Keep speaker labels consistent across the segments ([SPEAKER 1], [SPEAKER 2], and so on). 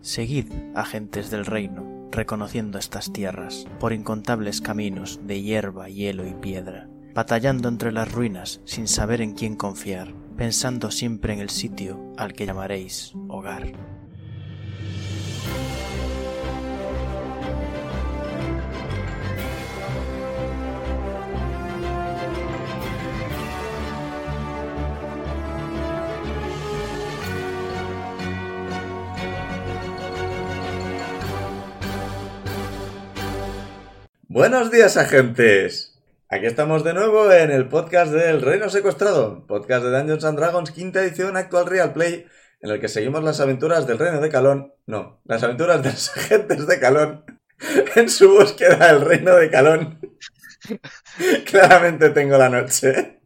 [SPEAKER 1] Seguid, agentes del reino, reconociendo estas tierras, por incontables caminos de hierba, hielo y piedra, batallando entre las ruinas sin saber en quién confiar, pensando siempre en el sitio al que llamaréis hogar.
[SPEAKER 2] Buenos días, agentes. Aquí estamos de nuevo en el podcast del Reino Secuestrado, podcast de Dungeons and Dragons, quinta edición actual Real Play, en el que seguimos las aventuras del Reino de Calón, no, las aventuras de los agentes de Calón, en su búsqueda del Reino de Calón. Claramente tengo la noche.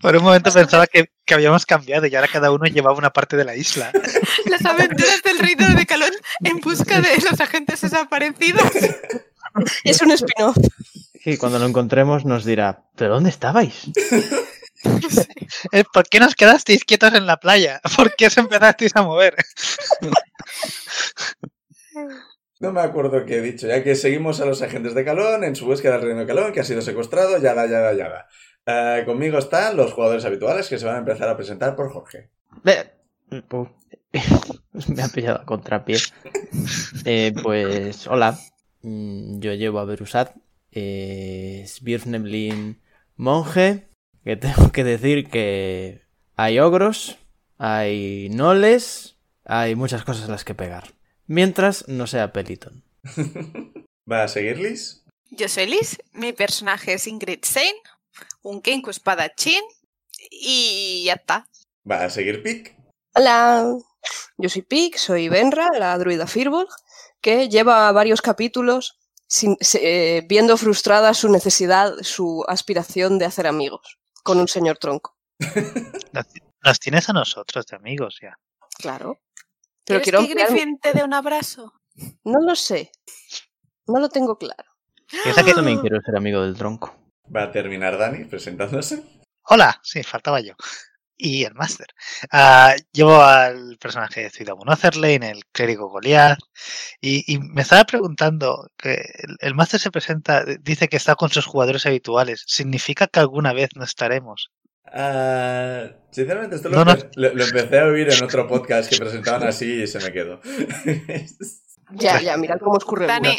[SPEAKER 3] Por un momento pensaba que, que habíamos cambiado y ahora cada uno llevaba una parte de la isla.
[SPEAKER 4] Las aventuras del reino de Calón en busca de los agentes desaparecidos. Es un spin-off.
[SPEAKER 1] Y cuando lo encontremos nos dirá, ¿pero dónde estabais?
[SPEAKER 3] Eh, ¿Por qué nos quedasteis quietos en la playa? ¿Por qué os empezasteis a mover?
[SPEAKER 2] No me acuerdo qué he dicho, ya que seguimos a los agentes de Calón en su búsqueda del Reino de Calón, que ha sido secuestrado, yada, yada, yada. Eh, conmigo están los jugadores habituales que se van a empezar a presentar por Jorge.
[SPEAKER 1] Ve- Pu- Me ha pillado a contrapié. Eh, pues, hola. Mm, Yo llevo a Berusad. Eh, Svirfneblin monje. Que tengo que decir que hay ogros, hay noles, hay muchas cosas a las que pegar. Mientras no sea Peliton.
[SPEAKER 2] ¿Va a seguir Liz?
[SPEAKER 4] Yo soy Liz, mi personaje es Ingrid Sein, un Kenku espadachín y ya está.
[SPEAKER 2] ¿Va a seguir Pic?
[SPEAKER 5] Hola, yo soy Pic, soy Benra, la druida Firbolg, que lleva varios capítulos sin- se- eh, viendo frustrada su necesidad, su aspiración de hacer amigos con un señor tronco.
[SPEAKER 3] Nos tienes a nosotros de amigos ya.
[SPEAKER 5] Claro. Pero
[SPEAKER 4] ¿Quieres
[SPEAKER 5] quiero
[SPEAKER 4] que
[SPEAKER 5] ampliar-
[SPEAKER 4] Griffin te dé un abrazo?
[SPEAKER 5] No lo sé. No lo tengo claro.
[SPEAKER 1] Piensa que también quiero ser amigo del tronco.
[SPEAKER 2] ¿Va a terminar Dani presentándose?
[SPEAKER 3] Hola, sí, faltaba yo. Y el máster. Ah, llevo al personaje de Ciudad Otherlane, el clérigo Goliath. Y, y me estaba preguntando, que el, el máster se presenta, dice que está con sus jugadores habituales. ¿Significa que alguna vez no estaremos?
[SPEAKER 2] Ah, sinceramente, esto
[SPEAKER 3] No,
[SPEAKER 2] lo,
[SPEAKER 3] no.
[SPEAKER 2] empe- lo- lo empecé a oír en otro podcast que presentaban así y se me quedó.
[SPEAKER 5] Ya, ya, mirad cómo escurre. el
[SPEAKER 4] Dani,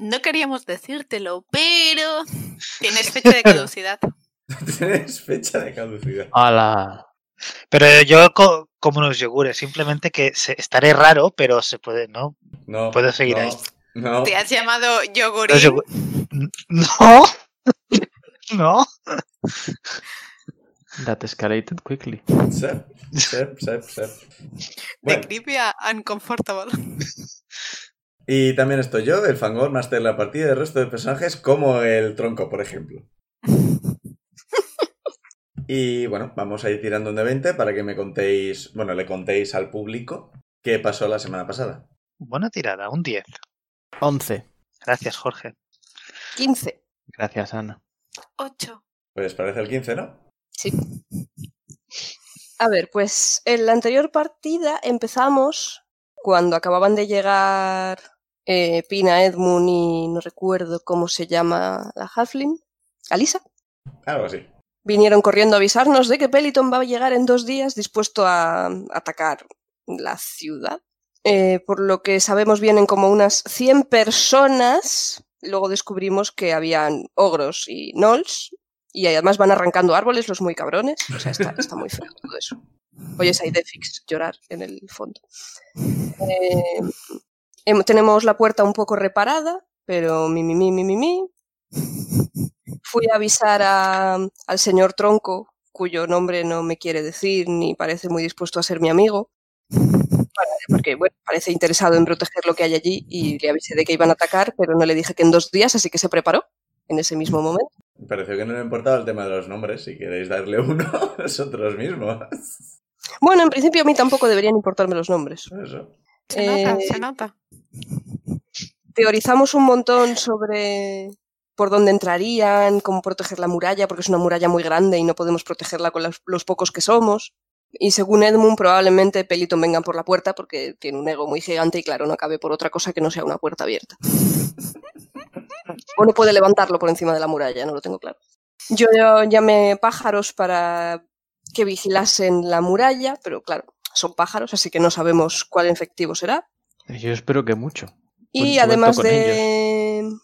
[SPEAKER 4] no queríamos decírtelo, pero tienes fecha de caducidad.
[SPEAKER 2] Tienes fecha de caducidad.
[SPEAKER 1] ¡Hala!
[SPEAKER 3] Pero yo co- como unos yogures, simplemente que se- estaré raro, pero se puede, ¿no?
[SPEAKER 2] No.
[SPEAKER 3] Puedo seguir
[SPEAKER 2] no,
[SPEAKER 3] ahí.
[SPEAKER 2] No.
[SPEAKER 4] Te has llamado Yogurín.
[SPEAKER 3] Los yogu- No, no.
[SPEAKER 1] That escalated quickly.
[SPEAKER 2] Sep, sep, sep, sep.
[SPEAKER 4] De
[SPEAKER 2] Bueno,
[SPEAKER 4] creepy a uncomfortable.
[SPEAKER 2] y también estoy yo, el Fangor Master de la partida y el resto de personajes, como el Tronco, por ejemplo. Y bueno, vamos a ir tirando un de 20 para que me contéis, bueno, le contéis al público qué pasó la semana pasada.
[SPEAKER 3] Buena tirada, un 10.
[SPEAKER 1] 11.
[SPEAKER 3] Gracias, Jorge.
[SPEAKER 5] 15.
[SPEAKER 1] Gracias, Ana.
[SPEAKER 4] Ocho.
[SPEAKER 2] Pues parece el 15, ¿no?
[SPEAKER 5] A ver, pues en la anterior partida empezamos cuando acababan de llegar eh, Pina, Edmund y no recuerdo cómo se llama la Halfling, Alisa.
[SPEAKER 2] Algo así.
[SPEAKER 5] Vinieron corriendo a avisarnos de que Peliton va a llegar en dos días dispuesto a atacar la ciudad. Eh, por lo que sabemos vienen como unas 100 personas. Luego descubrimos que habían ogros y nolls. Y además van arrancando árboles los muy cabrones. O sea, está, está muy feo todo eso. Oyes a Idefix llorar en el fondo. Eh, em- tenemos la puerta un poco reparada, pero mi, mi, mi, mi, mi, mi. Fui a avisar a- al señor Tronco, cuyo nombre no me quiere decir ni parece muy dispuesto a ser mi amigo, para- porque bueno, parece interesado en proteger lo que hay allí y le avisé de que iban a atacar, pero no le dije que en dos días, así que se preparó en ese mismo momento.
[SPEAKER 2] Pareció que no le importaba el tema de los nombres. Si queréis darle uno, vosotros mismos.
[SPEAKER 5] Bueno, en principio a mí tampoco deberían importarme los nombres.
[SPEAKER 2] Eso.
[SPEAKER 4] Se
[SPEAKER 5] Eh,
[SPEAKER 4] nota, se nota.
[SPEAKER 5] teorizamos un montón sobre por dónde entrarían, cómo proteger la muralla, porque es una muralla muy grande y no podemos protegerla con las- los pocos que somos. Y según Edmund, probablemente Peliton venga por la puerta porque tiene un ego muy gigante y claro, no cabe por otra cosa que no sea una puerta abierta. o no puede levantarlo por encima de la muralla, no lo tengo claro. Yo llamé pájaros para que vigilasen la muralla, pero claro, son pájaros, así que no sabemos cuál efectivo será.
[SPEAKER 1] Yo espero que mucho.
[SPEAKER 5] Y además de ellos.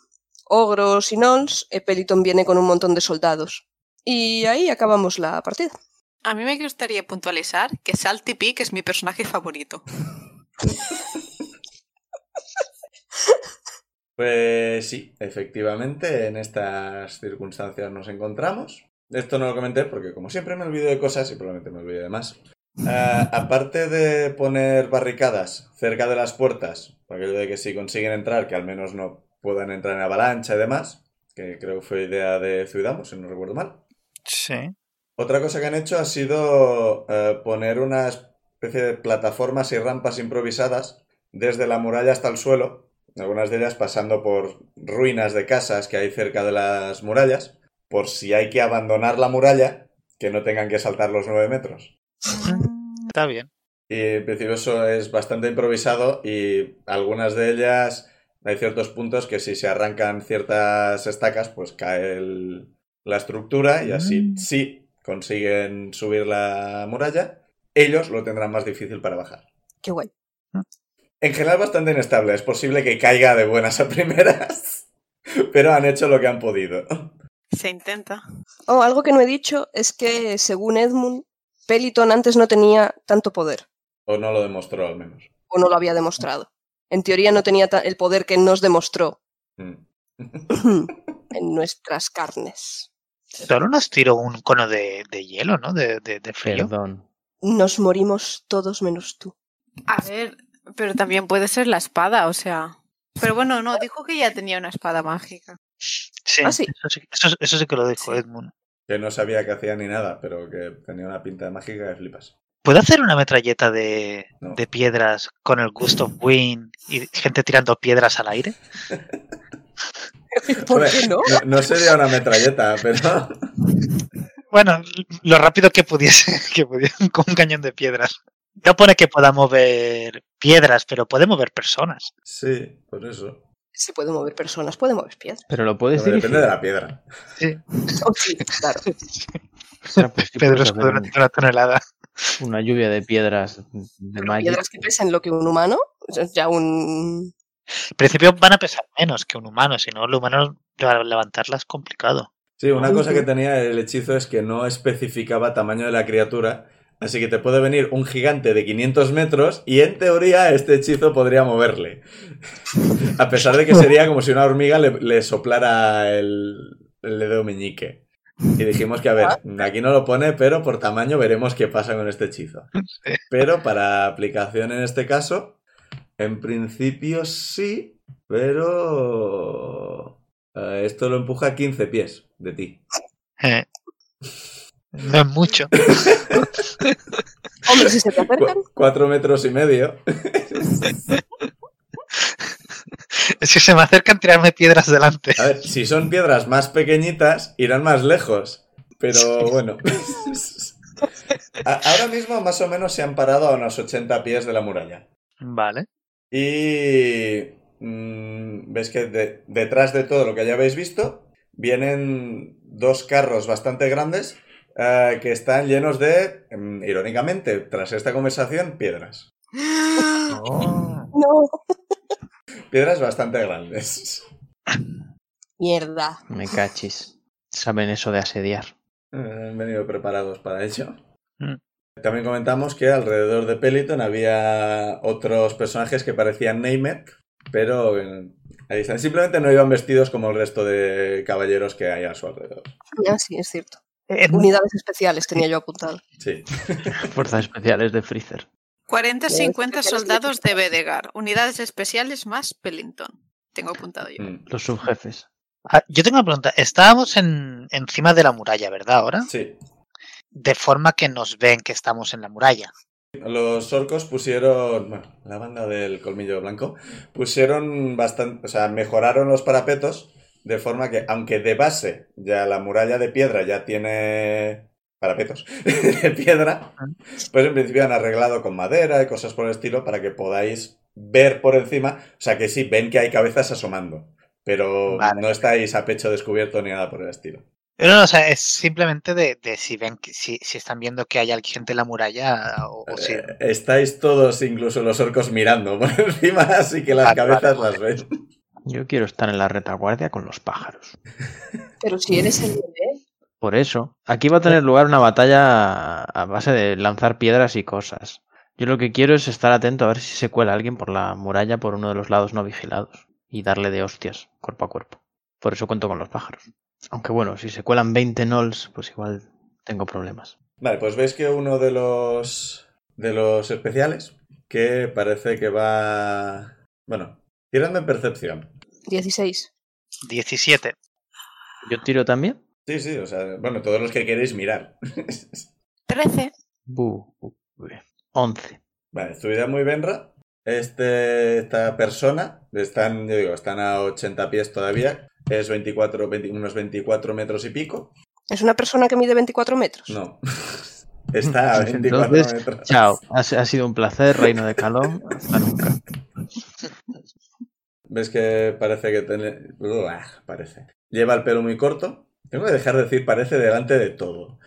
[SPEAKER 5] ogros y nols, Peliton viene con un montón de soldados. Y ahí acabamos la partida.
[SPEAKER 4] A mí me gustaría puntualizar que Salty Peak es mi personaje favorito.
[SPEAKER 2] Pues sí, efectivamente, en estas circunstancias nos encontramos. Esto no lo comenté porque como siempre me olvido de cosas y probablemente me olvide de más. Uh, aparte de poner barricadas cerca de las puertas, para de que si consiguen entrar, que al menos no puedan entrar en avalancha y demás, que creo que fue idea de Ciudadamos, si no recuerdo mal.
[SPEAKER 3] Sí.
[SPEAKER 2] Otra cosa que han hecho ha sido uh, poner una especie de plataformas y rampas improvisadas desde la muralla hasta el suelo, algunas de ellas pasando por ruinas de casas que hay cerca de las murallas, por si hay que abandonar la muralla, que no tengan que saltar los nueve metros.
[SPEAKER 3] Está bien.
[SPEAKER 2] Y en principio eso es bastante improvisado y algunas de ellas hay ciertos puntos que si se arrancan ciertas estacas, pues cae el, la estructura y así sí consiguen subir la muralla, ellos lo tendrán más difícil para bajar.
[SPEAKER 5] Qué guay.
[SPEAKER 2] En general bastante inestable, es posible que caiga de buenas a primeras, pero han hecho lo que han podido.
[SPEAKER 4] Se intenta.
[SPEAKER 5] Oh, algo que no he dicho es que según Edmund, Peliton antes no tenía tanto poder.
[SPEAKER 2] O no lo demostró al menos.
[SPEAKER 5] O no lo había demostrado. En teoría no tenía el poder que nos demostró. Mm. en nuestras carnes.
[SPEAKER 3] Solo nos tiró un cono de, de hielo, ¿no? De, de, de frío.
[SPEAKER 1] Perdón.
[SPEAKER 5] Nos morimos todos menos tú.
[SPEAKER 4] A ver, pero también puede ser la espada, o sea. Pero bueno, no, dijo que ya tenía una espada mágica.
[SPEAKER 3] Sí,
[SPEAKER 5] Ah, sí.
[SPEAKER 3] Eso, sí eso- eso sí que lo dijo Edmund.
[SPEAKER 2] Que no sabía que hacía ni nada, pero que tenía una pinta mágica que flipas.
[SPEAKER 3] ¿Puedo hacer una metralleta de,
[SPEAKER 2] No.
[SPEAKER 3] de piedras con el gusto of Win y gente tirando piedras al aire?
[SPEAKER 5] ¿Por
[SPEAKER 2] Hombre,
[SPEAKER 5] qué no?
[SPEAKER 2] Pues, No, sería una metralleta, pero
[SPEAKER 3] Bueno, lo rápido que pudiese, que pudiese con un cañón de piedras. No pone que pueda mover piedras, pero puede mover personas.
[SPEAKER 2] sí, por eso.
[SPEAKER 5] Se puede mover personas, puede mover piedras.
[SPEAKER 1] Pero lo puedes
[SPEAKER 5] Pues
[SPEAKER 2] Hombre,
[SPEAKER 1] dirigir.
[SPEAKER 2] depende de la piedra.
[SPEAKER 5] Oh, sí, claro.
[SPEAKER 1] Ostras, pues sí,
[SPEAKER 3] Pedro
[SPEAKER 1] puedes
[SPEAKER 3] es
[SPEAKER 1] hacer
[SPEAKER 3] una, una tonelada.
[SPEAKER 1] un- una lluvia de piedras de
[SPEAKER 5] Pero
[SPEAKER 1] Magic.
[SPEAKER 5] piedras que pesan lo que un humano, eso es ya un...
[SPEAKER 3] En principio van a pesar menos que un humano, si no, el humano para levantarla es complicado.
[SPEAKER 2] Sí, una cosa que tenía el hechizo es que no especificaba tamaño de la criatura, así que te puede venir un gigante de 500 metros y en teoría este hechizo podría moverle. A pesar de que sería como si una hormiga le, le soplara el, el dedo meñique. Y dijimos que, a ver, aquí no lo pone, pero por tamaño veremos qué pasa con este hechizo. Pero para aplicación en este caso, en principio sí, pero... eh, esto lo empuja a 15 pies de ti.
[SPEAKER 3] Eh, no es mucho.
[SPEAKER 5] Hombre, si se te
[SPEAKER 2] Cu-
[SPEAKER 5] acercan,
[SPEAKER 2] cuatro metros y medio.
[SPEAKER 3] Si se me acercan, tirarme piedras delante.
[SPEAKER 2] A ver, si son piedras más pequeñitas, irán más lejos. Pero bueno. A- Ahora mismo más o menos se han parado a unos 80 pies de la muralla.
[SPEAKER 3] Vale.
[SPEAKER 2] Y mm, ves que de- detrás de todo lo que ya habéis visto, vienen dos carros bastante grandes eh, que están llenos de, mm, irónicamente, tras esta conversación, piedras.
[SPEAKER 3] Oh.
[SPEAKER 5] no.
[SPEAKER 2] Piedras bastante grandes.
[SPEAKER 5] Mierda.
[SPEAKER 1] Me cachis. Saben eso de asediar.
[SPEAKER 2] Eh, Han venido preparados para ello.
[SPEAKER 3] Mm.
[SPEAKER 2] También comentamos que alrededor de Peliton había otros personajes que parecían Neymet, pero eh, ahí están. Simplemente no iban vestidos como el resto de caballeros que hay a su alrededor.
[SPEAKER 5] Ah, sí, es cierto.
[SPEAKER 3] Edmund,
[SPEAKER 5] Unidades especiales tenía yo apuntado.
[SPEAKER 2] Sí.
[SPEAKER 1] Fuerzas especiales de Freezer.
[SPEAKER 4] 40-50
[SPEAKER 5] especiales de-
[SPEAKER 4] soldados de Bedegar, unidades especiales más Pellington. Tengo apuntado yo.
[SPEAKER 2] Mm.
[SPEAKER 1] Los subjefes.
[SPEAKER 3] ah, yo tengo una pregunta. Estábamos en, encima de la muralla, ¿verdad? Ahora.
[SPEAKER 2] Sí.
[SPEAKER 3] De forma que nos ven que estamos en la muralla.
[SPEAKER 2] Los orcos pusieron, bueno, la banda del colmillo blanco, pusieron bastante, o sea, mejoraron los parapetos de forma que, aunque de base ya la muralla de piedra ya tiene parapetos de piedra, pues en principio han arreglado con madera y cosas por el estilo para que podáis ver por encima. O sea que sí, ven que hay cabezas asomando, pero
[SPEAKER 3] Vale.
[SPEAKER 2] no estáis a pecho descubierto ni nada por el estilo.
[SPEAKER 3] Pero no, o sea, es simplemente de, de si ven que- si, si están viendo que hay gente en la muralla o, o si.
[SPEAKER 2] Eh, estáis todos, incluso los orcos, mirando por encima, así que las
[SPEAKER 3] Vale, vale,
[SPEAKER 2] cabezas
[SPEAKER 3] vale.
[SPEAKER 2] las ven.
[SPEAKER 1] Yo quiero estar en la retaguardia con los pájaros.
[SPEAKER 5] Pero si eres el bebé.
[SPEAKER 1] Por eso, aquí va a tener lugar una batalla a base de lanzar piedras y cosas. Yo lo que quiero es estar atento a ver si se cuela alguien por la muralla por uno de los lados no vigilados y darle de hostias cuerpo a cuerpo. Por eso cuento con los pájaros. Aunque bueno, si se cuelan 20 nols, pues igual tengo problemas.
[SPEAKER 2] Vale, pues veis que uno de los de los especiales que parece que va bueno, tirando en percepción.
[SPEAKER 5] 16.
[SPEAKER 3] 17.
[SPEAKER 1] ¿Yo tiro también?
[SPEAKER 2] Sí, sí, o sea, bueno, todos los que queréis mirar.
[SPEAKER 4] 13.
[SPEAKER 1] Bu, bu- bu- 11.
[SPEAKER 2] Vale, subida muy Benra. Este, esta persona, están, yo digo, están a 80 pies todavía, es 24, 20 unos 24 metros y pico.
[SPEAKER 5] ¿Es una persona que mide 24 metros?
[SPEAKER 2] No, está a
[SPEAKER 1] Pues
[SPEAKER 2] 24
[SPEAKER 1] entonces,
[SPEAKER 2] metros.
[SPEAKER 1] Chao, ha, si- ha sido un placer, Reino de Calón. Hasta nunca.
[SPEAKER 2] ¿Ves que parece que tiene... Uah, parece. Lleva el pelo muy corto. Tengo que dejar de decir parece delante de todo.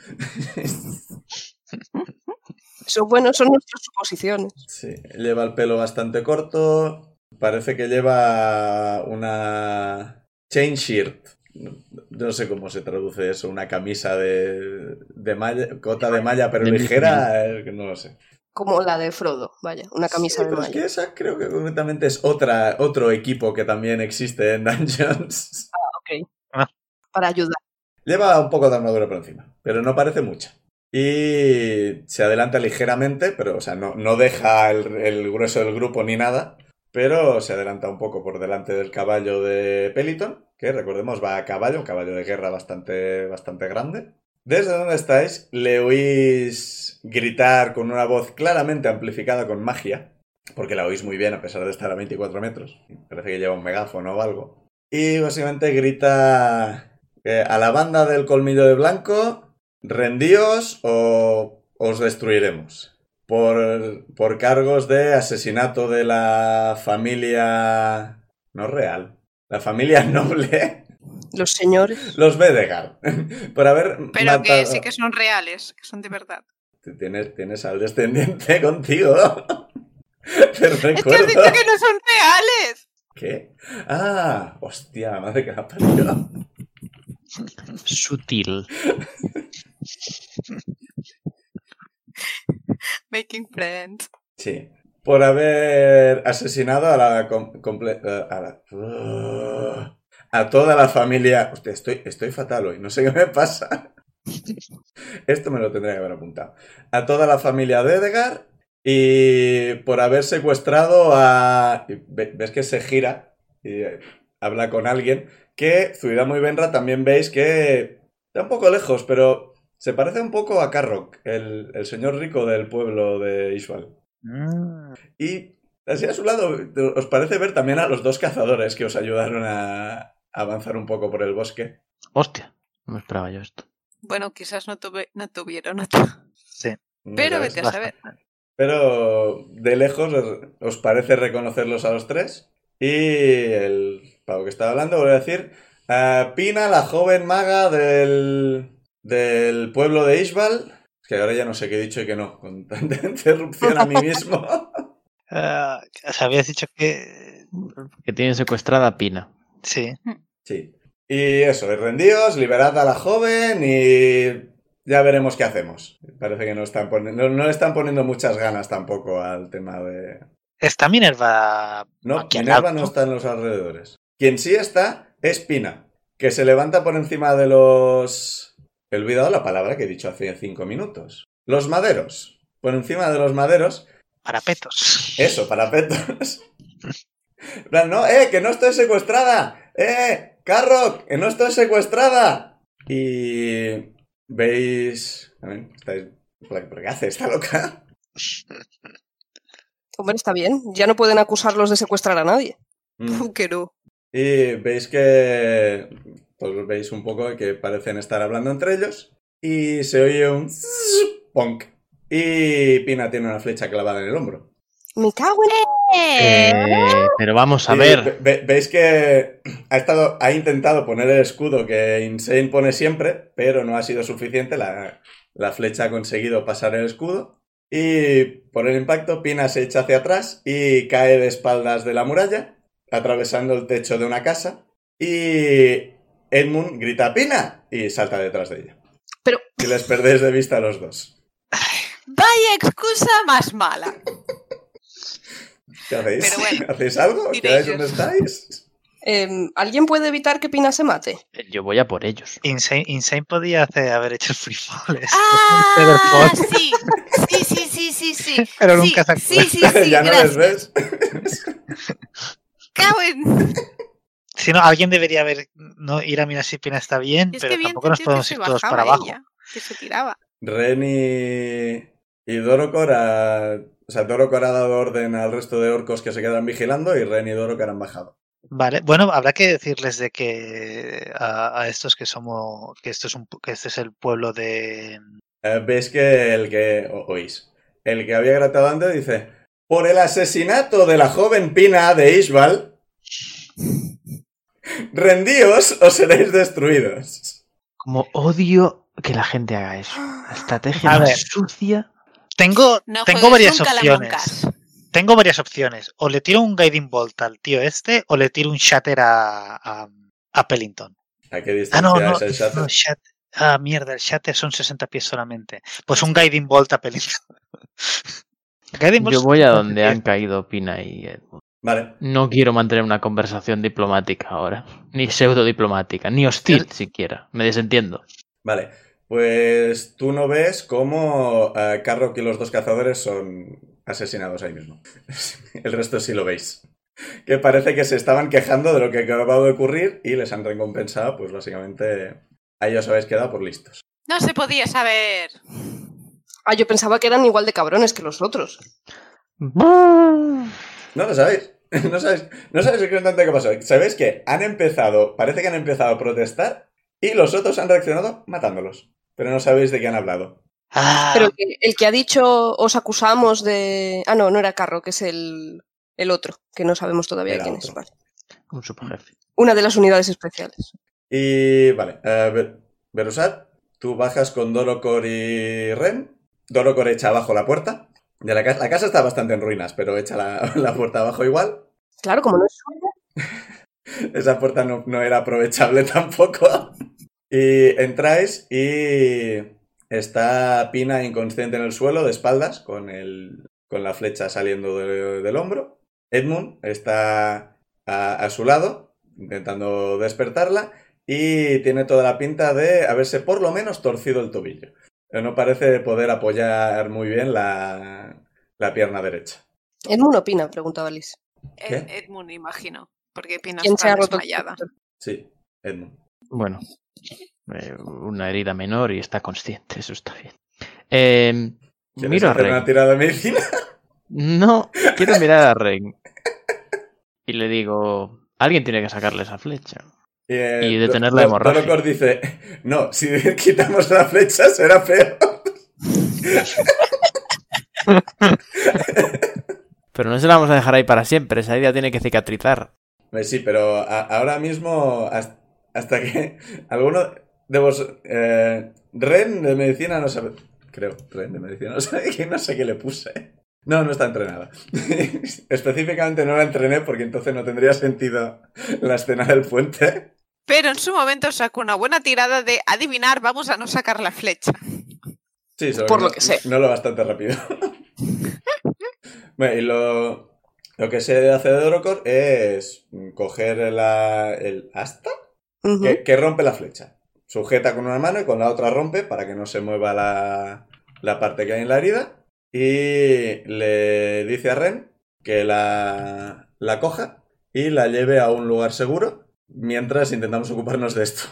[SPEAKER 5] Eso, bueno, son nuestras suposiciones.
[SPEAKER 2] Sí, lleva el pelo bastante corto. Parece que lleva una chain shirt. No, no sé cómo se traduce eso, una camisa de, de malla, cota de malla, pero
[SPEAKER 1] De
[SPEAKER 2] ligera, eh, no lo sé.
[SPEAKER 5] Como la de Frodo, vaya, una camisa
[SPEAKER 2] Sí,
[SPEAKER 5] de
[SPEAKER 2] pero es
[SPEAKER 5] malla.
[SPEAKER 2] que esa creo que concretamente es otra, otro equipo que también existe en Dungeons.
[SPEAKER 5] Para ayudar.
[SPEAKER 2] Lleva un poco de armadura por encima, pero no parece mucha. Y se adelanta ligeramente, pero o sea, no, no deja el, el grueso del grupo ni nada, pero se adelanta un poco por delante del caballo de Peliton, que recordemos va a caballo, un caballo de guerra bastante, bastante grande. Desde donde estáis, le oís gritar con una voz claramente amplificada con magia, porque la oís muy bien a pesar de estar a 24 metros. Parece que lleva un megáfono o algo. Y básicamente grita eh, a la banda del colmillo de blanco, rendíos o os destruiremos. Por, por cargos de asesinato de la familia... No real. La familia noble.
[SPEAKER 5] Los señores.
[SPEAKER 2] Los Vedegar. Por haber
[SPEAKER 4] Pero que
[SPEAKER 2] matado-
[SPEAKER 4] sí que son reales, que son de verdad.
[SPEAKER 2] Tienes, tienes al descendiente contigo. Te
[SPEAKER 4] Es que has
[SPEAKER 2] recuerdo.
[SPEAKER 4] dicho que no son reales.
[SPEAKER 2] ¿Qué? Ah, hostia, madre que la parió.
[SPEAKER 1] Sutil.
[SPEAKER 4] Making friends.
[SPEAKER 2] Sí. Por haber asesinado a la. com- comple- eh, a, la- Ugh. a toda la familia. Hostia, estoy, estoy fatal hoy, no sé qué me pasa. Esto me lo tendría que haber apuntado. A toda la familia de Edgar y por haber secuestrado a. y ve- ¿Ves que se gira y eh, habla con alguien? Que Zuidamo y Benra también veis que. Está un poco lejos, pero se parece un poco a Carrock, el, el señor rico del pueblo de Ishval.
[SPEAKER 3] Mm,
[SPEAKER 2] Y así a su lado, ¿os parece ver también a los dos cazadores que os ayudaron a avanzar un poco por el bosque?
[SPEAKER 1] Hostia, no me esperaba yo esto.
[SPEAKER 4] Bueno, quizás no, tuve, no tuvieron otro.
[SPEAKER 3] sí.
[SPEAKER 2] No
[SPEAKER 4] Pero
[SPEAKER 2] sabes.
[SPEAKER 4] vete a saber.
[SPEAKER 2] Pero de lejos os- os parece reconocerlos a los tres. Y el pavo que estaba hablando voy a decir, ah, Pina, la joven maga del, del pueblo de Ishbal. Es que ahora ya no sé qué he dicho y qué no, con tanta interrupción a mí mismo.
[SPEAKER 3] Ah, o sea, habías dicho que.
[SPEAKER 1] Que tienen secuestrada a Pina.
[SPEAKER 3] Sí.
[SPEAKER 2] Sí. Y eso, y rendíos, liberad a la joven y ya veremos qué hacemos. Parece que no, están poni- no, no le están poniendo muchas ganas tampoco al tema de...
[SPEAKER 3] Está Minerva.
[SPEAKER 2] No,
[SPEAKER 3] Aquí al
[SPEAKER 2] Minerva
[SPEAKER 3] lado,
[SPEAKER 2] no
[SPEAKER 3] ¿no?
[SPEAKER 2] está en los alrededores. Quien sí está es Pina, que se levanta por encima de los... He olvidado la palabra que he dicho hace cinco minutos. Los maderos. Por encima de los maderos
[SPEAKER 3] Parapetos.
[SPEAKER 2] eso, parapetos. En plan, no, eh, que no estoy secuestrada. Eh, Carrock, que no estoy secuestrada. Y veis... A ver, estáis... ¿Por por qué hace? ¿Está loca?
[SPEAKER 5] Hombre, está bien. Ya no pueden acusarlos de secuestrar a nadie.
[SPEAKER 2] Mm.
[SPEAKER 4] Que no.
[SPEAKER 2] Y veis que... Pues veis un poco que parecen estar hablando entre ellos. y se oye un punk. Y Pina tiene una flecha clavada en el hombro.
[SPEAKER 5] Me cago en...
[SPEAKER 1] Eh, pero vamos a
[SPEAKER 2] Y
[SPEAKER 1] ver.
[SPEAKER 2] ve- ve- veis que ha, estado, ha intentado poner el escudo que Insane pone siempre, pero no ha sido suficiente. La, la flecha ha conseguido pasar el escudo. Y por el impacto, Pina se echa hacia atrás y cae de espaldas de la muralla, atravesando el techo de una casa. Y Edmund grita Pina y salta detrás de ella.
[SPEAKER 5] Pero-
[SPEAKER 2] Y les perdéis de vista a los dos.
[SPEAKER 4] Vaya excusa más mala.
[SPEAKER 2] ¿Qué hacéis?
[SPEAKER 4] Pero bueno,
[SPEAKER 2] ¿Hacéis algo?
[SPEAKER 4] iré
[SPEAKER 2] ¿Quedáis
[SPEAKER 4] yo.
[SPEAKER 2] donde estáis?
[SPEAKER 5] Em, ¿Alguien puede evitar que Pina se mate?
[SPEAKER 1] Yo voy a por ellos.
[SPEAKER 3] Insane, Insane podía hacer, haber hecho el free fall. es- Pero
[SPEAKER 4] Ah,
[SPEAKER 3] por-
[SPEAKER 4] sí. Sí, sí, sí, sí, sí.
[SPEAKER 3] Pero
[SPEAKER 4] Sí,
[SPEAKER 3] nunca se
[SPEAKER 4] Sí, sí, sí,
[SPEAKER 2] ya no les
[SPEAKER 4] gracias.
[SPEAKER 2] ves.
[SPEAKER 4] Cago en-
[SPEAKER 3] Si no, alguien debería haber, no ir a mirar si Pina está bien,
[SPEAKER 4] Es
[SPEAKER 3] pero
[SPEAKER 4] que bien
[SPEAKER 3] tampoco nos
[SPEAKER 4] entendió que
[SPEAKER 3] podemos
[SPEAKER 4] se
[SPEAKER 3] ir todos
[SPEAKER 4] bajaba
[SPEAKER 3] para abajo.
[SPEAKER 4] ella, que se tiraba.
[SPEAKER 2] Ren y, y Dorocor ha- O sea, Dorocor ha dado orden al resto de orcos que se quedan vigilando y Ren y Dorocor han bajado.
[SPEAKER 3] Vale, bueno, habrá que decirles de que a, a estos que somos, que esto es un, pu- que este es el pueblo de,
[SPEAKER 2] Eh, Veis que el que... o- oís. El que había gratado antes dice... Por el asesinato de la joven Pina de Ishbal, rendíos o seréis destruidos.
[SPEAKER 1] Como odio que la gente haga eso. La estrategia
[SPEAKER 3] A
[SPEAKER 1] más
[SPEAKER 3] ver.
[SPEAKER 1] sucia.
[SPEAKER 3] Tengo,
[SPEAKER 4] No
[SPEAKER 3] tengo
[SPEAKER 4] juegues
[SPEAKER 3] varias
[SPEAKER 4] nunca a la
[SPEAKER 3] opciones.
[SPEAKER 4] Moncas.
[SPEAKER 3] Tengo varias opciones. O le tiro un Guiding Bolt al tío este, o le tiro un Shatter a, a, a Pellington.
[SPEAKER 2] ¿A qué
[SPEAKER 3] Ah,
[SPEAKER 2] distancia
[SPEAKER 3] no, no.
[SPEAKER 2] es el shatter?
[SPEAKER 3] no, Shat- ah, mierda, el Shatter son 60 pies solamente. Pues un Guiding Bolt a Pellington. Guiding Bolt
[SPEAKER 1] Yo voy a
[SPEAKER 3] son
[SPEAKER 1] donde
[SPEAKER 3] 60
[SPEAKER 1] han caído Pina y Edmund.
[SPEAKER 2] Vale.
[SPEAKER 1] No quiero mantener una conversación diplomática ahora. Ni pseudo diplomática. Ni hostil siquiera. Me desentiendo.
[SPEAKER 2] Vale, pues tú no ves cómo eh, Carrock y los dos cazadores son asesinados ahí mismo. El resto sí lo veis. Que parece que se estaban quejando de lo que acababa de ocurrir y les han recompensado, pues básicamente a ellos habéis quedado por listos.
[SPEAKER 4] No se podía saber.
[SPEAKER 5] Ah, yo pensaba que eran igual de cabrones que los otros.
[SPEAKER 2] No lo sabéis. No sabéis, no sabéis exactamente qué pasó. Sabéis que han empezado, parece que han empezado a protestar y los otros han reaccionado matándolos. Pero no sabéis de qué han hablado.
[SPEAKER 3] Ah,
[SPEAKER 5] Pero el que, el que ha dicho os acusamos de... Ah, no, no era Carro, que es el, el otro, que no sabemos todavía
[SPEAKER 2] Era
[SPEAKER 5] quién es.
[SPEAKER 2] otro.
[SPEAKER 5] Vale.
[SPEAKER 1] Un superjefe.
[SPEAKER 5] Una de las unidades especiales.
[SPEAKER 2] Y vale, eh, Ber- Berusat, tú bajas con Dorocor y Ren. Dorocor echa abajo la puerta. De la, casa, la casa está bastante en ruinas, pero echa la, la puerta abajo igual.
[SPEAKER 5] Claro, como no es suya.
[SPEAKER 2] Esa puerta no, no era aprovechable tampoco. Y entráis y está Pina inconsciente en el suelo, de espaldas, con, el, con la flecha saliendo de- del hombro. Edmund está a, a su lado, intentando despertarla, y tiene toda la pinta de haberse por lo menos torcido el tobillo. Eh, No parece poder apoyar muy bien la, la pierna derecha.
[SPEAKER 5] Edmund opina, preguntaba Liz.
[SPEAKER 4] Ed-
[SPEAKER 2] ¿Qué?
[SPEAKER 4] Edmund, imagino. Porque Pina
[SPEAKER 5] ¿Quién se
[SPEAKER 4] está
[SPEAKER 5] ha roto?
[SPEAKER 4] desmayada.
[SPEAKER 2] Sí, Edmund.
[SPEAKER 1] Bueno, eh, una herida menor y está consciente, eso está bien. Eh,
[SPEAKER 2] ¿Quieres
[SPEAKER 1] miro a
[SPEAKER 2] hacer una
[SPEAKER 1] Ren.
[SPEAKER 2] tirada de medicina?
[SPEAKER 1] No, quiero mirar a Ren. Y le digo, alguien tiene que sacarle esa flecha.
[SPEAKER 2] Eh,
[SPEAKER 1] Y detener la
[SPEAKER 2] Do-
[SPEAKER 1] hemorragia.
[SPEAKER 2] Dolocor dice, no, si quitamos la flecha será peor.
[SPEAKER 1] Pero no se la vamos a dejar ahí para siempre, esa herida tiene que cicatrizar.
[SPEAKER 2] Pues sí, pero a- ahora mismo, has- hasta, que alguno de vos... eh, Ren de medicina no sabe... Creo, Ren de medicina no sabe que no sé qué le puse. No, no está entrenada. Específicamente no la entrené porque entonces no tendría sentido la escena del puente.
[SPEAKER 4] Pero en su momento sacó una buena tirada de adivinar, vamos a no sacar la flecha.
[SPEAKER 2] Sí, solo
[SPEAKER 5] Por
[SPEAKER 2] no-
[SPEAKER 5] lo que sé.
[SPEAKER 2] No lo bastante rápido. bueno, y lo, lo que sé de hacer de Orocor es mm, coger la- el asta
[SPEAKER 5] Ujú.
[SPEAKER 2] que, que rompe la flecha. Sujeta con una mano y con la otra rompe para que no se mueva la, la parte que hay en la herida. Y le dice a Ren que la, la coja y la lleve a un lugar seguro mientras intentamos ocuparnos de esto.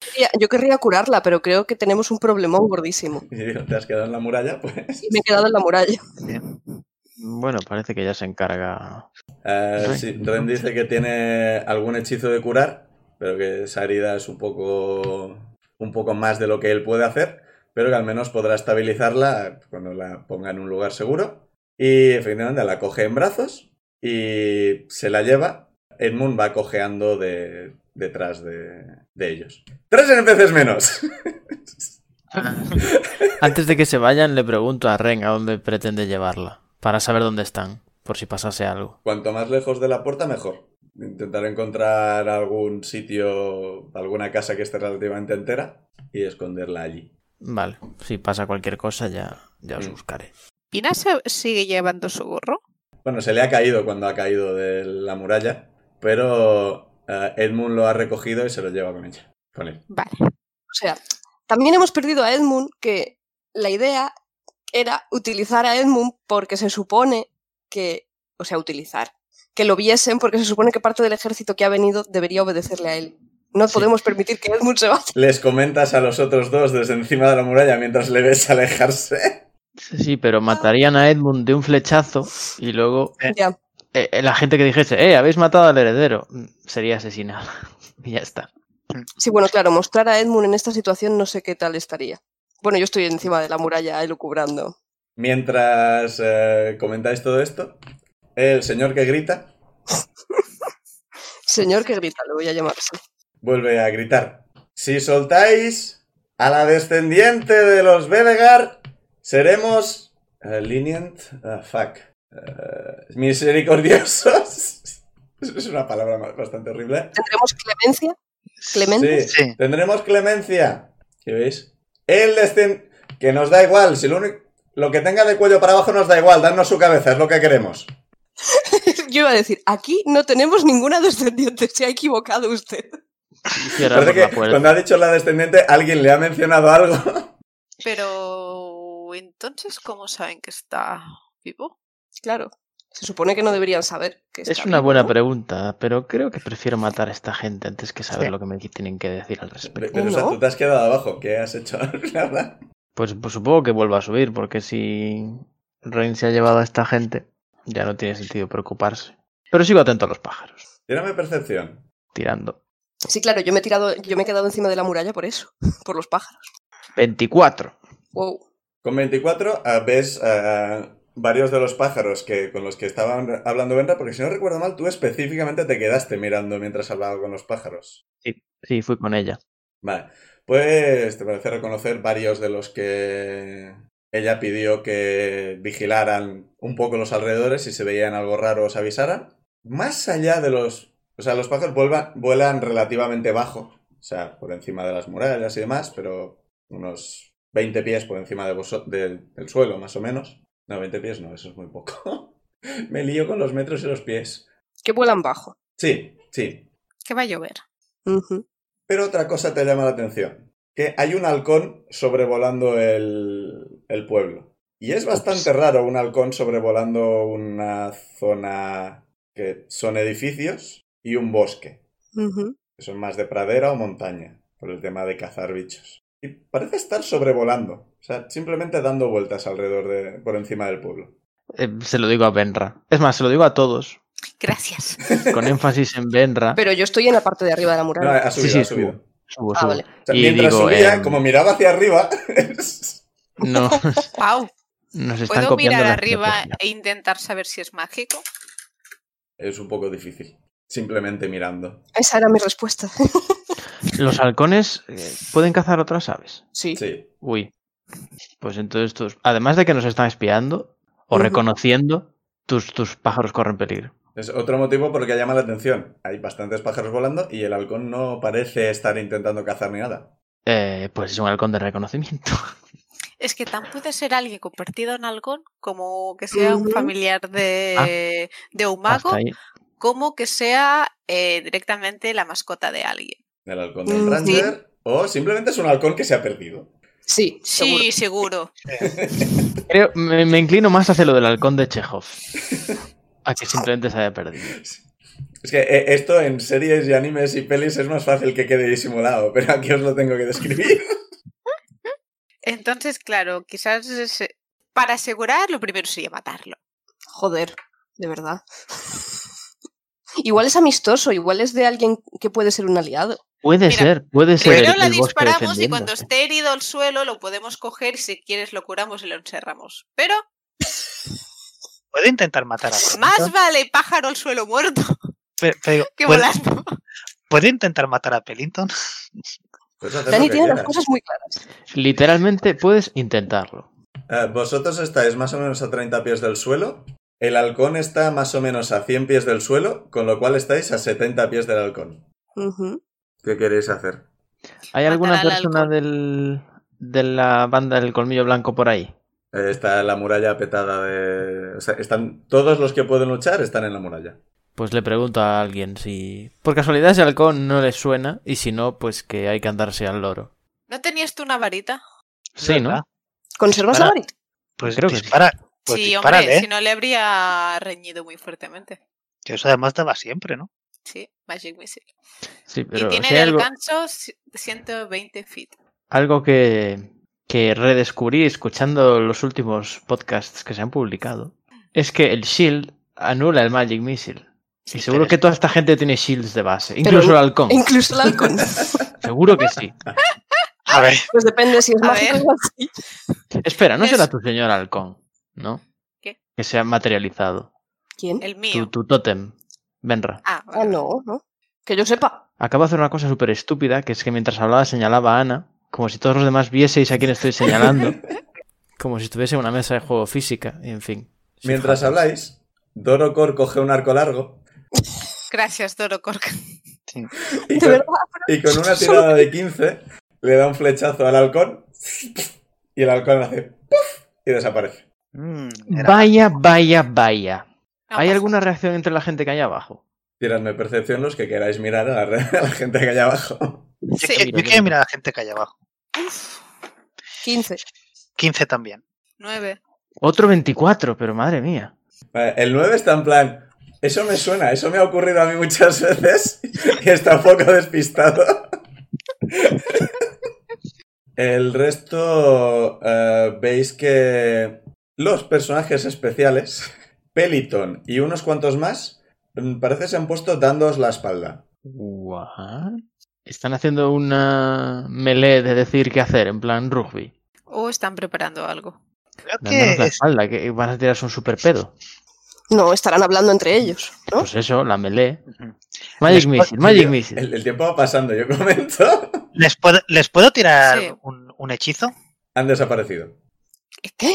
[SPEAKER 5] Quería- Yo querría curarla, pero creo que tenemos un problemón gordísimo.
[SPEAKER 2] Y digo, te has quedado en la muralla, pues.
[SPEAKER 5] Y me he quedado en la muralla.
[SPEAKER 1] Bueno, parece que ya se encarga.
[SPEAKER 2] Eh,
[SPEAKER 1] Ren.
[SPEAKER 2] sí, Ren dice que tiene algún hechizo de curar, pero que esa herida es un poco, un poco más de lo que él puede hacer. pero que al menos podrá estabilizarla cuando la ponga en un lugar seguro. Y efectivamente la coge en brazos y se la lleva. Edmund va cojeando de, detrás de, de ellos. ¡Tres NPCs menos!
[SPEAKER 1] Antes de que se vayan, le pregunto a Ren a dónde pretende llevarla, para saber dónde están, por si pasase algo.
[SPEAKER 2] Cuanto más lejos de la puerta, mejor. Intentar encontrar algún sitio, alguna casa que esté relativamente entera y esconderla allí.
[SPEAKER 1] Vale, si pasa cualquier cosa ya, ya os
[SPEAKER 2] Mm.
[SPEAKER 1] buscaré.
[SPEAKER 4] ¿Pina sigue llevando su gorro?
[SPEAKER 2] Bueno, se le ha caído cuando ha caído de la muralla, pero eh, Edmund lo ha recogido y se lo lleva con ella. Con él.
[SPEAKER 4] Vale.
[SPEAKER 5] O sea, también hemos perdido a Edmund, que la idea era utilizar a Edmund porque se supone que, o sea, utilizar, que lo viesen porque se supone que parte del ejército que ha venido debería obedecerle a él. No
[SPEAKER 1] Sí.
[SPEAKER 5] podemos permitir que Edmund se vaya.
[SPEAKER 2] Les comentas a los otros dos desde encima de la muralla mientras le ves alejarse.
[SPEAKER 1] Sí, pero matarían a Edmund de un flechazo y luego
[SPEAKER 5] Ya.
[SPEAKER 1] eh, eh, la gente que dijese, eh, habéis matado al heredero, mm, sería asesinada. y ya está.
[SPEAKER 5] Sí, bueno, claro, mostrar a Edmund en esta situación no sé qué tal estaría. Bueno, yo estoy encima de la muralla elucubrando.
[SPEAKER 2] Mientras eh, comentáis todo esto, el señor que grita
[SPEAKER 5] Señor que grita, lo voy a llamar. sí.
[SPEAKER 2] vuelve a gritar. Si soltáis a la descendiente de los Belegar, seremos... eh, lenient... ah, fuck. Eh, misericordiosos. Es una palabra bastante horrible. ¿eh?
[SPEAKER 5] ¿Tendremos clemencia? ¿Clemente?
[SPEAKER 2] Sí,
[SPEAKER 3] Sí.
[SPEAKER 2] tendremos clemencia. ¿Y veis? El descen... Que nos da igual, si lo único... Lo que tenga de cuello para abajo nos da igual, darnos su cabeza, es lo que queremos.
[SPEAKER 5] Yo iba a decir, aquí no tenemos ninguna descendiente, se ha equivocado usted.
[SPEAKER 1] Y cierran
[SPEAKER 2] Parece
[SPEAKER 1] por la
[SPEAKER 2] que
[SPEAKER 1] puerta.
[SPEAKER 2] cuando ha dicho la descendiente, alguien le ha mencionado algo.
[SPEAKER 4] Pero entonces, ¿cómo saben que está vivo?
[SPEAKER 5] Claro. Se supone que no deberían saber que
[SPEAKER 1] Es
[SPEAKER 5] está
[SPEAKER 1] una
[SPEAKER 5] vivo,
[SPEAKER 1] buena
[SPEAKER 5] ¿no?
[SPEAKER 1] pregunta, pero creo que prefiero matar a esta gente antes que saber
[SPEAKER 3] Sí.
[SPEAKER 1] lo que me tienen que decir al
[SPEAKER 2] Pero,
[SPEAKER 1] respecto.
[SPEAKER 2] pero, o sea,
[SPEAKER 5] No.
[SPEAKER 2] tú te has quedado abajo, ¿qué has hecho? La verdad.
[SPEAKER 1] Pues, pues supongo que vuelva a subir, porque si Rain se ha llevado a esta gente, ya no tiene sentido preocuparse. Pero sigo atento a los pájaros,
[SPEAKER 2] Tírame percepción.
[SPEAKER 1] tirando.
[SPEAKER 5] Sí, claro, yo me he tirado, yo me he quedado encima de la muralla por eso, por los pájaros.
[SPEAKER 1] 24.
[SPEAKER 5] Wow.
[SPEAKER 2] Con 24 ah, ves ah, varios de los pájaros que, con los que estaban hablando Benra, porque si no recuerdo mal, tú específicamente te quedaste mirando mientras hablaba con los pájaros.
[SPEAKER 1] Sí, fui con ella.
[SPEAKER 2] Vale, pues te parece reconocer varios de los que ella pidió que vigilaran un poco los alrededores, si se veían algo raro os avisaran. Más allá de los... O sea, los pájaros vuelva- vuelan relativamente bajo, o sea, por encima de las murallas y demás, pero unos 20 pies por encima de voso- de- del suelo, más o menos. No, 20 pies no, eso es muy poco. Me lío con los metros y los pies.
[SPEAKER 5] Que vuelan bajo.
[SPEAKER 2] Sí, sí,
[SPEAKER 4] Que va a llover.
[SPEAKER 5] Ujú.
[SPEAKER 2] pero otra cosa te llama la atención. Que hay un halcón sobrevolando el, el pueblo. Y es bastante raro un halcón sobrevolando una zona que son edificios y un bosque.
[SPEAKER 5] Ujú.
[SPEAKER 2] Que son más de pradera o montaña, por el tema de cazar bichos. Y parece estar sobrevolando. O sea, simplemente dando vueltas alrededor de... por encima del pueblo.
[SPEAKER 1] Eh, se lo digo a Benra. Es más, se lo digo a todos,
[SPEAKER 4] Gracias.
[SPEAKER 1] con énfasis en Benra.
[SPEAKER 5] Pero yo estoy en la parte de arriba de la
[SPEAKER 2] No,
[SPEAKER 5] muralla.
[SPEAKER 2] ha subido,
[SPEAKER 1] sí,
[SPEAKER 2] ha subido.
[SPEAKER 1] subo. Subo,
[SPEAKER 5] Ah,
[SPEAKER 1] subo.
[SPEAKER 5] vale.
[SPEAKER 2] O sea,
[SPEAKER 1] Y
[SPEAKER 2] mientras
[SPEAKER 1] digo,
[SPEAKER 2] subía,
[SPEAKER 1] em,
[SPEAKER 2] como miraba hacia arriba...
[SPEAKER 1] No,
[SPEAKER 4] ¡Wow!
[SPEAKER 1] nos están
[SPEAKER 4] ¿Puedo
[SPEAKER 1] copiando
[SPEAKER 4] mirar
[SPEAKER 1] la
[SPEAKER 4] arriba
[SPEAKER 1] estrategia.
[SPEAKER 4] e intentar saber si es mágico?
[SPEAKER 2] es un poco difícil. Simplemente mirando.
[SPEAKER 5] Esa era mi respuesta.
[SPEAKER 1] Los halcones eh, pueden cazar otras aves.
[SPEAKER 5] Sí.
[SPEAKER 2] Sí.
[SPEAKER 1] Uy. Pues entonces tus... Además de que nos están espiando o
[SPEAKER 5] Ujú.
[SPEAKER 1] reconociendo, tus, tus pájaros corren peligro.
[SPEAKER 2] Es otro motivo por el que llama la atención. Hay bastantes pájaros volando y el halcón no parece estar intentando cazar ni nada.
[SPEAKER 1] Eh, pues es un halcón de reconocimiento.
[SPEAKER 4] Es que tan puede ser alguien convertido en halcón como que sea un
[SPEAKER 5] Ujú.
[SPEAKER 4] familiar de, de un mago,
[SPEAKER 1] Ah. Hasta ahí.
[SPEAKER 4] como que sea eh, directamente la mascota de alguien.
[SPEAKER 2] El halcón del
[SPEAKER 5] Mm,
[SPEAKER 2] ranger o simplemente es un halcón que se ha perdido.
[SPEAKER 5] Sí, seguro.
[SPEAKER 4] Sí, seguro.
[SPEAKER 1] Creo, me, me inclino más hacia lo del halcón de Chekhov. A que simplemente se haya perdido.
[SPEAKER 2] Es que eh, esto en series y animes y pelis es más fácil que quede disimulado, pero aquí os lo tengo que describir.
[SPEAKER 4] Entonces, claro, quizás es- para asegurar lo primero sería matarlo.
[SPEAKER 5] Joder, de verdad. Igual es amistoso, igual es de alguien que puede ser un aliado.
[SPEAKER 1] Puede
[SPEAKER 4] Mira,
[SPEAKER 1] ser, puede ser.
[SPEAKER 4] Primero
[SPEAKER 1] el-
[SPEAKER 4] la
[SPEAKER 1] el bosque
[SPEAKER 4] disparamos y cuando
[SPEAKER 1] defendiéndose.
[SPEAKER 4] esté herido al suelo lo podemos coger. Si quieres, lo curamos y lo encerramos. Pero
[SPEAKER 3] Puedo intentar matar a
[SPEAKER 4] más
[SPEAKER 3] Pelito.
[SPEAKER 4] vale pájaro al suelo muerto
[SPEAKER 3] Pero- pero digo,
[SPEAKER 1] Pues
[SPEAKER 4] que
[SPEAKER 3] ¿puedo,
[SPEAKER 4] volando.
[SPEAKER 3] puedo intentar matar a Pellington?
[SPEAKER 2] Puedes hacer Pues lo
[SPEAKER 5] Dani
[SPEAKER 2] que
[SPEAKER 5] tiene las
[SPEAKER 2] quieras.
[SPEAKER 5] cosas muy claras.
[SPEAKER 1] Literalmente puedes intentarlo.
[SPEAKER 2] Eh, Vosotros estáis más o menos a 30 pies del suelo. El halcón está más o menos a 100 pies del suelo, con lo cual estáis a 70 pies del halcón.
[SPEAKER 5] Ujú.
[SPEAKER 2] ¿Qué queréis hacer?
[SPEAKER 1] ¿Hay
[SPEAKER 4] Matar
[SPEAKER 1] alguna
[SPEAKER 4] al
[SPEAKER 1] persona
[SPEAKER 4] halcón.
[SPEAKER 1] del, de la banda del colmillo blanco por ahí?
[SPEAKER 2] Eh, Está la muralla petada de... o sea, están... Todos los que pueden luchar están en la muralla.
[SPEAKER 1] Pues le pregunto a alguien si por casualidad ese halcón no le suena y si no, pues que hay que andarse al loro.
[SPEAKER 4] ¿No tenías tú una varita?
[SPEAKER 1] Sí, ¿no?
[SPEAKER 3] ¿Verdad?
[SPEAKER 5] ¿Conservas la
[SPEAKER 3] Para-
[SPEAKER 5] varita?
[SPEAKER 3] Pues
[SPEAKER 1] Creo que sí.
[SPEAKER 3] dispara. Pues
[SPEAKER 4] sí,
[SPEAKER 3] dispárale.
[SPEAKER 1] ¿eh?
[SPEAKER 4] hombre, si no le habría reñido muy fuertemente.
[SPEAKER 3] Que eso además daba siempre, ¿no?
[SPEAKER 4] Sí, Magic Missile.
[SPEAKER 1] Sí, pero
[SPEAKER 4] y tiene
[SPEAKER 1] si
[SPEAKER 4] de
[SPEAKER 1] hay algo,
[SPEAKER 4] alcance ci- 120 feet.
[SPEAKER 1] algo que, que redescubrí escuchando los últimos podcasts que se han publicado es que el shield E anula el Magic Missile. Y seguro
[SPEAKER 3] pero-
[SPEAKER 1] que toda esta gente tiene shields E de base, incluso el halcón.
[SPEAKER 5] Incluso el halcón.
[SPEAKER 1] Seguro que sí.
[SPEAKER 3] A ver,
[SPEAKER 5] Pues depende si es
[SPEAKER 4] A
[SPEAKER 5] mágico
[SPEAKER 4] ver.
[SPEAKER 5] o así.
[SPEAKER 1] Espera, no
[SPEAKER 4] Es-
[SPEAKER 1] será tu señor halcón, ¿no?
[SPEAKER 4] ¿Qué?
[SPEAKER 1] Que se ha materializado.
[SPEAKER 5] ¿Quién?
[SPEAKER 4] El
[SPEAKER 1] Tu,
[SPEAKER 4] mío.
[SPEAKER 1] tu tótem. Venra.
[SPEAKER 4] Ah, vale,
[SPEAKER 5] Ah, no, no. Que yo sepa.
[SPEAKER 1] Acabo de hacer una cosa súper estúpida, que es que mientras hablaba señalaba a Ana, como si todos los demás vieseis a quién estoy señalando, como si estuviese en una mesa de juego física, en fin. Sí,
[SPEAKER 2] Mientras
[SPEAKER 1] fatal.
[SPEAKER 2] habláis, Dorocor coge un arco largo
[SPEAKER 4] Gracias, Doro Cork.
[SPEAKER 2] y
[SPEAKER 5] De
[SPEAKER 2] con,
[SPEAKER 5] verdad.
[SPEAKER 2] y con una tirada de 15 le da un flechazo al halcón y el halcón hace ¡puf! y desaparece.
[SPEAKER 3] mm, era-
[SPEAKER 1] Vaya, vaya, vaya.
[SPEAKER 4] No
[SPEAKER 1] ¿Hay
[SPEAKER 4] pasa.
[SPEAKER 1] alguna reacción entre la gente que hay abajo?
[SPEAKER 2] Tiradme percepción los que queráis mirar a la, a la gente que hay abajo.
[SPEAKER 3] yo,
[SPEAKER 4] Sí,
[SPEAKER 3] que- yo quiero mirar a la gente que hay abajo.
[SPEAKER 5] 15.
[SPEAKER 3] 15 también.
[SPEAKER 4] 9.
[SPEAKER 1] Otro 24, pero madre mía.
[SPEAKER 2] Vale, el 9 está en plan, eso me suena, eso me ha ocurrido a mí muchas veces y está un poco despistado. El resto eh, veis que los personajes especiales, Peliton y unos cuantos más, mm, parece se han puesto dándoos la espalda.
[SPEAKER 1] What? Están haciendo una melee de decir qué hacer, en plan rugby.
[SPEAKER 4] O Uh, están preparando algo.
[SPEAKER 3] Creo que
[SPEAKER 1] Dándonos la
[SPEAKER 3] es-
[SPEAKER 1] espalda, que van a tirarse un super pedo.
[SPEAKER 5] No, estarán hablando entre ellos, ¿no?
[SPEAKER 1] Pues eso, la melee.
[SPEAKER 3] Ujú.
[SPEAKER 1] Magic
[SPEAKER 3] Después-
[SPEAKER 1] Missile, Magic
[SPEAKER 2] Yo-
[SPEAKER 1] Missile.
[SPEAKER 2] El, el tiempo va pasando, yo comento.
[SPEAKER 3] ¿Les, puedo, ¿Les puedo tirar
[SPEAKER 4] Sí.
[SPEAKER 3] un, un hechizo?
[SPEAKER 2] Han desaparecido.
[SPEAKER 5] ¿Qué?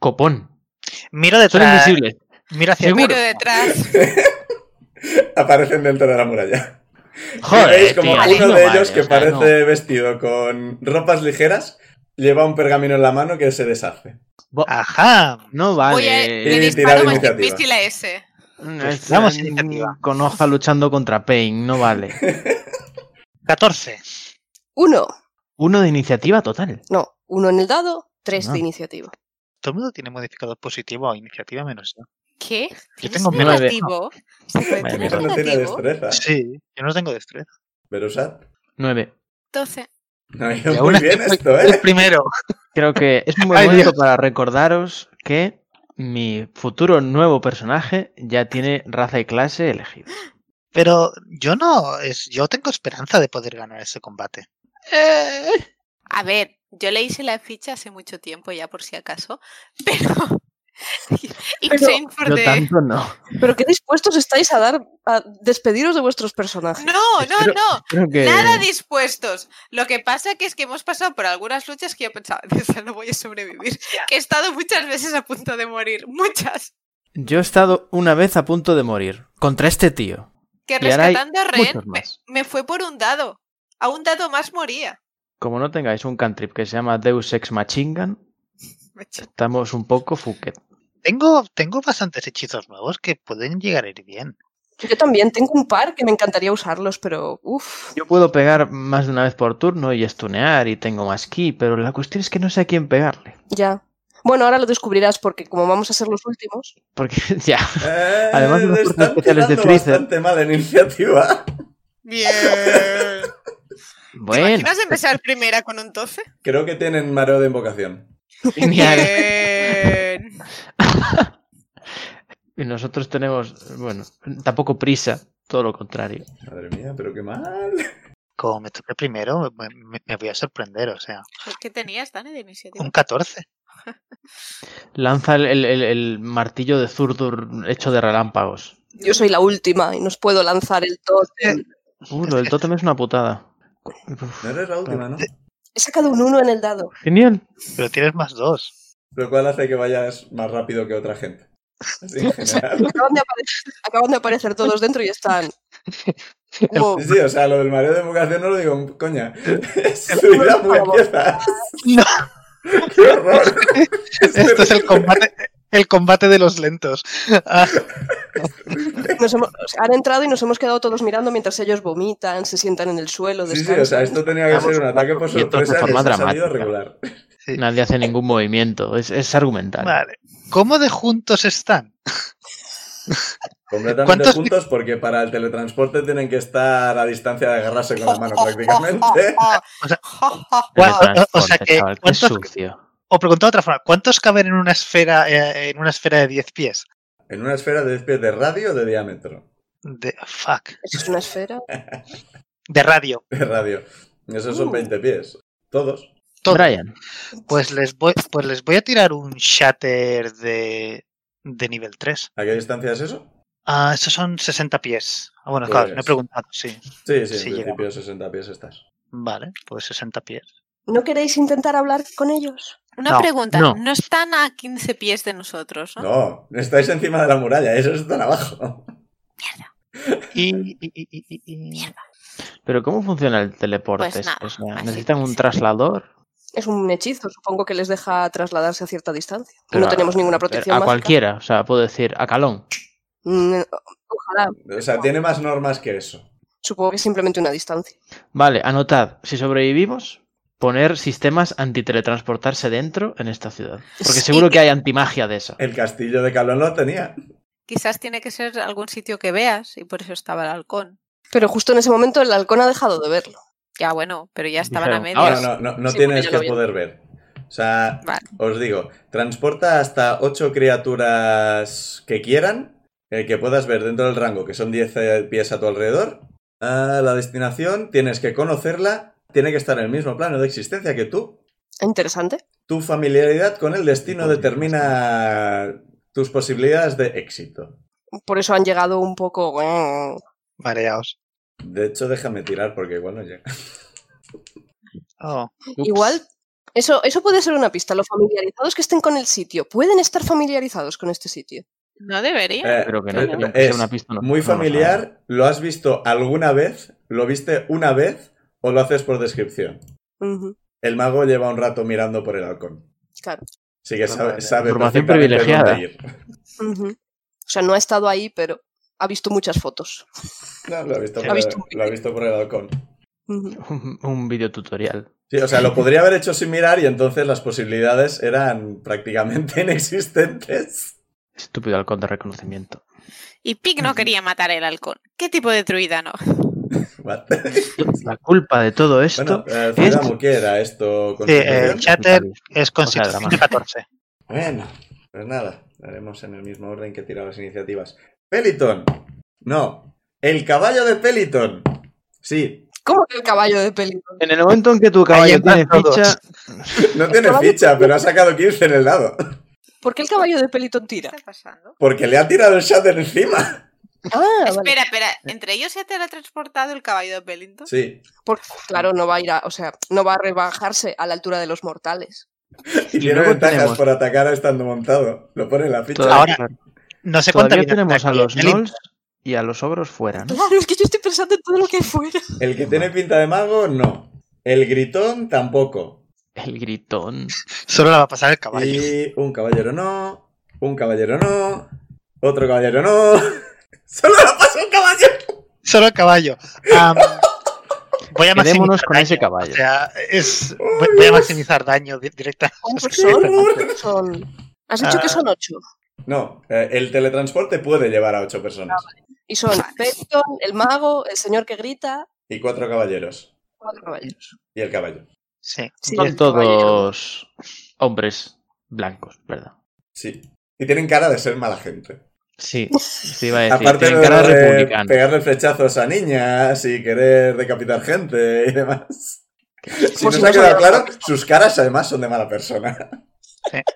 [SPEAKER 1] Copón.
[SPEAKER 3] Miro
[SPEAKER 1] Son
[SPEAKER 3] detrás.
[SPEAKER 1] invisibles.
[SPEAKER 3] Miro hacia
[SPEAKER 1] Seguro.
[SPEAKER 4] Miro detrás.
[SPEAKER 2] Aparecen dentro de la muralla. Y
[SPEAKER 1] Joder,
[SPEAKER 2] veis como
[SPEAKER 1] tío,
[SPEAKER 2] uno
[SPEAKER 1] no
[SPEAKER 2] de
[SPEAKER 1] vale,
[SPEAKER 2] ellos
[SPEAKER 1] o
[SPEAKER 2] que
[SPEAKER 1] sea,
[SPEAKER 2] parece
[SPEAKER 1] no.
[SPEAKER 2] vestido con ropas ligeras lleva un pergamino en la mano que se deshace.
[SPEAKER 1] Bo-
[SPEAKER 3] Ajá.
[SPEAKER 1] No
[SPEAKER 4] Voy a,
[SPEAKER 1] vale.
[SPEAKER 4] le
[SPEAKER 2] Eh,
[SPEAKER 4] disparo
[SPEAKER 2] tirad
[SPEAKER 4] Magic
[SPEAKER 2] iniciativa.
[SPEAKER 4] Missile a ese.
[SPEAKER 1] No,
[SPEAKER 3] Pues
[SPEAKER 1] es-
[SPEAKER 3] tiramos iniciativa.
[SPEAKER 1] Con hoja luchando contra Pain, no vale.
[SPEAKER 3] 14.
[SPEAKER 5] Uno.
[SPEAKER 1] Uno de iniciativa total.
[SPEAKER 5] No, uno en el dado, tres
[SPEAKER 1] Ah.
[SPEAKER 5] de iniciativa.
[SPEAKER 3] Todo el mundo tiene modificador positivo o iniciativa menos yo.
[SPEAKER 4] ¿Qué?
[SPEAKER 3] Yo
[SPEAKER 4] ¿Tienes
[SPEAKER 3] tengo menos.
[SPEAKER 4] negativo? Pues, ¿Se puede
[SPEAKER 1] Madre
[SPEAKER 4] tener
[SPEAKER 1] mía.
[SPEAKER 2] Eso no tiene
[SPEAKER 4] negativo?
[SPEAKER 2] destreza.
[SPEAKER 3] Sí, yo no tengo destreza.
[SPEAKER 2] Verusat.
[SPEAKER 1] Nueve.
[SPEAKER 4] 12.
[SPEAKER 2] No,
[SPEAKER 3] Y aún
[SPEAKER 2] muy
[SPEAKER 3] así
[SPEAKER 2] bien
[SPEAKER 3] soy
[SPEAKER 2] esto,
[SPEAKER 3] El
[SPEAKER 2] ¿eh?
[SPEAKER 3] primero.
[SPEAKER 1] Creo que es un buen
[SPEAKER 3] Ay,
[SPEAKER 1] momento
[SPEAKER 3] Dios.
[SPEAKER 1] para recordaros que mi futuro nuevo personaje ya tiene raza y clase elegida.
[SPEAKER 3] Pero yo no, es, yo tengo esperanza de poder ganar ese combate.
[SPEAKER 1] Eh.
[SPEAKER 4] A ver, yo le hice la ficha hace mucho tiempo ya, por si acaso, pero... Insane for
[SPEAKER 1] Yo
[SPEAKER 4] the-
[SPEAKER 1] tanto no.
[SPEAKER 5] Pero qué dispuestos estáis a dar a despediros de vuestros personajes.
[SPEAKER 4] No, Oh, no,
[SPEAKER 1] Espero-
[SPEAKER 4] no.
[SPEAKER 1] Creo que...
[SPEAKER 4] Nada dispuestos. Lo que pasa que es que hemos pasado por algunas luchas que yo pensaba, "De esta no voy a sobrevivir. Que he estado muchas veces a punto de morir. Muchas.
[SPEAKER 1] Yo he estado una vez a punto de morir contra este tío.
[SPEAKER 4] Que
[SPEAKER 1] Y ahora hay
[SPEAKER 4] rescatando a Ren
[SPEAKER 1] Muchos
[SPEAKER 4] me,
[SPEAKER 1] más.
[SPEAKER 4] me fue por un dado. A un dado más moría.
[SPEAKER 1] Como no tengáis un cantrip que se llama Deus Ex Machingan, estamos un poco fuquet.
[SPEAKER 3] Tengo, tengo bastantes hechizos nuevos que pueden llegar a ir bien.
[SPEAKER 5] Yo también tengo un par que me encantaría usarlos, pero uff.
[SPEAKER 1] Yo puedo pegar más de una vez por turno y estunear y tengo más ki, pero la cuestión es que no sé a quién pegarle.
[SPEAKER 5] Ya. Bueno, ahora lo descubrirás porque como vamos a ser los últimos,
[SPEAKER 1] Porque ya,
[SPEAKER 2] Eh,
[SPEAKER 1] Además de los
[SPEAKER 2] están
[SPEAKER 1] especiales de
[SPEAKER 2] tirando
[SPEAKER 1] Freezer.
[SPEAKER 2] bastante mal en iniciativa.
[SPEAKER 4] Bien. ¿Te
[SPEAKER 1] bueno,
[SPEAKER 4] imaginas empezar primera con un 12?
[SPEAKER 2] Creo que tienen mareo de invocación.
[SPEAKER 1] genial.
[SPEAKER 4] Bien.
[SPEAKER 1] Y nosotros tenemos, bueno, tampoco prisa, todo lo contrario.
[SPEAKER 2] Madre mía, pero qué mal.
[SPEAKER 3] Como me toque primero, me, me- me voy a sorprender, o sea,
[SPEAKER 4] ¿Qué tenías, Dani, de iniciativa?
[SPEAKER 3] un 14.
[SPEAKER 1] Lanza el, el- el- el martillo de Zurdur hecho de relámpagos.
[SPEAKER 5] Yo soy la última y no os puedo lanzar el tótem.
[SPEAKER 1] Uh, lo del tótem es una putada. Uf,
[SPEAKER 2] No eres la última, ¿no?
[SPEAKER 5] He sacado un 1 en el dado.
[SPEAKER 1] Genial.
[SPEAKER 3] Pero tienes más dos.
[SPEAKER 2] Lo cual hace que vayas más rápido que otra gente. Así en general.
[SPEAKER 5] Acaban de, aparecer, acaban de aparecer todos dentro y están. como-
[SPEAKER 2] Sí, sí, o sea, lo del mareo de vocación no lo digo, coña. Es tu idea muy empieza.
[SPEAKER 3] No.
[SPEAKER 2] ¡Qué horror!
[SPEAKER 3] Esto Este es el combate, el combate de los lentos. Ah,
[SPEAKER 5] nos hemos- o sea, han entrado y nos hemos quedado todos mirando mientras ellos vomitan, se sientan en el suelo,
[SPEAKER 2] Sí, sí, o sea,
[SPEAKER 5] descansan.
[SPEAKER 2] esto tenía que ser un ataque por
[SPEAKER 1] Y esto es de
[SPEAKER 2] sorpresa y
[SPEAKER 1] forma
[SPEAKER 2] esto ha salido
[SPEAKER 1] dramática.
[SPEAKER 2] regular.
[SPEAKER 3] sí.
[SPEAKER 1] Nadie hace ningún movimiento. Es, es argumental.
[SPEAKER 3] Vale. ¿Cómo de juntos están?
[SPEAKER 2] Completamente
[SPEAKER 3] ¿Cuántos-
[SPEAKER 2] juntos porque para el teletransporte tienen que estar a distancia de agarrarse con la mano prácticamente.
[SPEAKER 3] O sea,
[SPEAKER 1] Tiene
[SPEAKER 3] Guau, o- o
[SPEAKER 1] transporte,
[SPEAKER 3] sea que,
[SPEAKER 1] chaval, qué
[SPEAKER 3] ¿cuántos-
[SPEAKER 1] sucio.
[SPEAKER 3] O preguntado de otra forma, ¿cuántos caben en una esfera, eh, en una esfera de 10 pies?
[SPEAKER 2] En una esfera de 10 pies de radio o de diámetro.
[SPEAKER 3] De, fuck.
[SPEAKER 5] ¿Eso es una esfera?
[SPEAKER 3] De radio.
[SPEAKER 2] De radio. Esos son
[SPEAKER 5] Uh.
[SPEAKER 2] 20 pies. Todos.
[SPEAKER 3] Todo.
[SPEAKER 1] Brian,
[SPEAKER 3] Pues les voy, pues les voy a tirar un shatter de, de nivel 3.
[SPEAKER 2] ¿A qué distancia es eso?
[SPEAKER 3] Ah, esos son 60 pies. Ah, bueno, claro, no he
[SPEAKER 2] Pues-
[SPEAKER 3] preguntado, sí.
[SPEAKER 2] Sí, sí, en
[SPEAKER 3] Sí,
[SPEAKER 2] principio
[SPEAKER 3] llegamos.
[SPEAKER 2] 60 pies estás.
[SPEAKER 3] Vale, pues 60 pies.
[SPEAKER 5] ¿No queréis intentar hablar con ellos?
[SPEAKER 4] Una
[SPEAKER 3] No,
[SPEAKER 4] pregunta,
[SPEAKER 1] no.
[SPEAKER 4] no. están a 15 pies de nosotros, ¿no?
[SPEAKER 2] No, estáis encima de la muralla, esos están abajo.
[SPEAKER 3] Y, y- y- y- y- y-
[SPEAKER 1] ¿pero cómo funciona el teleporte?
[SPEAKER 4] Pues nada,
[SPEAKER 1] O sea,
[SPEAKER 4] así,
[SPEAKER 1] ¿Necesitan un
[SPEAKER 4] así.
[SPEAKER 1] traslador?
[SPEAKER 5] Es un hechizo, supongo que les deja trasladarse a cierta distancia.
[SPEAKER 1] Pero
[SPEAKER 5] no tenemos ninguna
[SPEAKER 1] Pero
[SPEAKER 5] protección
[SPEAKER 1] A
[SPEAKER 5] mágica.
[SPEAKER 1] cualquiera. O sea, puedo decir, a Calón.
[SPEAKER 5] Mm, Ojalá,
[SPEAKER 2] O sea, tiene más normas que eso.
[SPEAKER 5] supongo que es simplemente una distancia.
[SPEAKER 1] Vale, anotad. Si sobrevivimos, poner sistemas antiteletransportarse dentro en esta ciudad. Porque
[SPEAKER 4] Sí.
[SPEAKER 1] seguro que hay antimagia de esa.
[SPEAKER 2] El castillo de Calón lo tenía.
[SPEAKER 4] Quizás tiene que ser algún sitio que veas y por eso estaba el halcón.
[SPEAKER 5] Pero justo en ese momento el halcón ha dejado de verlo.
[SPEAKER 4] Ya bueno, pero ya estaban a
[SPEAKER 1] Dijeron,
[SPEAKER 4] medias.
[SPEAKER 2] No, no, no, no
[SPEAKER 5] Sí,
[SPEAKER 2] tienes
[SPEAKER 5] porque ya
[SPEAKER 2] que
[SPEAKER 5] lo vi.
[SPEAKER 2] poder ver. O sea,
[SPEAKER 4] Vale.
[SPEAKER 2] os digo, transporta hasta ocho criaturas que quieran, eh, que puedas ver dentro del rango, que son 10 eh, pies a tu alrededor. A la destinación tienes que conocerla, tiene que estar en el mismo plano de existencia que tú.
[SPEAKER 5] Interesante.
[SPEAKER 2] Tu familiaridad con el destino determina tus posibilidades de éxito.
[SPEAKER 5] Por eso han llegado un poco...
[SPEAKER 3] mareaos.
[SPEAKER 2] De hecho, déjame tirar porque igual no llega.
[SPEAKER 3] Oh,
[SPEAKER 1] Ups.
[SPEAKER 5] Igual, eso, eso puede ser una pista. Los familiarizados que estén con el sitio pueden estar familiarizados con este sitio.
[SPEAKER 4] No debería.
[SPEAKER 2] Eh,
[SPEAKER 1] Pero que no,
[SPEAKER 2] eh,
[SPEAKER 1] que no sea
[SPEAKER 2] es
[SPEAKER 1] una pista, no-
[SPEAKER 2] muy
[SPEAKER 1] no lo sabe.
[SPEAKER 2] familiar. ¿Lo has visto alguna vez? ¿Lo viste una vez? ¿O lo haces por descripción?
[SPEAKER 5] Ujú,
[SPEAKER 2] El mago lleva un rato mirando por el halcón.
[SPEAKER 5] Claro.
[SPEAKER 2] Así que sabe,
[SPEAKER 3] Vale.
[SPEAKER 2] sabe
[SPEAKER 1] Información
[SPEAKER 2] perfectamente
[SPEAKER 1] privilegiada.
[SPEAKER 2] dónde ir.
[SPEAKER 5] ujú. O sea, no ha estado ahí, pero ha visto muchas fotos.
[SPEAKER 2] No, lo, ha visto
[SPEAKER 5] Ha
[SPEAKER 2] por
[SPEAKER 5] visto un
[SPEAKER 2] el, lo ha visto por el halcón.
[SPEAKER 5] Ujú.
[SPEAKER 1] Un, un videotutorial.
[SPEAKER 2] Sí, o sea, lo podría haber hecho sin mirar y entonces las posibilidades eran prácticamente inexistentes.
[SPEAKER 1] Estúpido halcón de reconocimiento.
[SPEAKER 4] Y Pig no quería matar el halcón. ¿Qué tipo de truida no?
[SPEAKER 2] What?
[SPEAKER 1] La culpa de todo esto
[SPEAKER 2] Bueno, eh,
[SPEAKER 1] es-
[SPEAKER 2] Zuidamu, ¿qué era esto?
[SPEAKER 3] Sí, eh,
[SPEAKER 2] ¿Constitución?
[SPEAKER 3] shatter es
[SPEAKER 1] O sea,
[SPEAKER 3] constitución
[SPEAKER 1] drama.
[SPEAKER 3] 14.
[SPEAKER 2] Bueno, pues nada, haremos en el mismo orden que he tirado las iniciativas. Peliton. No, el caballo de Peliton. Sí,
[SPEAKER 5] ¿Cómo que el caballo de película?
[SPEAKER 1] En el momento en que tu
[SPEAKER 3] Ahí
[SPEAKER 1] caballo
[SPEAKER 3] están
[SPEAKER 1] tiene
[SPEAKER 3] todos.
[SPEAKER 1] ficha,
[SPEAKER 2] no tiene
[SPEAKER 5] caballo-
[SPEAKER 2] ficha, pero ha sacado 15 en el lado.
[SPEAKER 5] ¿Por qué el caballo de pelitón tira?
[SPEAKER 4] pasando?
[SPEAKER 2] Porque le ha tirado el shatter encima.
[SPEAKER 5] Ah, vale.
[SPEAKER 4] Espera, espera.
[SPEAKER 1] Eh.
[SPEAKER 4] ¿Entre ellos se te ha transportado el caballo de Bellington?
[SPEAKER 2] Sí.
[SPEAKER 5] Porque, claro, no va a ir a, o sea, no va a rebajarse a la altura de los mortales.
[SPEAKER 2] Y,
[SPEAKER 1] Y
[SPEAKER 2] tiene
[SPEAKER 1] luego
[SPEAKER 2] ventajas
[SPEAKER 1] tenemos-
[SPEAKER 2] por atacar estando montado. Lo pone en la ficha.
[SPEAKER 1] todavía,
[SPEAKER 3] No sé cuánta
[SPEAKER 1] todavía
[SPEAKER 3] vida
[SPEAKER 1] tenemos
[SPEAKER 3] tendrá
[SPEAKER 1] a
[SPEAKER 3] aquí
[SPEAKER 1] los
[SPEAKER 3] el-
[SPEAKER 1] gnolls y a los ogros fuera, ¿no?
[SPEAKER 5] Claro, es que yo estoy pensando en todo lo que hay fuera.
[SPEAKER 2] El que tiene pinta de mago, no. El gritón, tampoco.
[SPEAKER 1] El gritón.
[SPEAKER 3] Solo la va a pasar el caballo.
[SPEAKER 2] Y un caballero no. Un caballero no. Otro caballero no. Solo lo pasó un caballero.
[SPEAKER 3] Solo el caballo. Am, voy a
[SPEAKER 1] Quedémonos
[SPEAKER 3] maximizar
[SPEAKER 1] con ese
[SPEAKER 3] daño,
[SPEAKER 1] caballo.
[SPEAKER 3] O sea, es, voy, voy a maximizar daño di- directa.
[SPEAKER 5] ¿Cuántos son? ¿Cuántos son? Has dicho que
[SPEAKER 3] Ah.
[SPEAKER 5] son ocho.
[SPEAKER 2] No, eh, el teletransporte puede llevar a ocho personas.
[SPEAKER 5] Y son Pelitón, el mago, el señor que grita,
[SPEAKER 2] Y cuatro caballeros.
[SPEAKER 5] cuatro caballeros.
[SPEAKER 2] Y el caballo.
[SPEAKER 3] Sí.
[SPEAKER 5] Sí,
[SPEAKER 1] Son
[SPEAKER 5] el caballero.
[SPEAKER 1] todos hombres blancos, ¿verdad?
[SPEAKER 2] Sí. Y tienen cara de ser mala gente.
[SPEAKER 1] Sí, sí iba a decir.
[SPEAKER 2] Aparte
[SPEAKER 1] tienen
[SPEAKER 2] de
[SPEAKER 1] cara
[SPEAKER 2] lo de
[SPEAKER 1] republicana.
[SPEAKER 2] pegarle flechazos a niñas y querer decapitar gente y demás. Si
[SPEAKER 5] Pues
[SPEAKER 2] nos
[SPEAKER 5] no
[SPEAKER 2] ha quedado
[SPEAKER 5] son-
[SPEAKER 2] claro, sus caras además son de mala persona.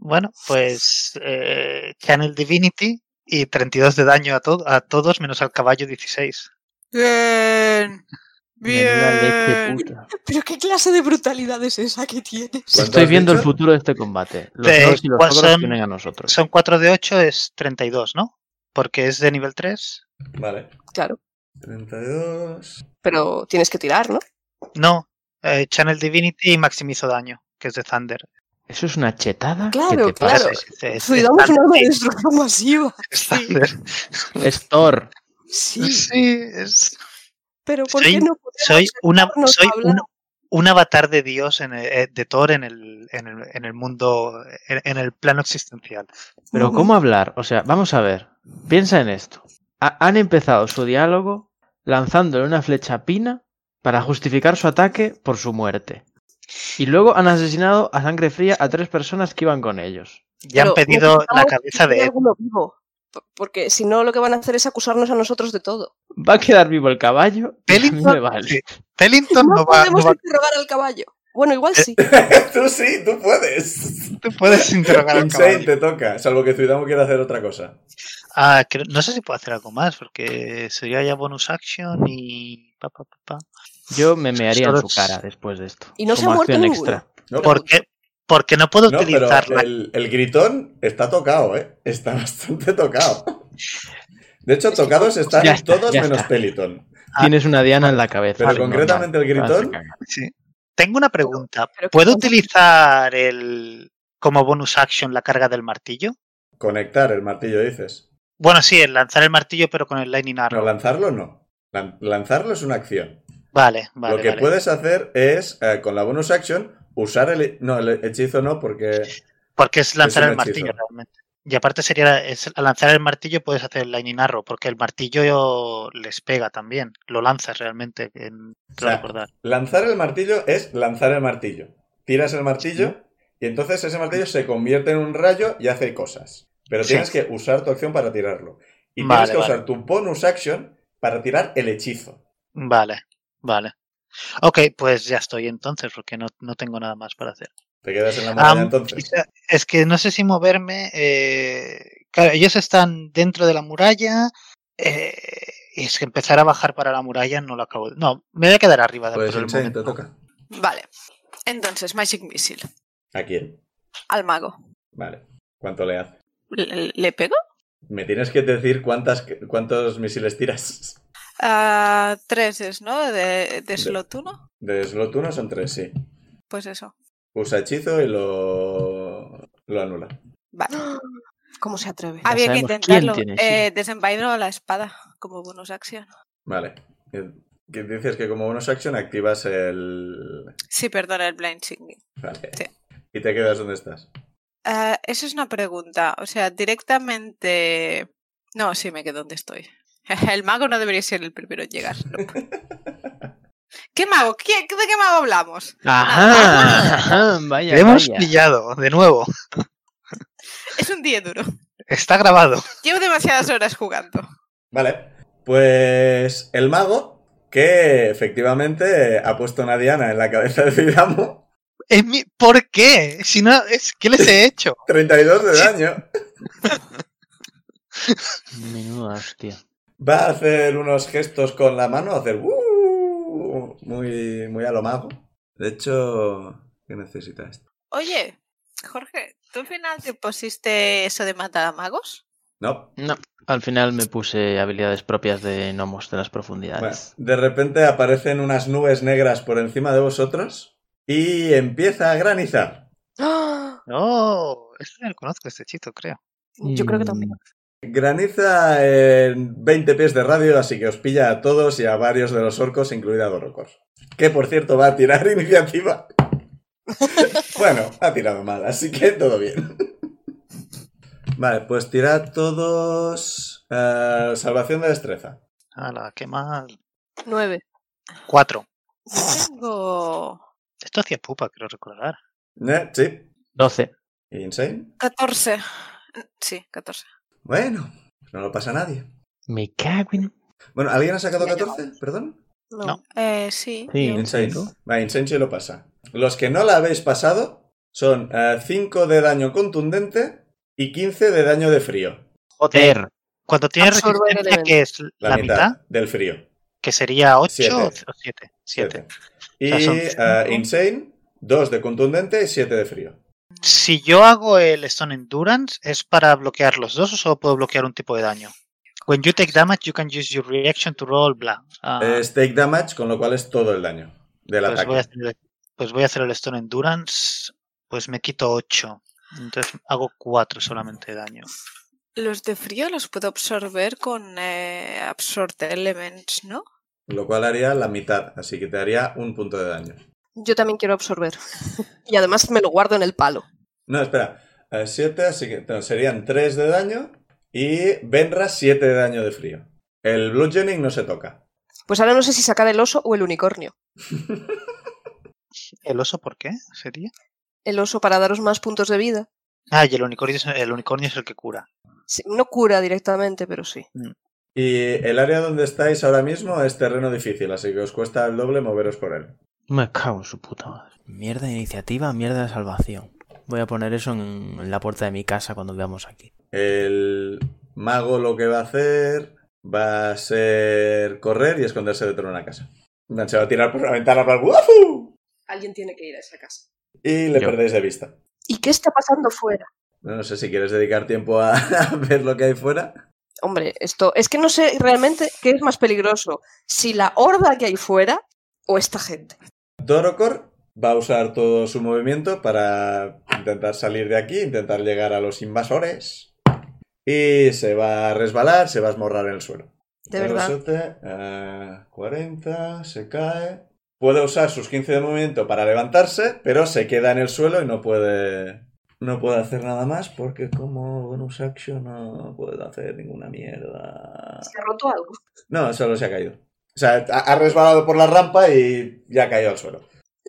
[SPEAKER 3] Bueno, pues eh, Channel Divinity y 32 de daño a, to- a todos menos al caballo 16.
[SPEAKER 4] Bien.
[SPEAKER 1] Menuda leche
[SPEAKER 4] Bien.
[SPEAKER 1] puta.
[SPEAKER 5] ¿Pero qué clase de brutalidad es esa que tienes?
[SPEAKER 2] ¿Cuánto
[SPEAKER 1] Estoy
[SPEAKER 2] has
[SPEAKER 1] viendo el
[SPEAKER 2] dicho?
[SPEAKER 1] futuro de este combate. Los
[SPEAKER 3] De-
[SPEAKER 1] dos y los
[SPEAKER 3] ¿cuál
[SPEAKER 1] ogros
[SPEAKER 3] son?
[SPEAKER 1] vienen a nosotros.
[SPEAKER 3] Son 4 de 8, es 32, ¿no? Porque es de nivel 3.
[SPEAKER 2] Vale.
[SPEAKER 5] Claro,
[SPEAKER 2] 32.
[SPEAKER 5] pero tienes que tirar, ¿no?
[SPEAKER 3] No, eh, Channel Divinity y maximizo daño, que es de Thunder.
[SPEAKER 1] Eso es una chetada. que
[SPEAKER 5] Claro,
[SPEAKER 1] te
[SPEAKER 5] claro.
[SPEAKER 1] pasa?
[SPEAKER 3] Sí, sí, sí, es-
[SPEAKER 5] Cuidamos
[SPEAKER 3] es
[SPEAKER 5] una arma de
[SPEAKER 3] Thunder,
[SPEAKER 5] destrucción masiva.
[SPEAKER 3] es Thunder.
[SPEAKER 1] Es Thor.
[SPEAKER 5] Sí,
[SPEAKER 3] Sí, es-
[SPEAKER 5] pero ¿por
[SPEAKER 3] Soy-
[SPEAKER 5] qué no podemos
[SPEAKER 3] soy una
[SPEAKER 5] sentarnos a
[SPEAKER 3] soy
[SPEAKER 5] hablar?
[SPEAKER 3] un, un avatar de Dios en el- eh, de Thor en el, en el, en el mundo en, en el plano existencial.
[SPEAKER 1] Pero ¿cómo hablar? O sea, vamos a ver. Piensa en esto. Ha- han empezado su diálogo lanzándole una flecha pina para justificar su ataque por su muerte. Y luego han asesinado a sangre fría a tres personas que iban con ellos.
[SPEAKER 3] Ya han
[SPEAKER 5] Pero
[SPEAKER 3] pedido la
[SPEAKER 5] necesitamos
[SPEAKER 3] cabeza
[SPEAKER 5] que quede
[SPEAKER 3] de Ed.
[SPEAKER 5] alguno vivo, p- Porque si no, lo que van a hacer es acusarnos a nosotros de todo.
[SPEAKER 1] Va a quedar vivo el caballo. y a mí
[SPEAKER 3] Pellington,
[SPEAKER 1] me vale.
[SPEAKER 3] sí. Tellington
[SPEAKER 5] No,
[SPEAKER 3] no, va, no
[SPEAKER 5] podemos
[SPEAKER 3] va- Eh,
[SPEAKER 5] interrogar al caballo. Bueno, igual sí.
[SPEAKER 2] tú sí, tú puedes.
[SPEAKER 3] Tú puedes interrogar al
[SPEAKER 2] Un 6
[SPEAKER 3] caballo.
[SPEAKER 2] te toca, salvo que Zuidamo quiera hacer otra cosa.
[SPEAKER 3] Ah, creo- no sé si puedo hacer algo más, porque sería ya bonus action y. Pa, pa, pa, pa.
[SPEAKER 1] Yo me mearía en
[SPEAKER 3] Solo-
[SPEAKER 1] su cara después de esto.
[SPEAKER 5] Y no se
[SPEAKER 1] Como
[SPEAKER 5] ha muerto
[SPEAKER 1] acción
[SPEAKER 5] ninguno.
[SPEAKER 1] extra.
[SPEAKER 2] No,
[SPEAKER 3] ¿Por qué? Porque no puedo
[SPEAKER 2] no, pero
[SPEAKER 3] utilizar la-
[SPEAKER 2] el, el gritón está tocado, ¿eh? Está bastante tocado. De hecho, tocados están
[SPEAKER 1] Ya está,
[SPEAKER 2] todos
[SPEAKER 1] ya
[SPEAKER 2] menos
[SPEAKER 1] está.
[SPEAKER 2] Peliton.
[SPEAKER 3] Ah,
[SPEAKER 1] Tienes una diana en la cabeza.
[SPEAKER 2] Pero
[SPEAKER 1] es normal.
[SPEAKER 2] concretamente el
[SPEAKER 1] Te vas a
[SPEAKER 2] gritón,
[SPEAKER 1] cagar.
[SPEAKER 3] sí. Tengo una pregunta.
[SPEAKER 5] pero qué
[SPEAKER 3] ¿Puedo
[SPEAKER 5] tonto.
[SPEAKER 3] utilizar el como bonus action la carga del martillo?
[SPEAKER 2] conectar el martillo, dices.
[SPEAKER 3] Bueno, sí, el lanzar el martillo, pero con el Lightning Arrow.
[SPEAKER 2] No, lanzarlo no. Lan- Lanzarlo es una acción.
[SPEAKER 3] Vale, vale.
[SPEAKER 2] Lo que
[SPEAKER 3] vale.
[SPEAKER 2] puedes hacer es, eh, con la bonus action, usar el... No, el hechizo no, porque...
[SPEAKER 3] Porque es lanzar
[SPEAKER 2] un
[SPEAKER 3] el martillo
[SPEAKER 2] hechizo.
[SPEAKER 3] realmente. Y aparte sería, es, al lanzar el martillo puedes hacer el Lightning Arrow, porque el martillo les pega también. Lo lanzas realmente, en, creo
[SPEAKER 2] sea,
[SPEAKER 3] recordar.
[SPEAKER 2] Lanzar el martillo es lanzar el martillo. Tiras el martillo y entonces ese martillo se convierte en un rayo y hace cosas. Pero
[SPEAKER 3] Sí.
[SPEAKER 2] tienes que usar tu acción para tirarlo. Y
[SPEAKER 3] Vale,
[SPEAKER 2] tienes que
[SPEAKER 3] vale.
[SPEAKER 2] usar tu bonus action para tirar el hechizo.
[SPEAKER 3] Vale, vale. Ok, pues ya estoy entonces, porque no, no tengo nada más para hacer.
[SPEAKER 2] Te quedas en la muralla
[SPEAKER 3] Am,
[SPEAKER 2] entonces.
[SPEAKER 3] quizá- es que no sé si moverme. eh, claro, ellos están dentro de la muralla. eh, y es que empezar a bajar para la muralla no lo acabo. de- No, me voy a quedar arriba de
[SPEAKER 2] Pues
[SPEAKER 3] por el
[SPEAKER 2] Insane, te
[SPEAKER 3] momento.
[SPEAKER 2] toca.
[SPEAKER 4] Vale. Entonces, Magic Missile.
[SPEAKER 2] ¿A quién?
[SPEAKER 4] Al mago.
[SPEAKER 2] Vale. ¿Cuánto le hace?
[SPEAKER 4] ¿Le, le pego?
[SPEAKER 2] Me tienes que decir cuántas, cuántos misiles tiras.
[SPEAKER 4] Ah, tres es, ¿no? De, de slot uno.
[SPEAKER 2] De slot 1 son tres, sí.
[SPEAKER 4] Pues eso.
[SPEAKER 2] Usa hechizo y lo, lo anula.
[SPEAKER 4] Vale.
[SPEAKER 5] ¿Cómo se atreve?
[SPEAKER 1] Ah,
[SPEAKER 4] Había que
[SPEAKER 1] sabemos quién
[SPEAKER 4] intentarlo.
[SPEAKER 1] tiene, sí.
[SPEAKER 4] Eh, desenvaino la espada como bonus acción.
[SPEAKER 2] Vale. Eh, Que dices que como bonus action activas el.
[SPEAKER 4] Sí, perdona el blind singing.
[SPEAKER 2] Vale.
[SPEAKER 4] Sí.
[SPEAKER 2] Y te quedas donde estás.
[SPEAKER 4] Ah, eso es una pregunta. O sea, directamente. No, sí, me quedo donde estoy. El mago no debería ser el primero en llegar. Nope. ¿Qué mago? ¿Qué- ¿De qué mago hablamos?
[SPEAKER 1] Ajá, ajá, vaya,
[SPEAKER 3] Le hemos
[SPEAKER 1] vaya.
[SPEAKER 3] pillado, de nuevo.
[SPEAKER 4] Es un día duro.
[SPEAKER 3] Está grabado.
[SPEAKER 4] Llevo demasiadas horas jugando.
[SPEAKER 2] Vale. Pues el mago, que efectivamente ha puesto una diana en la cabeza de Zidamo.
[SPEAKER 3] Es mi- ¿Por qué? Si no, es, ¿Qué les he hecho?
[SPEAKER 2] 32 de daño.
[SPEAKER 1] Menuda hostia.
[SPEAKER 2] Va a hacer unos gestos con la mano, a hacer. "Uh", Muy, muy a lo mago. De hecho, ¿qué necesita esto?
[SPEAKER 4] Oye, Jorge, ¿tú al final te pusiste eso de matar a magos?
[SPEAKER 2] No.
[SPEAKER 1] No, al final me puse habilidades propias de gnomos de las
[SPEAKER 2] Bueno,
[SPEAKER 1] profundidades.
[SPEAKER 2] de repente aparecen unas nubes negras por encima de vosotros y empieza a granizar.
[SPEAKER 5] ¡Ah!
[SPEAKER 3] No, este no lo conozco, este hechizo, creo.
[SPEAKER 5] Yo
[SPEAKER 1] Mm.
[SPEAKER 5] creo que también.
[SPEAKER 2] Graniza en 20 pies de radio, así que os pilla a todos y a varios de los orcos, incluida a Dorocor. Que por cierto va a tirar iniciativa. bueno, ha tirado mal, así que todo bien. Vale, pues tirad todos. eh, salvación de destreza.
[SPEAKER 3] Ala, qué mal.
[SPEAKER 5] Nueve.
[SPEAKER 3] Cuatro.
[SPEAKER 4] Tengo
[SPEAKER 3] Esto hacía pupa, creo recordar.
[SPEAKER 2] Eh, Sí,
[SPEAKER 1] 12.
[SPEAKER 2] insane.
[SPEAKER 4] 14. Sí, 14.
[SPEAKER 2] Bueno, pues no lo pasa a nadie.
[SPEAKER 1] Me cago en.
[SPEAKER 2] Bueno, ¿alguien ha sacado
[SPEAKER 5] Ya
[SPEAKER 2] 14? ¿Perdón?
[SPEAKER 5] No.
[SPEAKER 3] No.
[SPEAKER 4] Eh, sí.
[SPEAKER 1] Sí,
[SPEAKER 4] yo-
[SPEAKER 2] Insane.
[SPEAKER 1] ¿no?
[SPEAKER 2] Va, Insane sí lo pasa. Los que no la habéis pasado son 5 de daño contundente y 15 de daño de frío.
[SPEAKER 3] Joder.
[SPEAKER 1] Ter.
[SPEAKER 3] Cuando tienes
[SPEAKER 5] Absorbe
[SPEAKER 3] resistencia,
[SPEAKER 5] elemento.
[SPEAKER 3] que es la, mitad,
[SPEAKER 2] del frío.
[SPEAKER 3] que sería 8
[SPEAKER 2] Siete.
[SPEAKER 3] o 7. 7.
[SPEAKER 2] Y
[SPEAKER 3] O sea, son
[SPEAKER 2] eh,
[SPEAKER 3] cinco.
[SPEAKER 2] Insane, 2 de contundente y 7 de frío.
[SPEAKER 3] Si yo hago el Stone Endurance, ¿es para bloquear los dos o solo puedo bloquear un tipo de daño? When you take damage, you can use your reaction to roll, bla. Ah,
[SPEAKER 2] Es take damage, con lo cual es todo el daño del
[SPEAKER 3] pues,
[SPEAKER 2] ataque.
[SPEAKER 3] voy a hacer, pues voy a hacer el Stone Endurance, pues me quito 8. Entonces hago 4 solamente de daño.
[SPEAKER 4] Los de frío los puedo absorber con eh, Absorb Elements, ¿no?
[SPEAKER 2] Lo cual haría la mitad, así que te haría un punto de daño.
[SPEAKER 5] Yo también quiero absorber. Y además me lo guardo en el palo.
[SPEAKER 2] No, espera. 7, así que no, serían 3 de daño. Y Benra, 7 de daño de frío. El Bludgeoning no se toca.
[SPEAKER 5] Pues ahora no sé si sacar el oso o el unicornio.
[SPEAKER 3] ¿El oso por qué sería?
[SPEAKER 5] El oso para daros más puntos de vida.
[SPEAKER 3] Ah, y el unicornio es el, unicornio es el que cura.
[SPEAKER 5] Sí, no cura directamente, pero sí.
[SPEAKER 2] Y el área donde estáis ahora mismo es terreno difícil, así que os cuesta el doble moveros por él.
[SPEAKER 1] Me cago en su puta madre. Mierda de iniciativa, mierda de salvación. Voy a poner eso en, en la puerta de mi casa cuando veamos aquí.
[SPEAKER 2] El mago lo que va a hacer va a ser correr y esconderse dentro de una casa. Se va a tirar por la ventana para el ¡Wahoo!
[SPEAKER 5] Alguien tiene que ir a esa casa.
[SPEAKER 2] Y le
[SPEAKER 1] Yo.
[SPEAKER 2] perdéis de vista.
[SPEAKER 5] ¿Y qué está pasando fuera?
[SPEAKER 2] No, no sé si quieres dedicar tiempo a, a ver lo que hay fuera.
[SPEAKER 5] Hombre, esto es que no sé realmente qué es más peligroso, si la horda que hay fuera o esta gente.
[SPEAKER 2] Dorocor va a usar todo su movimiento para intentar salir de aquí, intentar llegar a los invasores. Y se va a resbalar, se va a esmorrar en el suelo.
[SPEAKER 5] De
[SPEAKER 2] Pero
[SPEAKER 5] verdad.
[SPEAKER 2] siete, eh, 40, se cae. Puede usar sus 15 de movimiento para levantarse, pero se queda en el suelo y no puede. No puede hacer nada más porque como bonus action no puede hacer ninguna mierda.
[SPEAKER 5] ¿Se ha roto algo?
[SPEAKER 2] No, solo se ha caído. O sea, ha ha resbalado por la rampa y ya ha caído al suelo.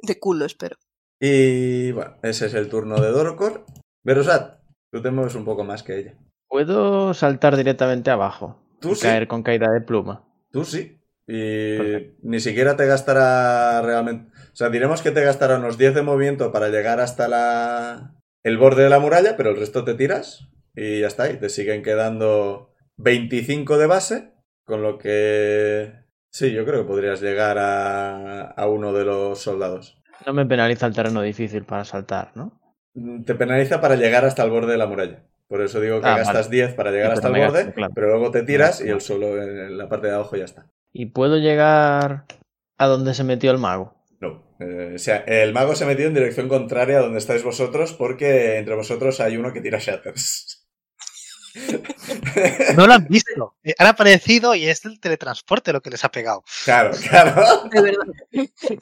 [SPEAKER 5] De culo, espero.
[SPEAKER 2] Y bueno, ese es el turno de Dorocor. Verosat, tú te mueves un poco más que ella.
[SPEAKER 1] Puedo saltar directamente abajo.
[SPEAKER 2] Tú
[SPEAKER 1] y
[SPEAKER 2] sí.
[SPEAKER 1] Caer con caída de pluma.
[SPEAKER 2] Tú sí. Y
[SPEAKER 1] Perfecto.
[SPEAKER 2] ni siquiera te gastará realmente. O sea, diremos que te gastará unos 10 de movimiento para llegar hasta la... el borde de la muralla, pero el resto te tiras y ya está. Y te siguen quedando 25 de base, con lo que. Sí, yo creo que podrías llegar a, a uno de los soldados.
[SPEAKER 1] No me penaliza el terreno difícil para saltar, ¿no?
[SPEAKER 2] Mm, Te penaliza para llegar hasta el borde de la muralla. Por eso digo que
[SPEAKER 1] Ah,
[SPEAKER 2] gastas
[SPEAKER 1] vale.
[SPEAKER 2] 10 para llegar
[SPEAKER 1] Sí,
[SPEAKER 2] hasta
[SPEAKER 1] pero
[SPEAKER 2] el
[SPEAKER 1] me
[SPEAKER 2] borde,
[SPEAKER 1] gasto, claro.
[SPEAKER 2] pero luego te tiras
[SPEAKER 1] gasto,
[SPEAKER 2] y el
[SPEAKER 1] vale.
[SPEAKER 2] suelo en la parte de abajo ya está.
[SPEAKER 1] Y puedo llegar a donde se metió el mago.
[SPEAKER 2] No. eh, o sea, el mago se ha metido en dirección contraria a donde estáis vosotros porque entre vosotros hay uno que tira shatters.
[SPEAKER 3] No lo han visto. Eh, Han aparecido y es el teletransporte lo que les ha pegado.
[SPEAKER 2] Claro, claro.
[SPEAKER 5] De verdad,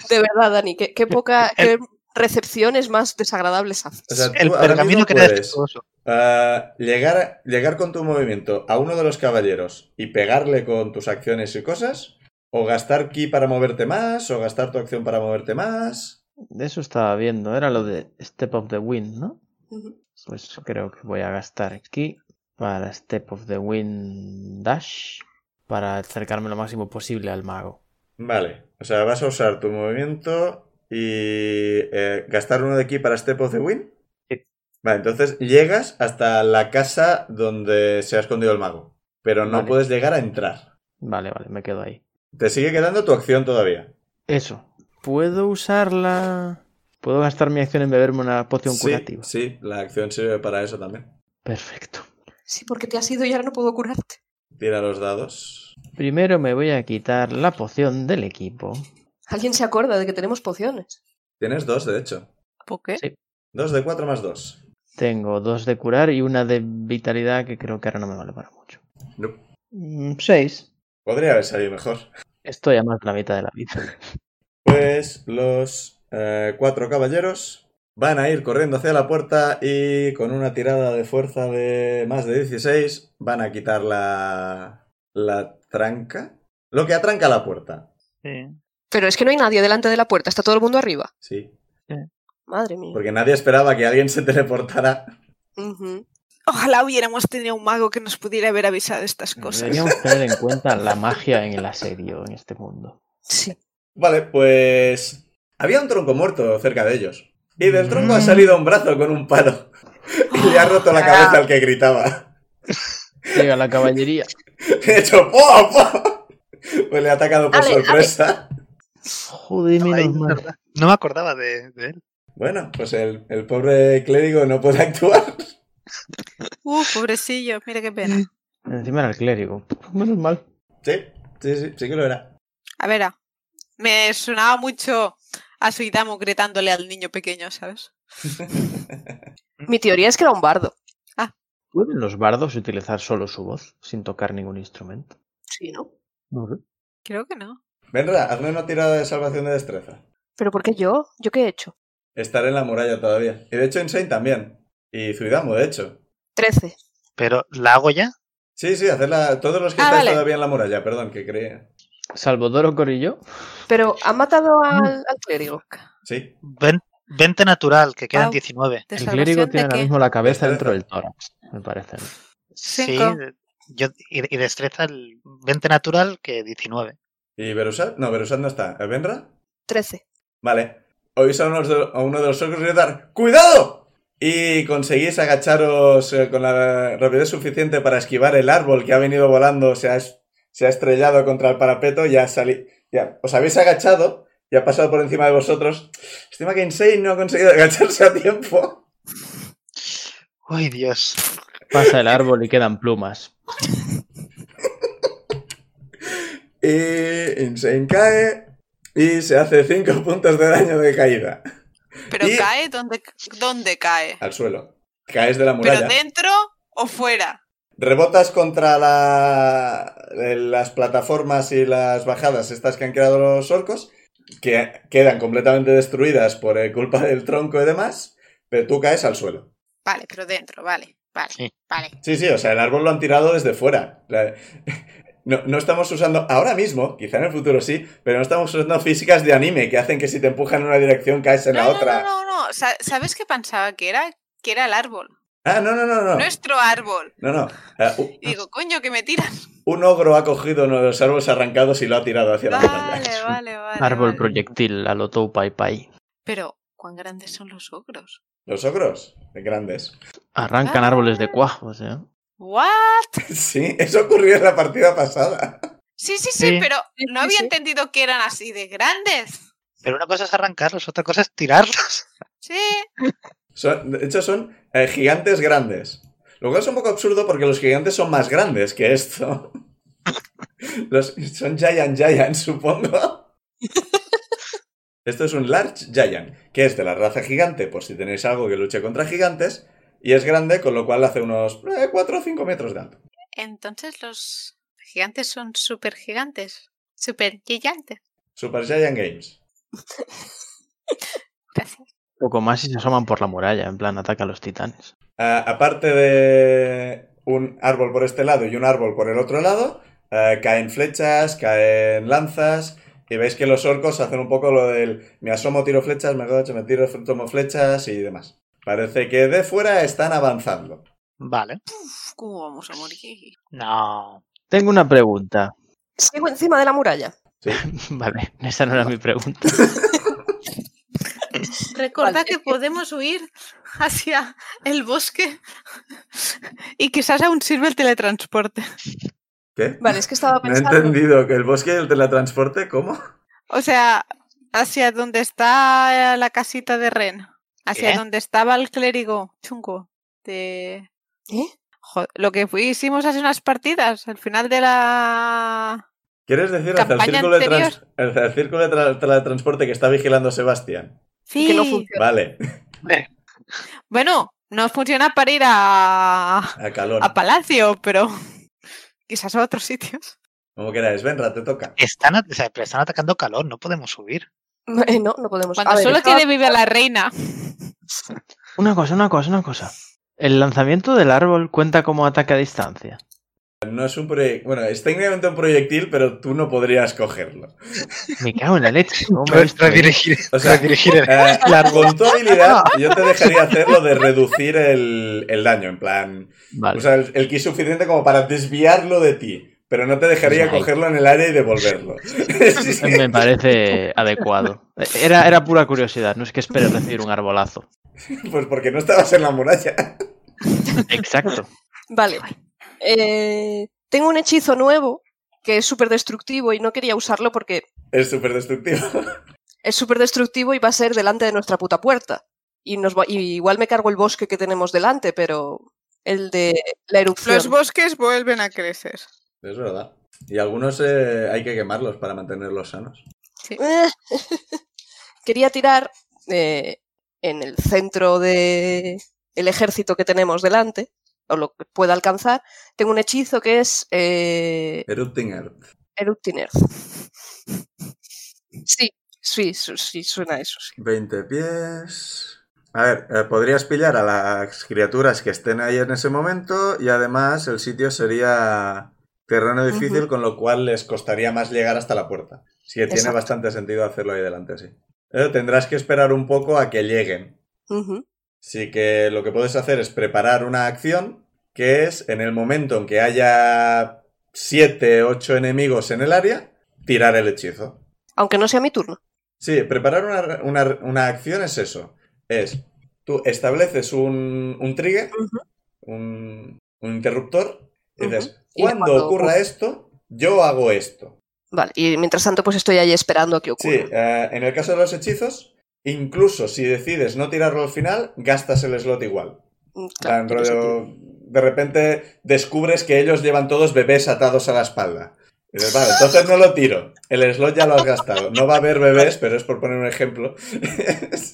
[SPEAKER 5] de verdad Dani, qué, qué poca qué recepciones más desagradables haces.
[SPEAKER 2] O sea, tú
[SPEAKER 3] El
[SPEAKER 2] ahora mismo
[SPEAKER 3] pergamino que era este
[SPEAKER 2] puedes,
[SPEAKER 3] defectuoso.
[SPEAKER 2] ah, llegar, a- llegar con tu movimiento a uno de los caballeros y pegarle con tus acciones y cosas, o gastar ki para moverte más, o gastar tu acción para moverte más.
[SPEAKER 1] De eso estaba viendo, era lo de Step of the Wind, ¿no?
[SPEAKER 5] Ujú.
[SPEAKER 1] Pues creo que voy a gastar aquí para Step of the Wind Dash para acercarme lo máximo posible al mago.
[SPEAKER 2] Vale, o sea, vas a usar tu movimiento y eh, gastar uno de aquí para Step of the Wind.
[SPEAKER 1] Sí.
[SPEAKER 2] Vale, entonces llegas hasta la casa donde se ha escondido el mago, pero no
[SPEAKER 1] Vale.
[SPEAKER 2] puedes llegar a entrar.
[SPEAKER 1] Vale, vale, me quedo ahí.
[SPEAKER 2] Te sigue quedando tu acción todavía.
[SPEAKER 1] Eso. ¿Puedo usarla? ¿Puedo gastar mi acción en beberme una poción
[SPEAKER 2] Sí,
[SPEAKER 1] curativa?
[SPEAKER 2] sí, la acción sirve para eso también.
[SPEAKER 1] Perfecto.
[SPEAKER 5] Sí, porque te has ido y ahora no puedo curarte.
[SPEAKER 2] Tira los dados.
[SPEAKER 1] Primero me voy a quitar la poción del equipo.
[SPEAKER 5] Alguien se acuerda de que tenemos pociones.
[SPEAKER 2] Tienes dos, de hecho.
[SPEAKER 4] ¿Por qué?
[SPEAKER 1] Sí.
[SPEAKER 2] Dos de cuatro más dos.
[SPEAKER 1] Tengo dos de curar y una de vitalidad que creo que ahora no me vale para mucho.
[SPEAKER 2] No.
[SPEAKER 1] Mm, Seis.
[SPEAKER 2] Podría haber salido mejor.
[SPEAKER 1] Estoy a más de la mitad de la vida.
[SPEAKER 2] Pues los eh, cuatro caballeros van a ir corriendo hacia la puerta y con una tirada de fuerza de más de 16 van a quitar la, la tranca. Lo que atranca la puerta.
[SPEAKER 3] Sí.
[SPEAKER 5] Pero es que no hay nadie delante de la puerta, está todo el mundo arriba.
[SPEAKER 2] Sí.
[SPEAKER 5] Madre mía.
[SPEAKER 2] Porque nadie esperaba que alguien se teleportara.
[SPEAKER 5] Ujú.
[SPEAKER 4] Ojalá hubiéramos tenido un mago que nos pudiera haber avisado de estas cosas.
[SPEAKER 1] Deberíamos tener en cuenta la magia en el asedio en este mundo.
[SPEAKER 5] Sí.
[SPEAKER 2] Vale, pues. Había un tronco muerto cerca de ellos. Y del tronco ha salido un brazo con un palo. Y le ha roto la cabeza al que gritaba.
[SPEAKER 1] Llega la caballería.
[SPEAKER 2] De hecho, ¡po, po! Pues le ha atacado por
[SPEAKER 5] Ale, ale.
[SPEAKER 2] sorpresa.
[SPEAKER 1] Joder,
[SPEAKER 3] Ay,
[SPEAKER 1] menos
[SPEAKER 3] es
[SPEAKER 1] mal.
[SPEAKER 3] verdad. No me acordaba de, de él.
[SPEAKER 2] Bueno, pues el, el pobre clérigo no puede actuar.
[SPEAKER 4] Uh, pobrecillo, mira qué pena.
[SPEAKER 1] Encima era el clérigo. Menos mal.
[SPEAKER 2] Sí, sí, sí, sí que lo era.
[SPEAKER 4] A ver, ah, me sonaba mucho a Suidamo gritándole al niño pequeño, ¿sabes?
[SPEAKER 5] Mi teoría es que era un bardo.
[SPEAKER 1] ¿Pueden los bardos utilizar solo su voz sin tocar ningún instrumento?
[SPEAKER 5] Sí, ¿no?
[SPEAKER 1] No sé.
[SPEAKER 4] Creo que no.
[SPEAKER 2] Venra, hazme una tirada de salvación de destreza.
[SPEAKER 5] ¿Pero por qué yo? ¿Yo qué he hecho?
[SPEAKER 2] Estaré en la muralla todavía. Y de hecho, Insane también. Y Zuidamo, de hecho.
[SPEAKER 5] Trece.
[SPEAKER 3] Pero ¿la hago ya?
[SPEAKER 2] Sí, sí, hacerla. Todos los que
[SPEAKER 4] Ah,
[SPEAKER 2] estáis
[SPEAKER 4] vale.
[SPEAKER 2] todavía en la muralla, perdón, que creía.
[SPEAKER 1] Salvador Corillo.
[SPEAKER 5] Pero ha matado al, al clérigo.
[SPEAKER 2] Sí.
[SPEAKER 3] Ven- 20 natural, que quedan
[SPEAKER 4] Au.
[SPEAKER 3] 19.
[SPEAKER 4] ¿De
[SPEAKER 1] El
[SPEAKER 4] salvación
[SPEAKER 1] clérigo tiene
[SPEAKER 4] de
[SPEAKER 1] ahora
[SPEAKER 4] qué?
[SPEAKER 1] mismo la cabeza dentro
[SPEAKER 2] Destreza.
[SPEAKER 1] del tórax, me parece.
[SPEAKER 3] Sí,
[SPEAKER 4] Cinco.
[SPEAKER 3] yo, y, y destreza el 20 natural que 19.
[SPEAKER 2] ¿Y Berusat? No, Berusat no está. ¿Eh, ¿Venra?
[SPEAKER 5] Trece.
[SPEAKER 2] Vale. Oís a, unos de- a uno de los orcos gritar ¡Cuidado! Y conseguís agacharos eh, con la rapidez suficiente para esquivar el árbol que ha venido volando, se ha, es- se ha estrellado contra el parapeto y ha salido... Ya, os habéis agachado y ha pasado por encima de vosotros. Estima que Insane no ha conseguido agacharse a tiempo.
[SPEAKER 3] Uy, Dios.
[SPEAKER 1] Pasa el árbol y quedan plumas.
[SPEAKER 2] Y Insane cae y se hace 5 puntos de daño de caída.
[SPEAKER 4] Pero
[SPEAKER 2] Y-
[SPEAKER 4] cae donde, donde cae.
[SPEAKER 2] Al suelo. Caes de la
[SPEAKER 4] ¿Pero
[SPEAKER 2] muralla.
[SPEAKER 4] dentro o fuera?
[SPEAKER 2] Rebotas contra la- eh, las plataformas y las bajadas estas que han creado los orcos, que quedan completamente destruidas por eh, culpa del tronco y demás, pero tú caes al suelo.
[SPEAKER 4] Vale, pero dentro, vale, vale,
[SPEAKER 3] Sí.
[SPEAKER 4] vale.
[SPEAKER 2] Sí, sí, o sea, el árbol lo han tirado desde fuera. La- No, no estamos usando, ahora mismo, quizá en el futuro sí, pero no estamos usando físicas de anime que hacen que si te empujan en una dirección caes en
[SPEAKER 4] No,
[SPEAKER 2] la
[SPEAKER 4] no,
[SPEAKER 2] otra.
[SPEAKER 4] no, no, no. Sa- ¿Sabes qué pensaba que era? Que era el árbol.
[SPEAKER 2] Ah, no, no, no, no.
[SPEAKER 4] Nuestro árbol.
[SPEAKER 2] No, no. Ah, u-
[SPEAKER 4] Y digo, coño, que me tiran.
[SPEAKER 2] un ogro ha cogido uno de los árboles arrancados y lo ha tirado hacia la montaña.
[SPEAKER 4] Vale, vale, vale.
[SPEAKER 1] árbol
[SPEAKER 4] vale.
[SPEAKER 1] proyectil a lo Tou Pai Pai.
[SPEAKER 4] Pero, ¿cuán grandes son los ogros?
[SPEAKER 2] Los ogros, grandes.
[SPEAKER 1] Arrancan
[SPEAKER 4] Ah.
[SPEAKER 1] árboles de cuajos, ¿eh?
[SPEAKER 4] ¿What?
[SPEAKER 2] Sí, eso ocurrió en la partida pasada.
[SPEAKER 4] Sí, sí, sí,
[SPEAKER 3] Sí.
[SPEAKER 4] pero
[SPEAKER 5] Sí,
[SPEAKER 4] no
[SPEAKER 5] sí,
[SPEAKER 4] había
[SPEAKER 5] sí.
[SPEAKER 4] entendido que eran así de grandes.
[SPEAKER 3] Pero una cosa es arrancarlos, otra cosa es tirarlos.
[SPEAKER 4] Sí.
[SPEAKER 2] Son- de hecho, son eh, gigantes grandes. Lo cual es un poco absurdo porque los gigantes son más grandes que esto. Los- son Giant Giant, supongo. Esto es un Large Giant, que es de la raza gigante, por si tenéis algo que luche contra gigantes, y es grande, con lo cual hace unos 4 o 5 metros de alto.
[SPEAKER 4] Entonces los gigantes son súper gigantes. Súper gigantes.
[SPEAKER 2] Super Giant Games.
[SPEAKER 4] Gracias.
[SPEAKER 1] Poco más si se asoman por la muralla, en plan ataca a los titanes.
[SPEAKER 2] Ah, aparte de un árbol por este lado y un árbol por el otro lado, eh, caen flechas, caen lanzas. Y veis que los orcos hacen un poco lo del me asomo, tiro flechas, me agacho, me tiro, tomo flechas y demás. Parece que de fuera están avanzando.
[SPEAKER 3] Vale.
[SPEAKER 4] Uf, ¿Cómo vamos a morir?
[SPEAKER 3] No.
[SPEAKER 1] Tengo una pregunta.
[SPEAKER 5] Sigo encima de la muralla.
[SPEAKER 1] Vale, esa no era mi pregunta.
[SPEAKER 4] Recordad
[SPEAKER 5] Vale.
[SPEAKER 4] que podemos huir hacia el bosque y quizás aún sirve el teletransporte.
[SPEAKER 2] ¿Qué?
[SPEAKER 5] Vale, es que estaba
[SPEAKER 2] No he
[SPEAKER 5] pensando.
[SPEAKER 2] entendido que el bosque y el teletransporte, ¿cómo?
[SPEAKER 4] O sea, hacia donde está la casita de Ren. Hacia
[SPEAKER 3] ¿Qué?
[SPEAKER 4] donde estaba el clérigo chungo de
[SPEAKER 5] ¿Eh?
[SPEAKER 4] Jo- lo que fui- hicimos hace unas partidas, al final de la...
[SPEAKER 2] ¿Quieres decir hacia el
[SPEAKER 4] Campaña
[SPEAKER 2] círculo, de trans- hacia el círculo de tra- teletransporte que está vigilando Sebastián?
[SPEAKER 5] Que no funciona.
[SPEAKER 2] Vale,
[SPEAKER 4] Bueno, no funciona para ir a,
[SPEAKER 2] a calor.
[SPEAKER 4] a Palacio, pero quizás a otros sitios.
[SPEAKER 2] Como queráis, Venra, te toca.
[SPEAKER 3] Están, a- o sea, pero están atacando calor, no podemos subir.
[SPEAKER 5] Eh, no, no podemos.
[SPEAKER 4] Cuando
[SPEAKER 5] A ver,
[SPEAKER 4] solo
[SPEAKER 5] estaba-
[SPEAKER 4] tiene vive la reina.
[SPEAKER 1] Una cosa, una cosa, una cosa. El lanzamiento del árbol cuenta como ataque a distancia.
[SPEAKER 2] No es un proyectil. Bueno, es técnicamente un proyectil, pero tú no podrías cogerlo.
[SPEAKER 1] Me cago en la leche. ¿cómo me he
[SPEAKER 3] Re-
[SPEAKER 1] visto?
[SPEAKER 3] Redirigir,
[SPEAKER 2] O sea,
[SPEAKER 3] redirigir el-
[SPEAKER 2] Eh, con tu habilidad, yo te dejaría hacer lo de reducir el, el daño. En plan,
[SPEAKER 1] Vale.
[SPEAKER 2] o sea, el, el ki es suficiente como para desviarlo de ti. Pero no te dejaría
[SPEAKER 1] Nice.
[SPEAKER 2] cogerlo en el área y devolverlo. Sí, sí.
[SPEAKER 1] Me parece adecuado. Era, era pura curiosidad, no es que espere recibir un arbolazo.
[SPEAKER 2] Pues porque no estabas en la muralla.
[SPEAKER 1] Exacto.
[SPEAKER 5] Vale. Eh, tengo un hechizo nuevo que es súper destructivo y no quería usarlo porque
[SPEAKER 2] Es súper destructivo.
[SPEAKER 5] es súper destructivo y va a ser delante de nuestra puta puerta. Y nos va- y igual me cargo el bosque que tenemos delante, pero el de la erupción.
[SPEAKER 4] Los bosques vuelven a crecer.
[SPEAKER 2] Es verdad. Y algunos eh, hay que quemarlos para mantenerlos sanos.
[SPEAKER 5] Eh, Quería tirar eh, en el centro de el ejército que tenemos delante, o lo que pueda alcanzar. Tengo un hechizo que es eh,
[SPEAKER 2] Erupting Earth.
[SPEAKER 5] Erupting Earth. Sí, sí, su- sí, suena a eso. sí.
[SPEAKER 2] 20 pies. A ver, eh, podrías pillar a las criaturas que estén ahí en ese momento y además el sitio sería terreno difícil,
[SPEAKER 5] Ujú.
[SPEAKER 2] con lo cual les costaría más llegar hasta la puerta. Así que tiene
[SPEAKER 5] Exacto.
[SPEAKER 2] bastante sentido hacerlo ahí delante, sí. Pero tendrás que esperar un poco a que lleguen.
[SPEAKER 5] Ujú.
[SPEAKER 2] Así que lo que puedes hacer es preparar una acción que es en el momento en que haya 7, 8 enemigos en el área, tirar el hechizo.
[SPEAKER 5] Aunque no sea mi turno.
[SPEAKER 2] Sí, preparar una, una- una acción es eso. Es, tú estableces un, un trigger,
[SPEAKER 5] Ujú.
[SPEAKER 2] un, un interruptor, y
[SPEAKER 5] Ujú.
[SPEAKER 2] dices,
[SPEAKER 5] Y pues".
[SPEAKER 2] cuando,
[SPEAKER 5] cuando
[SPEAKER 2] ocurra
[SPEAKER 5] ocurra".
[SPEAKER 2] esto, yo hago esto.
[SPEAKER 5] Vale, y mientras tanto pues estoy ahí esperando a que
[SPEAKER 2] Sí,
[SPEAKER 5] ocurra.
[SPEAKER 2] eh, en el caso de los hechizos, incluso si decides no tirarlo al final, gastas el slot igual.
[SPEAKER 5] Mm,
[SPEAKER 2] En plan,
[SPEAKER 5] claro, tiene sentido.
[SPEAKER 2] rollo, de repente descubres que ellos llevan todos bebés atados a la espalda. Y dices, vale, entonces no lo tiro. El slot ya lo has gastado. No va a haber bebés, pero es por poner un ejemplo.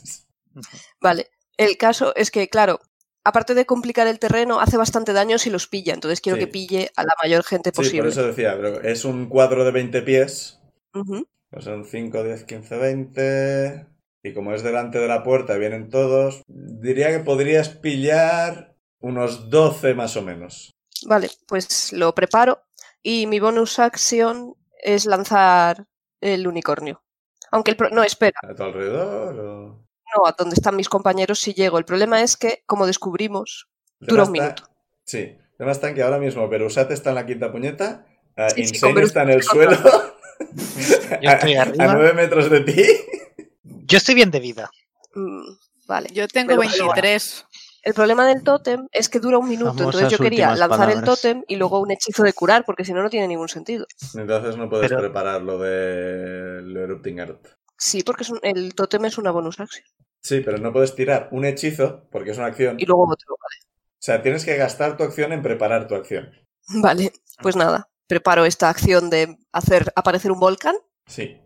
[SPEAKER 5] Vale, el caso es que, claro, aparte de complicar el terreno, hace bastante daño si los pilla, entonces quiero
[SPEAKER 2] Sí.
[SPEAKER 5] que pille a la mayor gente
[SPEAKER 2] Sí, por
[SPEAKER 5] posible.
[SPEAKER 2] eso decía, pero es un cuadro de 20 pies.
[SPEAKER 5] Ujú.
[SPEAKER 2] pues Son 5, 10, 15, 20. Y como es delante de la puerta, vienen todos. Diría que podrías pillar unos 12 más o menos.
[SPEAKER 5] Vale, pues lo preparo y mi bonus action es lanzar el unicornio. Aunque el pro- No, espera,
[SPEAKER 2] ¿A tu alrededor? O...
[SPEAKER 5] no, a donde están mis compañeros si llego. El problema es que, como descubrimos,
[SPEAKER 2] El
[SPEAKER 5] Dura
[SPEAKER 2] tema
[SPEAKER 5] un
[SPEAKER 2] está-
[SPEAKER 5] minuto.
[SPEAKER 2] Sí. El tema está en que ahora mismo Berusat está en la quinta puñeta. eh,
[SPEAKER 5] Sí, sí,
[SPEAKER 2] Insane
[SPEAKER 5] con Berusat
[SPEAKER 2] está en el
[SPEAKER 5] estoy
[SPEAKER 2] suelo.
[SPEAKER 3] Yo estoy
[SPEAKER 2] a-
[SPEAKER 3] arriba.
[SPEAKER 2] A 9 metros de ti.
[SPEAKER 3] Yo estoy bien de vida.
[SPEAKER 5] mm, vale.
[SPEAKER 4] Yo tengo
[SPEAKER 5] Pero bueno.
[SPEAKER 4] 23.
[SPEAKER 5] El problema del tótem es que dura un minuto, entonces
[SPEAKER 1] Famosas
[SPEAKER 5] yo quería
[SPEAKER 1] últimas
[SPEAKER 5] lanzar el
[SPEAKER 1] palabras.
[SPEAKER 5] tótem y luego un hechizo de curar, porque si no, no tiene ningún sentido.
[SPEAKER 2] Entonces no puedes
[SPEAKER 3] Pero-
[SPEAKER 2] preparar lo del Erupting Earth.
[SPEAKER 5] Sí, porque es un- el tótem es una bonus action.
[SPEAKER 2] Sí, pero no puedes tirar un hechizo porque es una acción.
[SPEAKER 5] Y luego otro.
[SPEAKER 2] O sea, tienes que gastar tu acción en preparar tu acción.
[SPEAKER 5] Vale, pues nada, preparo esta acción de hacer aparecer un volcán
[SPEAKER 2] Sí.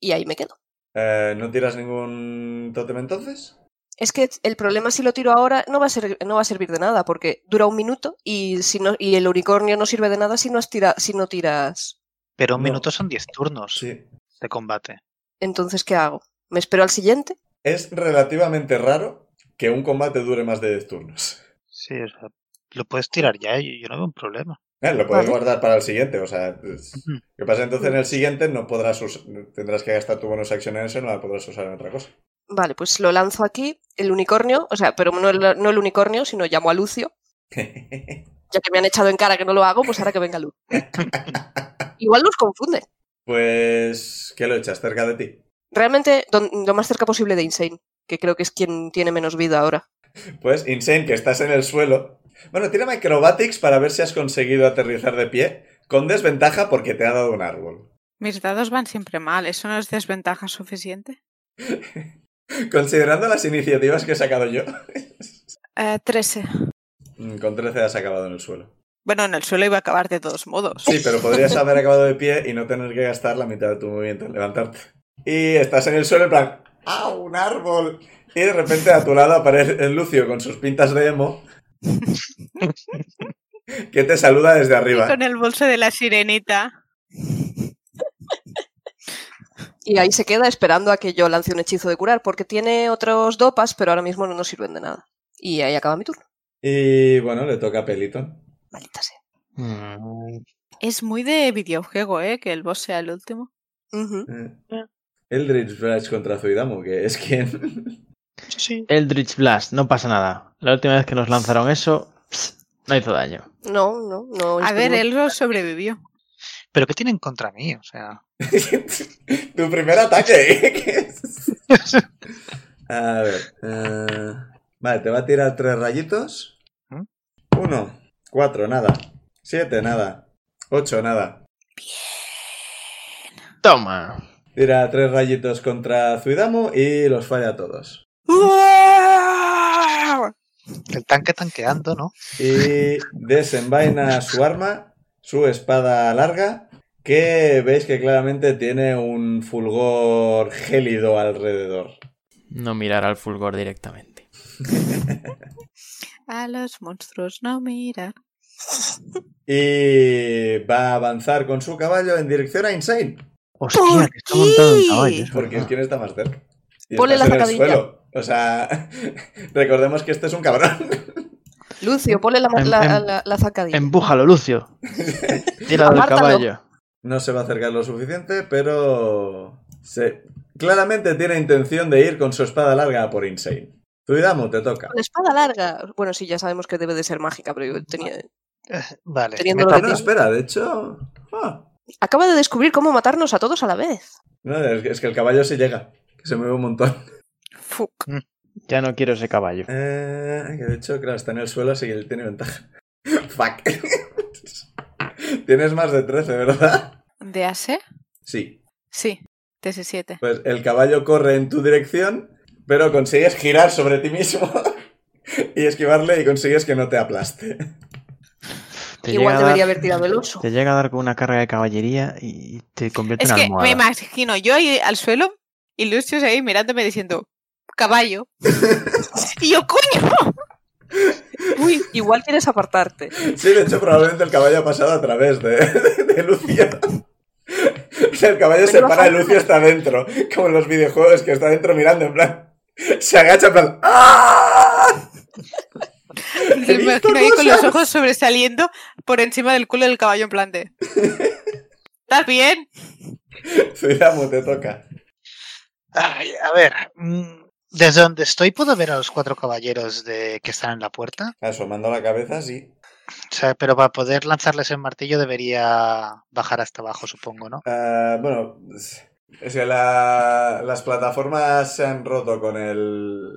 [SPEAKER 5] y ahí me quedo.
[SPEAKER 2] Eh, ¿No tiras ningún tótem entonces?
[SPEAKER 5] Es que el problema si lo tiro ahora no va a, ser, no va a servir de nada porque dura un minuto y, si no, y el unicornio no sirve de nada si no, has tira- si no tiras.
[SPEAKER 3] Pero un
[SPEAKER 2] No.
[SPEAKER 3] minuto son 10 turnos de combate.
[SPEAKER 5] Entonces, ¿qué hago? ¿Me espero al siguiente?
[SPEAKER 2] Es relativamente raro que un combate dure más de 10 turnos.
[SPEAKER 3] Sí, o sea, lo puedes tirar ya, yo, yo no veo un problema.
[SPEAKER 2] Eh, lo puedes
[SPEAKER 5] Vale.
[SPEAKER 2] guardar para el siguiente, o sea... es-
[SPEAKER 3] Ujú.
[SPEAKER 2] ¿Qué pasa entonces en el siguiente? No podrás us- Tendrás que gastar tu bonus action en eso, no la podrás usar en otra cosa.
[SPEAKER 5] Vale, pues lo lanzo aquí, el unicornio, o sea, pero no el, no el unicornio, sino llamo a Lucio, ya que me han echado en cara que no lo hago, pues ahora que venga Luz. Igual nos confunde.
[SPEAKER 2] pues... ¿Qué lo echas cerca de ti?
[SPEAKER 5] Realmente don- lo más cerca posible de Insane, que creo que es quien tiene menos vida ahora.
[SPEAKER 2] Pues, Insane, que estás en el suelo. Bueno, tírame acrobatics para ver si has conseguido aterrizar de pie, con desventaja porque te ha dado un árbol.
[SPEAKER 4] Mis dados van siempre mal. ¿Eso no es desventaja suficiente?
[SPEAKER 2] Considerando las iniciativas que he sacado yo,
[SPEAKER 4] Eh, 13.
[SPEAKER 2] mm, con 13 has acabado en el suelo.
[SPEAKER 4] Bueno, en el suelo iba a acabar de todos modos.
[SPEAKER 2] Sí, pero podrías haber acabado de pie y no tener que gastar la mitad de tu movimiento en levantarte. Y estás en el suelo en plan, ¡ah, un árbol! Y de repente a tu lado aparece el Lucio con sus pintas de emo, que te saluda desde arriba.
[SPEAKER 4] Con el bolso de la sirenita.
[SPEAKER 5] Y ahí se queda esperando a que yo lance un hechizo de curar, porque tiene otros dopas, pero ahora mismo no nos sirven de nada. Y ahí acaba mi turno.
[SPEAKER 2] Y bueno, le toca a Peliton.
[SPEAKER 5] Maldita sea.
[SPEAKER 3] Mm,
[SPEAKER 4] Es muy de videojuego, ¿eh? Que el boss sea el último.
[SPEAKER 5] Ujú.
[SPEAKER 2] Eh. Eldritch Blast contra Zuidamu, que es quien.
[SPEAKER 3] sí, sí.
[SPEAKER 1] Eldritch Blast, no pasa nada. La última vez que nos lanzaron eso, pss, no hizo daño.
[SPEAKER 5] No, no, no.
[SPEAKER 4] A ver,
[SPEAKER 5] inspiró.
[SPEAKER 4] él lo sobrevivió.
[SPEAKER 3] Pero ¿qué tienen contra mí? O sea,
[SPEAKER 2] tu primer ataque. ¿eh? ¿Qué es? A ver. eh, Vale, te va a tirar tres rayitos.
[SPEAKER 3] ¿Mm?
[SPEAKER 2] Uno, cuatro, nada. Siete, nada. Ocho, nada.
[SPEAKER 1] Toma.
[SPEAKER 2] Tira tres rayitos contra Zuidamu y los falla a todos.
[SPEAKER 3] el tanque tanqueando, ¿no?
[SPEAKER 2] y desenvaina su arma, su espada larga, que veis que claramente tiene un fulgor gélido alrededor.
[SPEAKER 1] No mirar al fulgor directamente.
[SPEAKER 4] A los monstruos no mira.
[SPEAKER 2] Y va a avanzar con su caballo en dirección a Insane,
[SPEAKER 1] Hostia, que está
[SPEAKER 4] qué?
[SPEAKER 1] montado en caballo. es
[SPEAKER 2] porque
[SPEAKER 1] verdad.
[SPEAKER 2] quien está más cerca. Y
[SPEAKER 5] Ponle
[SPEAKER 2] estás
[SPEAKER 5] la
[SPEAKER 2] en el
[SPEAKER 5] zancadilla.
[SPEAKER 2] suelo. O sea, recordemos que este es un cabrón.
[SPEAKER 5] Lucio, ponle la,
[SPEAKER 1] Em-
[SPEAKER 5] la,
[SPEAKER 1] em-
[SPEAKER 5] la- la zancadilla.
[SPEAKER 1] Empújalo, Lucio. Tira del
[SPEAKER 5] Apártalo.
[SPEAKER 1] caballo.
[SPEAKER 2] No se va a acercar lo suficiente, pero se... claramente tiene intención de ir con su espada larga a por Insane. Tuidamu, te toca.
[SPEAKER 5] Con espada larga. Bueno, sí, ya sabemos que debe de ser mágica, pero yo tenía...
[SPEAKER 3] Vale.
[SPEAKER 5] Teniendo
[SPEAKER 3] me
[SPEAKER 5] lo que
[SPEAKER 2] No,
[SPEAKER 3] toca-
[SPEAKER 5] tiene.
[SPEAKER 2] espera, de hecho. ah,
[SPEAKER 5] Acaba de descubrir cómo matarnos a todos a la vez.
[SPEAKER 2] no, es que- es que el caballo se llega, que se mueve un montón.
[SPEAKER 4] Fuck.
[SPEAKER 1] Ya no quiero ese caballo.
[SPEAKER 2] Eh, que de hecho, claro, está en el suelo, así que él tiene ventaja. Fuck. Tienes más de 13, ¿verdad?
[SPEAKER 4] ¿De AC?
[SPEAKER 2] Sí.
[SPEAKER 4] Sí, 17.
[SPEAKER 2] Pues el caballo corre en tu dirección, pero consigues girar sobre ti mismo y esquivarle y consigues que no te aplaste.
[SPEAKER 1] Te llega
[SPEAKER 5] Igual
[SPEAKER 1] a
[SPEAKER 5] debería
[SPEAKER 1] dar-
[SPEAKER 5] haber tirado el oso.
[SPEAKER 1] Te llega a dar con una carga de caballería y te convierte
[SPEAKER 4] Es
[SPEAKER 1] en
[SPEAKER 4] que
[SPEAKER 1] almohada.
[SPEAKER 4] me imagino yo ahí al suelo y Lucius ahí mirándome diciendo, caballo. y yo, coño.
[SPEAKER 5] Uy, igual quieres apartarte.
[SPEAKER 2] Sí, de hecho, probablemente el caballo ha pasado a través de, de Lucio. O sea, el caballo se
[SPEAKER 5] Menuda
[SPEAKER 2] para y
[SPEAKER 5] falta.
[SPEAKER 2] Lucio está dentro. Como en los videojuegos que está dentro mirando, en plan. Se agacha, en plan. ¡Ah!
[SPEAKER 4] Me
[SPEAKER 2] visto
[SPEAKER 4] imagino ahí con los
[SPEAKER 2] cosas.
[SPEAKER 4] ojos sobresaliendo por encima del culo del caballo en plan de... ¿Estás bien?
[SPEAKER 2] Zuidamu, te toca.
[SPEAKER 3] Ay, a ver, mm, desde donde estoy puedo ver a los cuatro caballeros de que están en la puerta.
[SPEAKER 2] Asomando la cabeza, sí.
[SPEAKER 3] O sea, pero para poder lanzarles el martillo debería bajar hasta abajo, supongo, ¿no?
[SPEAKER 2] Ah, bueno, es que la- las plataformas se han roto con el,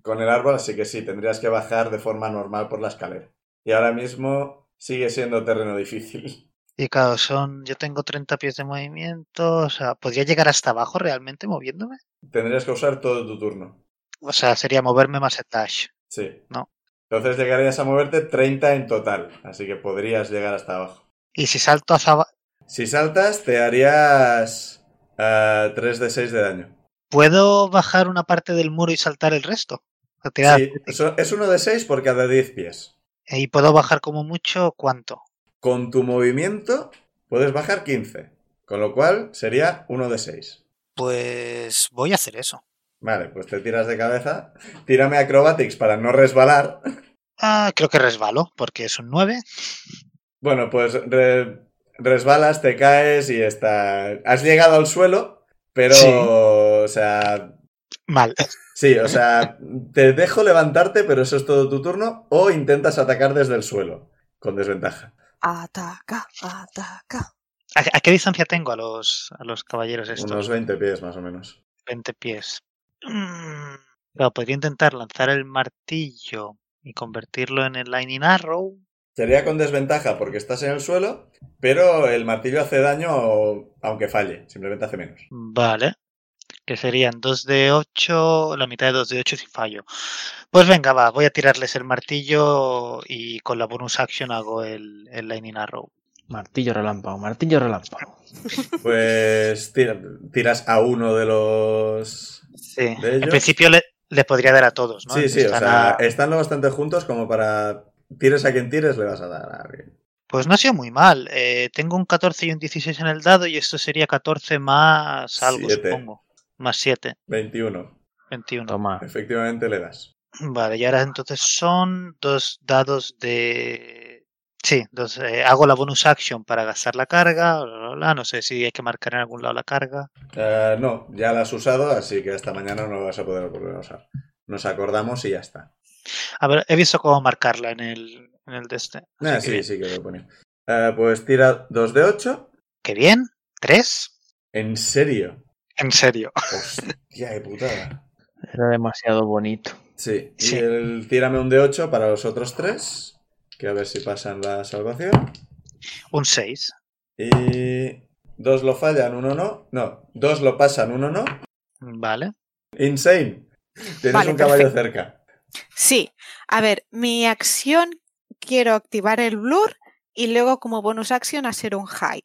[SPEAKER 2] con el árbol, así que sí, tendrías que bajar de forma normal por la escalera. Y ahora mismo sigue siendo terreno difícil.
[SPEAKER 3] Y claro, son, yo tengo 30 pies de movimiento, o sea, ¿podría llegar hasta abajo realmente moviéndome?
[SPEAKER 2] Tendrías que usar todo tu turno.
[SPEAKER 3] O sea, sería moverme más el dash.
[SPEAKER 2] Sí.
[SPEAKER 3] No.
[SPEAKER 2] Entonces llegarías a moverte 30 en total, así que podrías llegar hasta abajo.
[SPEAKER 3] Y si salto hacia abajo,
[SPEAKER 2] Si saltas, te harías 3 de 6 de daño.
[SPEAKER 3] ¿puedo bajar una parte del muro y saltar el resto? O tirar-
[SPEAKER 2] Sí, eso- es 1 de 6 por cada 10 pies.
[SPEAKER 3] ¿Y puedo bajar como mucho cuánto?
[SPEAKER 2] Con tu movimiento puedes bajar 15, con lo cual sería 1 de 6.
[SPEAKER 6] Pues voy a hacer eso.
[SPEAKER 2] Vale, pues te tiras de cabeza. Tírame acrobatics para no resbalar.
[SPEAKER 3] Ah, creo que resbalo, porque es un 9.
[SPEAKER 2] Bueno, pues re- resbalas, te caes y está. Has llegado al suelo, pero.
[SPEAKER 3] Sí.
[SPEAKER 2] O sea.
[SPEAKER 3] Mal.
[SPEAKER 2] Sí, o sea, te dejo levantarte, pero eso es todo tu turno, o intentas atacar desde el suelo, con desventaja.
[SPEAKER 5] Ataca, ataca.
[SPEAKER 3] ¿A, a qué distancia tengo a los, a los caballeros estos?
[SPEAKER 2] Unos 20 pies más o menos.
[SPEAKER 3] 20 pies. Mm, claro, podría intentar lanzar el martillo y convertirlo en el Lightning Arrow.
[SPEAKER 2] Sería con desventaja porque estás en el suelo, pero el martillo hace daño aunque falle, simplemente hace menos.
[SPEAKER 3] Vale. Que serían 2 de 8, la mitad de 2 de 8 si fallo. Pues venga, va, voy a tirarles el martillo y con la bonus action hago el, el Lightning Arrow.
[SPEAKER 1] Martillo relámpago, martillo relámpago.
[SPEAKER 2] Pues tira- tiras a uno de los...
[SPEAKER 3] Sí.
[SPEAKER 2] ¿De
[SPEAKER 3] En
[SPEAKER 2] ellos?
[SPEAKER 3] principio le, les podría dar a todos, ¿no?
[SPEAKER 2] Sí, sí, o
[SPEAKER 3] Están
[SPEAKER 2] sea,
[SPEAKER 3] a-
[SPEAKER 2] están lo bastante juntos como para... Tires a quien tires, le vas a dar a alguien.
[SPEAKER 3] Pues no ha sido muy mal. Eh, tengo un 14 y un 16 en el dado y esto sería 14 más algo,
[SPEAKER 2] Siete.
[SPEAKER 3] supongo. Más 7,
[SPEAKER 2] 21.
[SPEAKER 3] 21.
[SPEAKER 1] Toma.
[SPEAKER 2] Efectivamente le das.
[SPEAKER 3] Vale, y ahora entonces son dos dados de Sí, entonces eh, hago la bonus action para gastar la carga, bla, bla, bla, no sé si hay que marcar en algún lado la carga.
[SPEAKER 2] Eh, no, ya la has usado, así que hasta mañana no la vas a poder volver a usar. Nos acordamos y ya está.
[SPEAKER 3] A ver, he visto cómo marcarla en el, en el de este.
[SPEAKER 2] Ah,
[SPEAKER 3] así que
[SPEAKER 2] sí, sí que lo ponía. Eh, pues tira 2 de 8.
[SPEAKER 3] Qué bien, tres.
[SPEAKER 2] ¿En serio?
[SPEAKER 3] En serio.
[SPEAKER 2] Hostia, qué putada.
[SPEAKER 1] Era demasiado bonito.
[SPEAKER 2] Sí, y
[SPEAKER 3] Sí.
[SPEAKER 2] el tírame un de 8 para los otros tres. Que a ver si pasan la salvación.
[SPEAKER 3] Un seis.
[SPEAKER 2] Y dos lo fallan, uno no. No, dos lo pasan, uno no.
[SPEAKER 3] Vale.
[SPEAKER 2] Insane. Tienes
[SPEAKER 4] Vale,
[SPEAKER 2] un caballo
[SPEAKER 4] perfecto.
[SPEAKER 2] cerca.
[SPEAKER 4] Sí, a ver, mi acción quiero activar el blur y luego como bonus acción hacer un hide.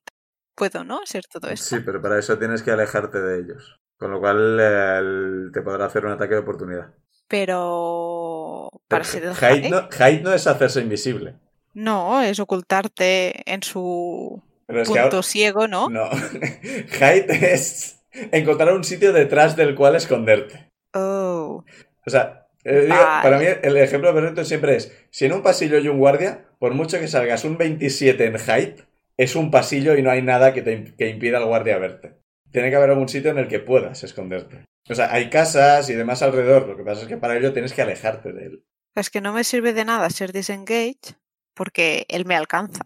[SPEAKER 4] Puedo, ¿no? Hacer todo esto.
[SPEAKER 2] Sí, pero para eso tienes que alejarte de ellos. Con lo cual eh, el- te podrá hacer un ataque de oportunidad.
[SPEAKER 4] Pero para hacer el
[SPEAKER 2] Hide
[SPEAKER 4] hide.
[SPEAKER 2] eh, no, hide no es hacerse invisible.
[SPEAKER 4] No, es ocultarte en su
[SPEAKER 2] Pero es que
[SPEAKER 4] punto
[SPEAKER 2] ahora- Mm.
[SPEAKER 4] ciego, ¿no?
[SPEAKER 2] No. Hide es encontrar un sitio detrás del cual esconderte.
[SPEAKER 4] Oh.
[SPEAKER 2] O sea, eh, digo,
[SPEAKER 4] Vale.
[SPEAKER 2] para mí el ejemplo perfecto siempre es, si en un pasillo hay un guardia, por mucho que salgas un 27 en height, es un pasillo y no hay nada que te im- que impida al guardia verte. Tiene que haber algún sitio en el que puedas esconderte. O sea, hay casas y demás alrededor, lo que pasa es que para ello tienes que alejarte de él.
[SPEAKER 4] Es que no me sirve de nada ser disengage porque él me alcanza.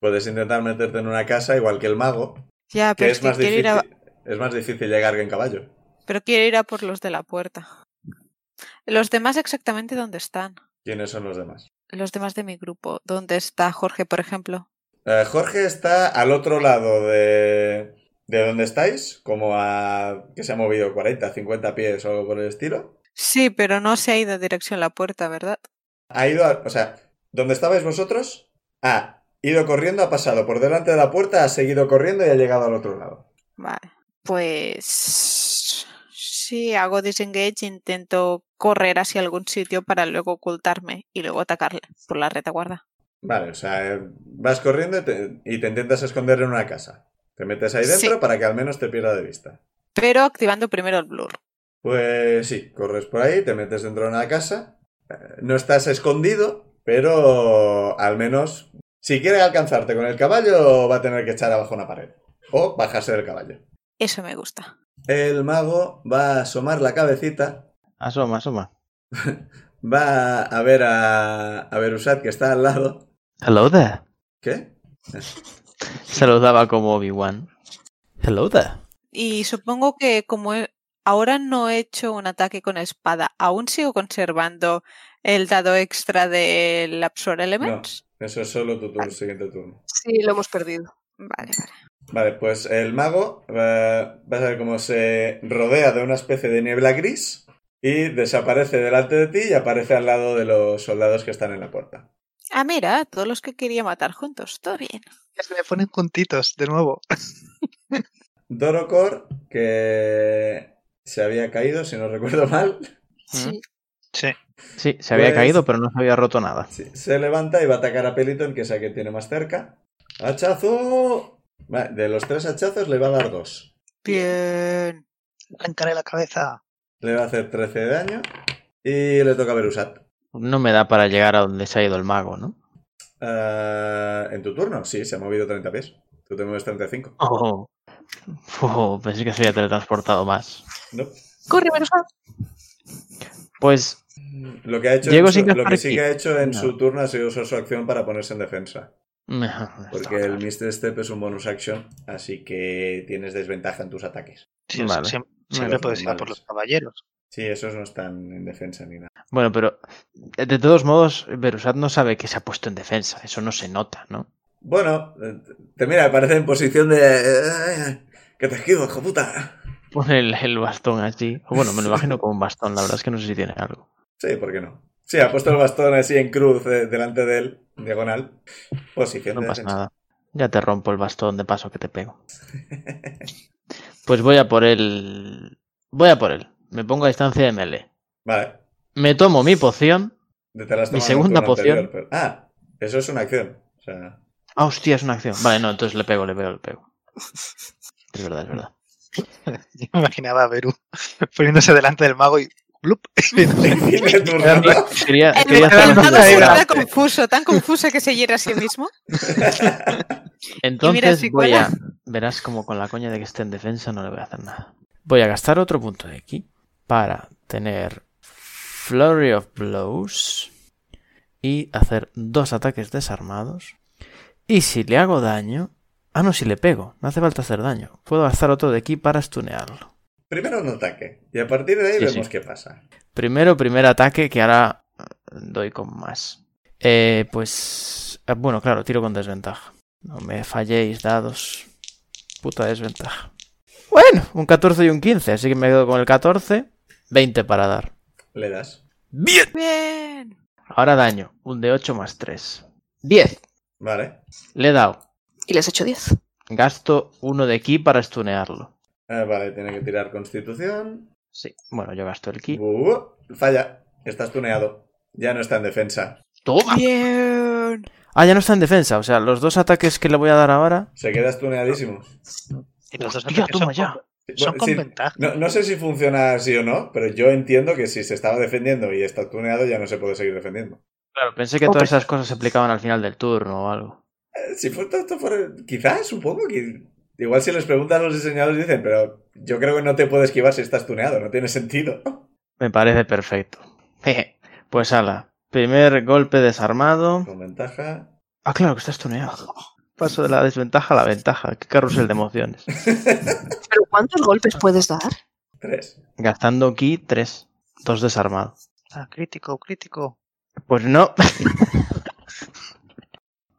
[SPEAKER 2] Puedes intentar meterte en una casa igual que el mago,
[SPEAKER 4] Ya,
[SPEAKER 2] que
[SPEAKER 4] pero,
[SPEAKER 2] es más
[SPEAKER 4] quiero,
[SPEAKER 2] difícil,
[SPEAKER 4] ir a,
[SPEAKER 2] es más difícil llegar que en caballo.
[SPEAKER 4] pero quiero ir a por los de la puerta. ¿Los demás exactamente dónde están?
[SPEAKER 2] ¿Quiénes son los demás?
[SPEAKER 4] Los demás de mi grupo. ¿Dónde está Jorge, por ejemplo?
[SPEAKER 2] Eh, Jorge está al otro lado de, de donde estáis, como a que se ha movido 40, 50 pies o algo por el estilo.
[SPEAKER 4] Sí, pero no se ha ido en dirección a la puerta, ¿verdad?
[SPEAKER 2] Ha ido, a- o sea, donde estabais vosotros, ha ido corriendo, ha pasado por delante de la puerta, ha seguido corriendo y ha llegado al otro lado.
[SPEAKER 4] Vale. Pues sí, hago disengage, e intento correr hacia algún sitio para luego ocultarme y luego atacarle por la retaguarda.
[SPEAKER 2] Vale, o sea, eh, vas corriendo y te, y te intentas esconder en una casa. Te metes ahí
[SPEAKER 4] Sí.
[SPEAKER 2] dentro para que al menos te pierda de vista.
[SPEAKER 4] Pero activando primero el blur.
[SPEAKER 2] Pues sí, corres por ahí, te metes dentro de una casa. Eh, No estás escondido, pero al menos si quiere alcanzarte con el caballo va a tener que echar abajo una pared o bajarse del caballo.
[SPEAKER 4] Eso me gusta.
[SPEAKER 2] El mago va a asomar la cabecita,
[SPEAKER 1] Asoma, asoma.
[SPEAKER 2] va a ver a, a Berusat que está al lado.
[SPEAKER 1] Hello there.
[SPEAKER 2] ¿Qué?
[SPEAKER 1] Saludaba como Obi-Wan. Hello there.
[SPEAKER 4] Y supongo que como he- ahora no he hecho un ataque con espada, aún sigo conservando el dado extra del Absorb Elements.
[SPEAKER 2] Eso es solo tu turno, siguiente turno.
[SPEAKER 5] Sí, lo hemos perdido.
[SPEAKER 4] Vale, vale.
[SPEAKER 2] Vale, pues el mago eh, vas a ver cómo se rodea de una especie de niebla gris y desaparece delante de ti y aparece al lado de los soldados que están en la puerta.
[SPEAKER 4] Ah, mira, todos los que quería matar juntos. Todo bien.
[SPEAKER 3] Se me ponen juntitos de nuevo.
[SPEAKER 2] Dorocor, que se había caído, si no recuerdo mal,
[SPEAKER 5] Sí.
[SPEAKER 3] Sí.
[SPEAKER 1] Sí, se había
[SPEAKER 2] Pues-
[SPEAKER 1] caído, pero no se había roto nada.
[SPEAKER 2] sí, se levanta y va a atacar a Peliton, que es a quien tiene más cerca. ¡Hachazo! Va, de los tres hachazos le va a dar dos.
[SPEAKER 4] Bien.
[SPEAKER 3] Arrancaré la cabeza.
[SPEAKER 2] Le va a hacer 13 de daño y le toca a Berusat.
[SPEAKER 1] No me da para llegar a donde se ha ido el mago, ¿no?
[SPEAKER 2] Eh, ¿En tu turno? Sí, se ha movido 30 pies. Tú te mueves 35.
[SPEAKER 1] Oh, oh, pensé que se había teletransportado más.
[SPEAKER 2] No.
[SPEAKER 5] Corre, Berusat.
[SPEAKER 1] Pues
[SPEAKER 2] Lo que ha hecho
[SPEAKER 1] Llego
[SPEAKER 2] en su-
[SPEAKER 1] sin gastar
[SPEAKER 2] lo que sí
[SPEAKER 1] ki.
[SPEAKER 2] que ha hecho en
[SPEAKER 1] No.
[SPEAKER 2] su turno ha sido usar su acción para ponerse en defensa. Porque el
[SPEAKER 1] Vale.
[SPEAKER 2] Mr. Step es un bonus action, así que tienes desventaja en tus ataques.
[SPEAKER 3] Sí, o sea,
[SPEAKER 1] Vale.
[SPEAKER 3] siempre
[SPEAKER 1] Vale,
[SPEAKER 3] siempre puedes ir a por
[SPEAKER 2] normales.
[SPEAKER 3] los caballeros.
[SPEAKER 2] Sí, esos no están en defensa ni nada.
[SPEAKER 1] Bueno, pero eh, de de todos modos, Berusat no sabe que se ha puesto en defensa. Eso no se nota, ¿no?
[SPEAKER 2] Bueno, eh, te mira, parece en posición de. eh, ¡Que te esquivo, hijo puta!
[SPEAKER 1] Pone el, el bastón así. O Bueno, me lo imagino como un bastón, la verdad es que no sé si tiene algo.
[SPEAKER 2] Sí, ¿por qué no? Sí, ha puesto el bastón así en cruz eh, delante de él, diagonal. Posición
[SPEAKER 1] No
[SPEAKER 2] de
[SPEAKER 1] pasa
[SPEAKER 2] defensa.
[SPEAKER 1] nada. Ya te rompo el bastón de paso que te pego. Pues voy a por él. Voy a por él. Me pongo a distancia de melee.
[SPEAKER 2] Vale.
[SPEAKER 1] Me tomo mi poción.
[SPEAKER 2] Te la has
[SPEAKER 1] Mi
[SPEAKER 2] tomado en el
[SPEAKER 1] segunda
[SPEAKER 2] turno
[SPEAKER 1] poción.
[SPEAKER 2] anterior, pero- Ah, eso es una acción. O sea,
[SPEAKER 1] Ah, hostia, es una acción. Vale, no, entonces le pego, le pego, le pego. Es verdad, es verdad.
[SPEAKER 3] Yo me imaginaba a Beru poniéndose delante del mago y Blup.
[SPEAKER 2] Fin de turno.
[SPEAKER 1] Quería,
[SPEAKER 4] El
[SPEAKER 1] Eh, quería hacer
[SPEAKER 3] Era
[SPEAKER 4] mercado
[SPEAKER 3] una
[SPEAKER 1] una
[SPEAKER 4] se
[SPEAKER 3] idea.
[SPEAKER 1] figura.
[SPEAKER 4] vuelve confuso, tan confuso que se hiera a sí mismo.
[SPEAKER 1] Entonces
[SPEAKER 4] si
[SPEAKER 1] voy
[SPEAKER 4] cuela.
[SPEAKER 1] a. Verás como con la coña de que esté en defensa no le voy a hacer nada. Voy a gastar otro punto de aquí para tener Flurry of Blows y hacer dos ataques desarmados. Y si le hago daño. Ah, no, si le pego. No hace falta hacer daño. Puedo gastar otro de aquí para stunearlo.
[SPEAKER 2] Primero un ataque. Y a partir de ahí
[SPEAKER 1] Sí,
[SPEAKER 2] vemos
[SPEAKER 1] sí.
[SPEAKER 2] qué pasa.
[SPEAKER 1] Primero, primer ataque que ahora eh, doy con más. Eh, pues. eh, Bueno, claro, tiro con desventaja. No me falléis, dados. Puta desventaja. Bueno, un 14 y un 15, así que me quedo con el 14. 20 para dar.
[SPEAKER 2] Le das.
[SPEAKER 1] ¡Bien!
[SPEAKER 4] Bien.
[SPEAKER 1] Ahora daño. Un de 8 más 3. 10.
[SPEAKER 2] Vale.
[SPEAKER 1] Le he dado.
[SPEAKER 5] Y les hecho 10.
[SPEAKER 1] Gasto uno de ki para stunearlo.
[SPEAKER 2] Eh, vale, tiene que tirar constitución.
[SPEAKER 1] Sí. Bueno, yo gasto el ki.
[SPEAKER 2] Uh, falla. Estás tuneado. Ya no está en defensa.
[SPEAKER 1] ¡Toma!
[SPEAKER 4] Bien.
[SPEAKER 1] Ah, ya no está en defensa. O sea, los dos ataques que le voy a dar ahora.
[SPEAKER 2] Se queda estuneadísimo.
[SPEAKER 3] Y los dos
[SPEAKER 1] Hostia,
[SPEAKER 3] ataques
[SPEAKER 1] toma
[SPEAKER 3] son
[SPEAKER 1] ya.
[SPEAKER 3] con- Son con ventaja.
[SPEAKER 2] No, no sé si funciona así o no, pero yo entiendo que si se estaba defendiendo y está tuneado ya no se puede seguir defendiendo.
[SPEAKER 1] Claro, pensé que todas esas cosas se aplicaban al final del turno o algo.
[SPEAKER 2] Eh, Si fue esto fuera... Quizás, supongo que... Igual si les preguntas a los diseñadores dicen, pero yo creo que no te puedo esquivar si estás tuneado, no tiene sentido.
[SPEAKER 1] Me parece perfecto. Jeje. Pues ala. Primer golpe desarmado.
[SPEAKER 2] Con ventaja.
[SPEAKER 1] Ah, claro, que estás tuneado. Paso de la desventaja a la ventaja. Qué carrusel de emociones.
[SPEAKER 5] ¿Pero cuántos golpes puedes dar?
[SPEAKER 2] Tres.
[SPEAKER 1] Gastando aquí tres. Dos desarmado.
[SPEAKER 3] Ah, crítico, crítico.
[SPEAKER 1] Pues no.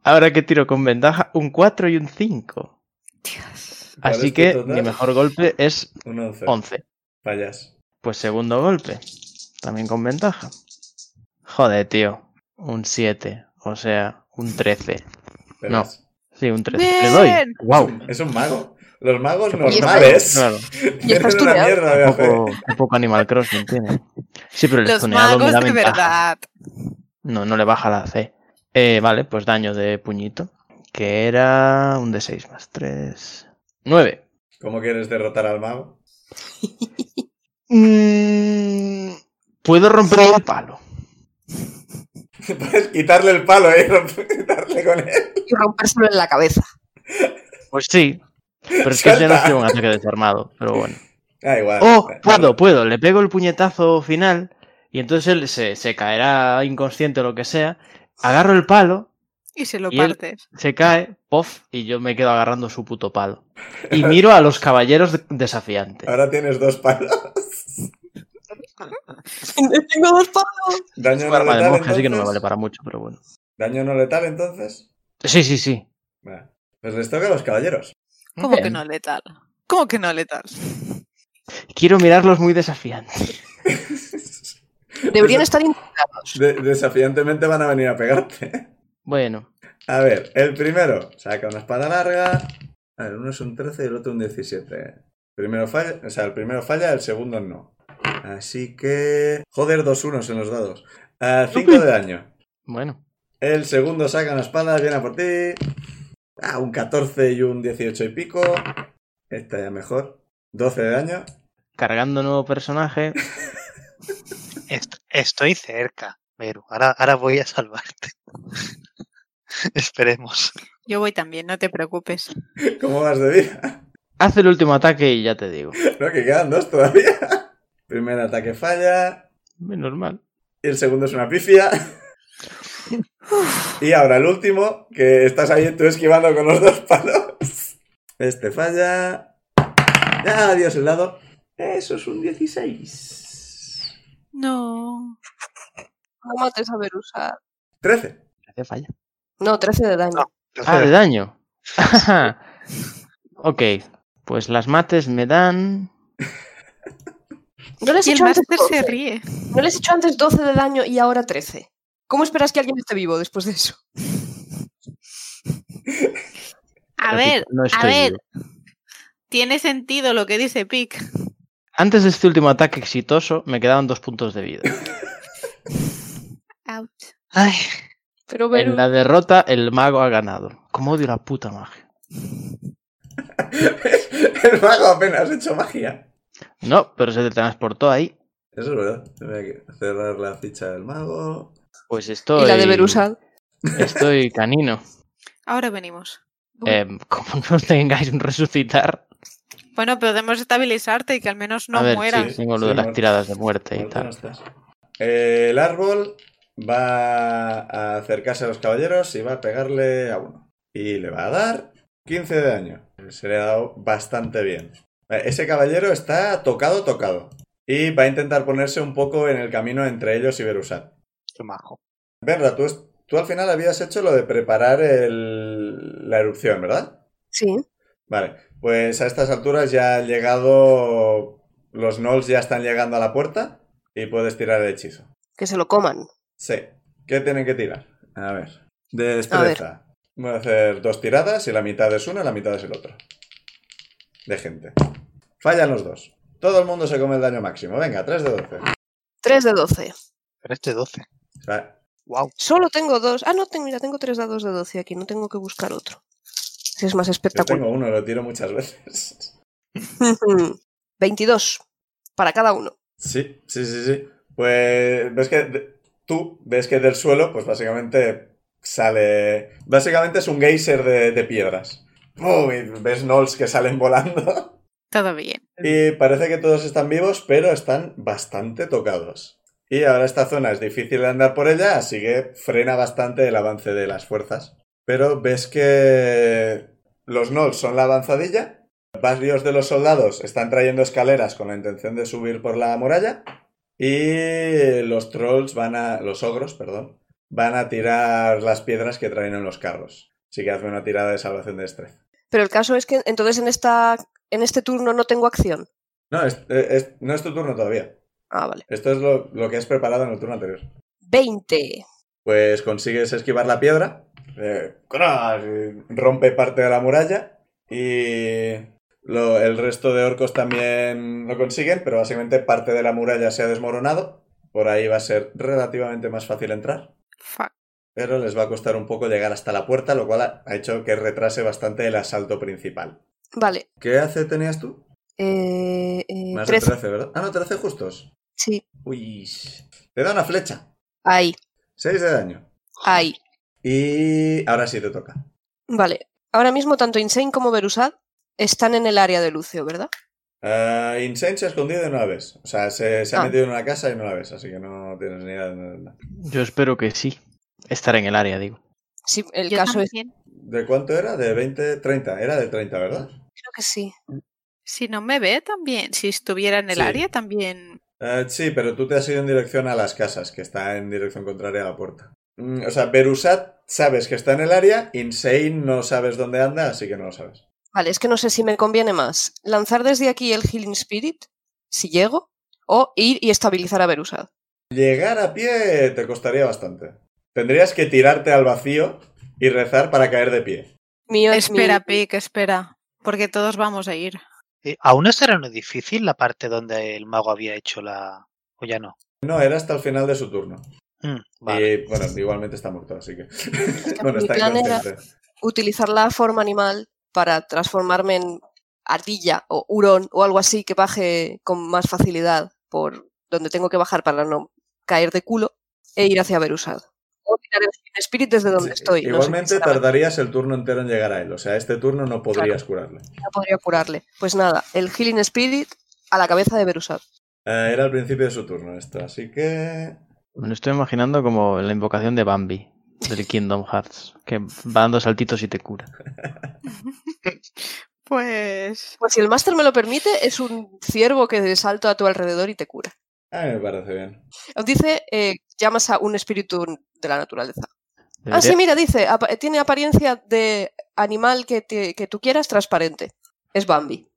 [SPEAKER 1] Ahora que tiro con ventaja, un 4 y un 5.
[SPEAKER 4] Dios.
[SPEAKER 2] ¿Cuál
[SPEAKER 1] Así
[SPEAKER 2] es tu
[SPEAKER 1] que
[SPEAKER 2] total?
[SPEAKER 1] mi mejor golpe es
[SPEAKER 2] Un once.
[SPEAKER 1] 11.
[SPEAKER 2] Fallas.
[SPEAKER 1] Pues segundo golpe. También con ventaja. Joder, tío. Un 7. O sea, un 13.
[SPEAKER 2] Le
[SPEAKER 1] No.
[SPEAKER 2] das.
[SPEAKER 1] Sí, un 13. Le doy.
[SPEAKER 4] Bien.
[SPEAKER 1] ¡Wow!
[SPEAKER 2] Es un mago. Los magos
[SPEAKER 5] pasa?
[SPEAKER 2] normales.
[SPEAKER 1] Claro,
[SPEAKER 5] Y estás
[SPEAKER 2] tienen una
[SPEAKER 5] tuneado.
[SPEAKER 2] mierda de
[SPEAKER 1] un
[SPEAKER 2] hacer.
[SPEAKER 1] poco, un poco Animal Crossing tiene. Sí, pero el
[SPEAKER 4] Los
[SPEAKER 1] estuneado me
[SPEAKER 4] magos
[SPEAKER 1] da
[SPEAKER 4] de
[SPEAKER 1] ventaja.
[SPEAKER 4] verdad.
[SPEAKER 1] No, no le baja la C. Eh, vale, pues daño de puñito. Que era un de 6 más 3. 9.
[SPEAKER 2] ¿Cómo quieres derrotar al mago?
[SPEAKER 4] Mm.
[SPEAKER 1] Puedo romper el palo.
[SPEAKER 2] Puedes quitarle el palo ¿eh? quitarle con él.
[SPEAKER 5] Y rompérselo en la cabeza.
[SPEAKER 1] Pues sí. Pero es que ya no
[SPEAKER 2] Salta.
[SPEAKER 1] tiene un ataque desarmado. Pero bueno.
[SPEAKER 2] Ah, igual.
[SPEAKER 1] Oh, puedo, puedo. Le pego el puñetazo final. Y entonces él se, se caerá inconsciente o lo que sea. Agarro el palo.
[SPEAKER 4] Y se lo
[SPEAKER 1] Y él-
[SPEAKER 4] partes.
[SPEAKER 1] se cae, pof, y yo me quedo agarrando su puto palo. Y miro a los caballeros de- desafiantes.
[SPEAKER 2] Ahora tienes dos palos.
[SPEAKER 5] Tengo dos palos.
[SPEAKER 1] Es
[SPEAKER 2] Daño
[SPEAKER 1] un
[SPEAKER 2] no
[SPEAKER 1] arma de
[SPEAKER 2] letal,
[SPEAKER 1] monje, así que no me vale
[SPEAKER 2] entonces.
[SPEAKER 1] para mucho, pero bueno.
[SPEAKER 2] Daño no letal, entonces.
[SPEAKER 1] Sí, sí, sí.
[SPEAKER 2] Vale. Pues les toca a los caballeros.
[SPEAKER 4] ¿Cómo que
[SPEAKER 1] Bien.
[SPEAKER 4] no letal? ¿Cómo que no letal?
[SPEAKER 1] Quiero mirarlos muy desafiantes.
[SPEAKER 5] Deberían estar indignados.
[SPEAKER 2] De- desafiantemente van a venir a pegarte.
[SPEAKER 1] Bueno,
[SPEAKER 2] A ver, el primero saca una espada larga. A ver, uno es un 13 y el otro un 17. Primero falla, o sea, el primero falla, el segundo no. Así que. Joder, dos unos en los dados. 5 de daño.
[SPEAKER 1] bueno.
[SPEAKER 2] El segundo saca una espada, viene a por ti. Ah, un 14 y un 18 y pico. Esta ya mejor. 12 de daño.
[SPEAKER 1] Cargando nuevo personaje.
[SPEAKER 3] Est- Estoy cerca, Veru. Ahora, ahora voy a salvarte. Esperemos.
[SPEAKER 4] Yo voy también, no te preocupes.
[SPEAKER 2] ¿Cómo vas de vida?
[SPEAKER 1] Hace el último ataque y ya te digo.
[SPEAKER 2] No, que quedan dos todavía. Primer ataque falla.
[SPEAKER 1] Menos mal.
[SPEAKER 2] Y el segundo es una pifia. y ahora el último, que estás ahí tú esquivando con los dos palos. Este falla. Ah, adiós el lado. Eso es un 16.
[SPEAKER 4] No.
[SPEAKER 5] No mates a Verusat.
[SPEAKER 2] 13.
[SPEAKER 1] Hace falla.
[SPEAKER 5] No, 13 de daño.
[SPEAKER 3] No.
[SPEAKER 1] Ah, de daño. ok, pues las mates me dan.
[SPEAKER 5] No les,
[SPEAKER 4] Y
[SPEAKER 5] he
[SPEAKER 4] el
[SPEAKER 5] hecho antes
[SPEAKER 4] máster se
[SPEAKER 5] 12.
[SPEAKER 4] ríe.
[SPEAKER 5] no les he hecho antes 12 de daño y ahora 13. ¿Cómo esperas que alguien esté vivo después de eso?
[SPEAKER 4] A
[SPEAKER 1] Repito,
[SPEAKER 4] ver,
[SPEAKER 1] no
[SPEAKER 4] a
[SPEAKER 1] estoy
[SPEAKER 4] ver.
[SPEAKER 1] vivo.
[SPEAKER 4] Tiene sentido lo que dice Pic.
[SPEAKER 1] Antes de este último ataque exitoso, me quedaban dos puntos de vida.
[SPEAKER 4] Out.
[SPEAKER 3] Ay,
[SPEAKER 5] Pero
[SPEAKER 1] En la derrota, el mago ha ganado. Como odio la puta magia.
[SPEAKER 2] El mago apenas ha hecho magia.
[SPEAKER 1] No, pero se te transportó ahí.
[SPEAKER 2] Eso es verdad. Tenía que cerrar la ficha del mago.
[SPEAKER 1] Pues estoy.
[SPEAKER 5] Y la de Berusal.
[SPEAKER 1] Estoy canino.
[SPEAKER 4] Ahora venimos.
[SPEAKER 1] Em, como no tengáis un resucitar.
[SPEAKER 4] Bueno, podemos estabilizarte y que al menos no
[SPEAKER 1] a ver,
[SPEAKER 4] mueran.
[SPEAKER 1] sí, tengo lo
[SPEAKER 2] Sí,
[SPEAKER 1] de
[SPEAKER 2] muerte.
[SPEAKER 1] las tiradas de muerte y
[SPEAKER 2] Muerto no
[SPEAKER 1] tal.
[SPEAKER 2] estás. Eh, el árbol va a acercarse a los caballeros y va a pegarle a uno. Y le va a dar 15 de daño. Se le ha dado bastante bien. Eh, Ese caballero está tocado, tocado. Y va a intentar ponerse un poco en el camino entre ellos y Berusat.
[SPEAKER 3] Qué majo.
[SPEAKER 2] Berra, tú, es- tú al final habías hecho lo de preparar el- la erupción, ¿verdad?
[SPEAKER 5] Sí.
[SPEAKER 2] Vale, pues a estas alturas ya han llegado. Los Knolls ya están llegando a la puerta y puedes tirar el hechizo.
[SPEAKER 5] Que se lo coman.
[SPEAKER 2] Sí. ¿Qué tienen que tirar? A ver. Destreza. Voy a hacer dos tiradas y la mitad es una y la mitad es el otro. De gente. Fallan los dos. Todo el mundo se come el daño máximo. Venga, 3 de 12.
[SPEAKER 5] 3 de 12.
[SPEAKER 3] Pero este 12.
[SPEAKER 2] Va-
[SPEAKER 3] Wow.
[SPEAKER 5] Solo tengo dos. Ah, no, tengo, mira, tengo tres dados de 12 aquí. No tengo que buscar otro. Si es más
[SPEAKER 2] Yo
[SPEAKER 5] espectacular.
[SPEAKER 2] tengo uno, lo tiro muchas veces.
[SPEAKER 5] 22. Para cada uno.
[SPEAKER 2] Sí, sí, sí, sí. Pues ves que de- tú ves que del suelo, pues básicamente sale. Básicamente es un geyser de, de piedras. ¡Pum! Y ves Knolls que salen volando.
[SPEAKER 4] Todo bien.
[SPEAKER 2] Y parece que todos están vivos, pero están bastante tocados. Y ahora esta zona es difícil de andar por ella, así que frena bastante el avance de las fuerzas. Pero ves que los Knolls son la avanzadilla, varios de los soldados están trayendo escaleras con la intención de subir por la muralla y los trolls van a... los ogros, perdón, van a tirar las piedras que traen en los carros. Así que hazme una tirada de salvación de destreza.
[SPEAKER 5] Pero el caso es que entonces en, esta, en este turno no tengo acción.
[SPEAKER 2] No, es- es- no es tu turno todavía.
[SPEAKER 5] Ah, vale.
[SPEAKER 2] Esto es lo, lo que has preparado en el turno anterior.
[SPEAKER 5] 20.
[SPEAKER 2] Pues consigues esquivar la piedra, eh, ¡crash! eh, rompe parte de la muralla y lo- el resto de orcos también lo consiguen, pero básicamente parte de la muralla se ha desmoronado. Por ahí va a ser relativamente más fácil entrar,
[SPEAKER 4] Fuck.
[SPEAKER 2] pero les va a costar un poco llegar hasta la puerta, lo cual ha- ha hecho que retrase bastante el asalto principal.
[SPEAKER 5] Vale.
[SPEAKER 2] ¿Qué hace tenías tú?
[SPEAKER 5] Eh, eh,
[SPEAKER 2] Más
[SPEAKER 5] 13.
[SPEAKER 2] de 13, ¿verdad? Ah, no, 13 justos.
[SPEAKER 5] Sí.
[SPEAKER 2] Uy. Te da una flecha.
[SPEAKER 5] Ahí.
[SPEAKER 2] 6 de daño.
[SPEAKER 5] Ahí.
[SPEAKER 2] Y ahora sí te toca.
[SPEAKER 5] Vale. Ahora mismo tanto Insane como Berusad están en el área de Lucio, ¿verdad?
[SPEAKER 2] Ah, Insane se ha escondido y no la ves. O sea, se, se ha
[SPEAKER 5] Ah.
[SPEAKER 2] metido en una casa y no la ves, así que no tienes ni idea de dónde anda.
[SPEAKER 1] Yo espero que sí. Estar en el área, digo.
[SPEAKER 5] Sí, el
[SPEAKER 4] Yo
[SPEAKER 5] caso
[SPEAKER 4] también.
[SPEAKER 2] ¿De cuánto era? ¿De 20? 30. Era de 30, ¿verdad?
[SPEAKER 5] es creo que sí.
[SPEAKER 4] Si no me ve, también. Si estuviera en el
[SPEAKER 2] Sí.
[SPEAKER 4] área, también.
[SPEAKER 2] Ah, sí, pero tú te has ido en dirección a las casas, que está en dirección contraria a la puerta. Mm, o sea, Berusat sabes que está en el área, Insane no sabes dónde anda, así que no lo sabes.
[SPEAKER 5] Vale, es que no sé si me conviene más lanzar desde aquí el Healing Spirit, si llego, o ir y estabilizar a Berusad.
[SPEAKER 2] Llegar a pie te costaría bastante. Tendrías que tirarte al vacío y rezar para caer de pie.
[SPEAKER 5] Mío es mi-
[SPEAKER 4] Espera, Pic, espera. Porque todos vamos a ir.
[SPEAKER 3] Eh, ¿Aún esa era no difícil la parte donde el mago había hecho la. O ya no.
[SPEAKER 2] No, era hasta el final de su turno.
[SPEAKER 3] Mm, vale.
[SPEAKER 2] Y bueno, igualmente está muerto, así que.
[SPEAKER 5] que
[SPEAKER 2] bueno,
[SPEAKER 5] mi
[SPEAKER 2] está
[SPEAKER 5] plan era-
[SPEAKER 2] inconsciente.
[SPEAKER 5] utilizar la forma animal para transformarme en ardilla o hurón o algo así que baje con más facilidad por donde tengo que bajar para no caer de culo e ir hacia Berusad. Puedo tirar el Healing Spirit desde donde
[SPEAKER 2] Sí,
[SPEAKER 5] estoy. no sé
[SPEAKER 2] Igualmente
[SPEAKER 5] si estaba-
[SPEAKER 2] tardarías el turno entero en llegar a él. O sea, este turno no podrías curarle.
[SPEAKER 5] no podría curarle. Pues nada, el Healing Spirit a la cabeza de Berusat.
[SPEAKER 2] Eh, era al principio de su turno esto, así que.
[SPEAKER 1] Me lo estoy imaginando como la invocación de Bambi del Kingdom Hearts, que va dando saltitos y te cura.
[SPEAKER 4] Pues.
[SPEAKER 5] Pues si el máster me lo permite, es un ciervo que salta a tu alrededor y te cura.
[SPEAKER 2] A mí me parece bien.
[SPEAKER 5] Dice, eh, llamas a un espíritu de la naturaleza. Ah,
[SPEAKER 1] Debería-
[SPEAKER 5] sí, mira, dice, apa- tiene apariencia de animal que, te- que tú quieras transparente. Es Bambi,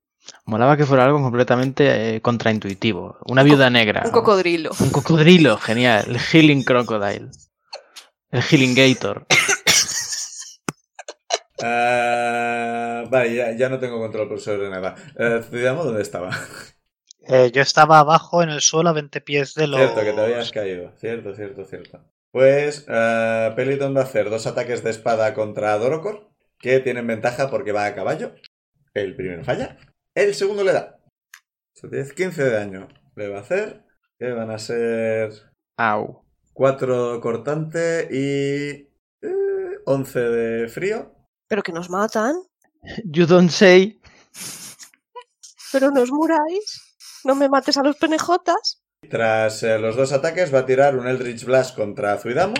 [SPEAKER 1] Molaba que fuera algo completamente eh, contraintuitivo. Una viuda negra.
[SPEAKER 5] un cocodrilo.
[SPEAKER 1] Un cocodrilo, genial. El Healing Crocodile. El Healing Gator.
[SPEAKER 2] Ah, vale, ya, ya no tengo control por sobre nada. Eh, digamos dónde estaba.
[SPEAKER 3] Eh, yo estaba abajo en el suelo a 20 pies de los.
[SPEAKER 2] Cierto, que te habías caído. Cierto, cierto, cierto. Pues eh, Peliton va a hacer dos ataques de espada contra Dorocor, que tienen ventaja porque va a caballo. El primero falla. El segundo le da. 10, 15 de daño. Le va a hacer. Que van a ser
[SPEAKER 1] Au.
[SPEAKER 2] 4 cortante y eh, 11 de frío.
[SPEAKER 5] Pero que nos matan.
[SPEAKER 1] You don't say.
[SPEAKER 5] Pero nos muráis. No me mates a los penejotas.
[SPEAKER 2] Tras eh, los dos ataques va a tirar un Eldritch Blast contra Zuidamo.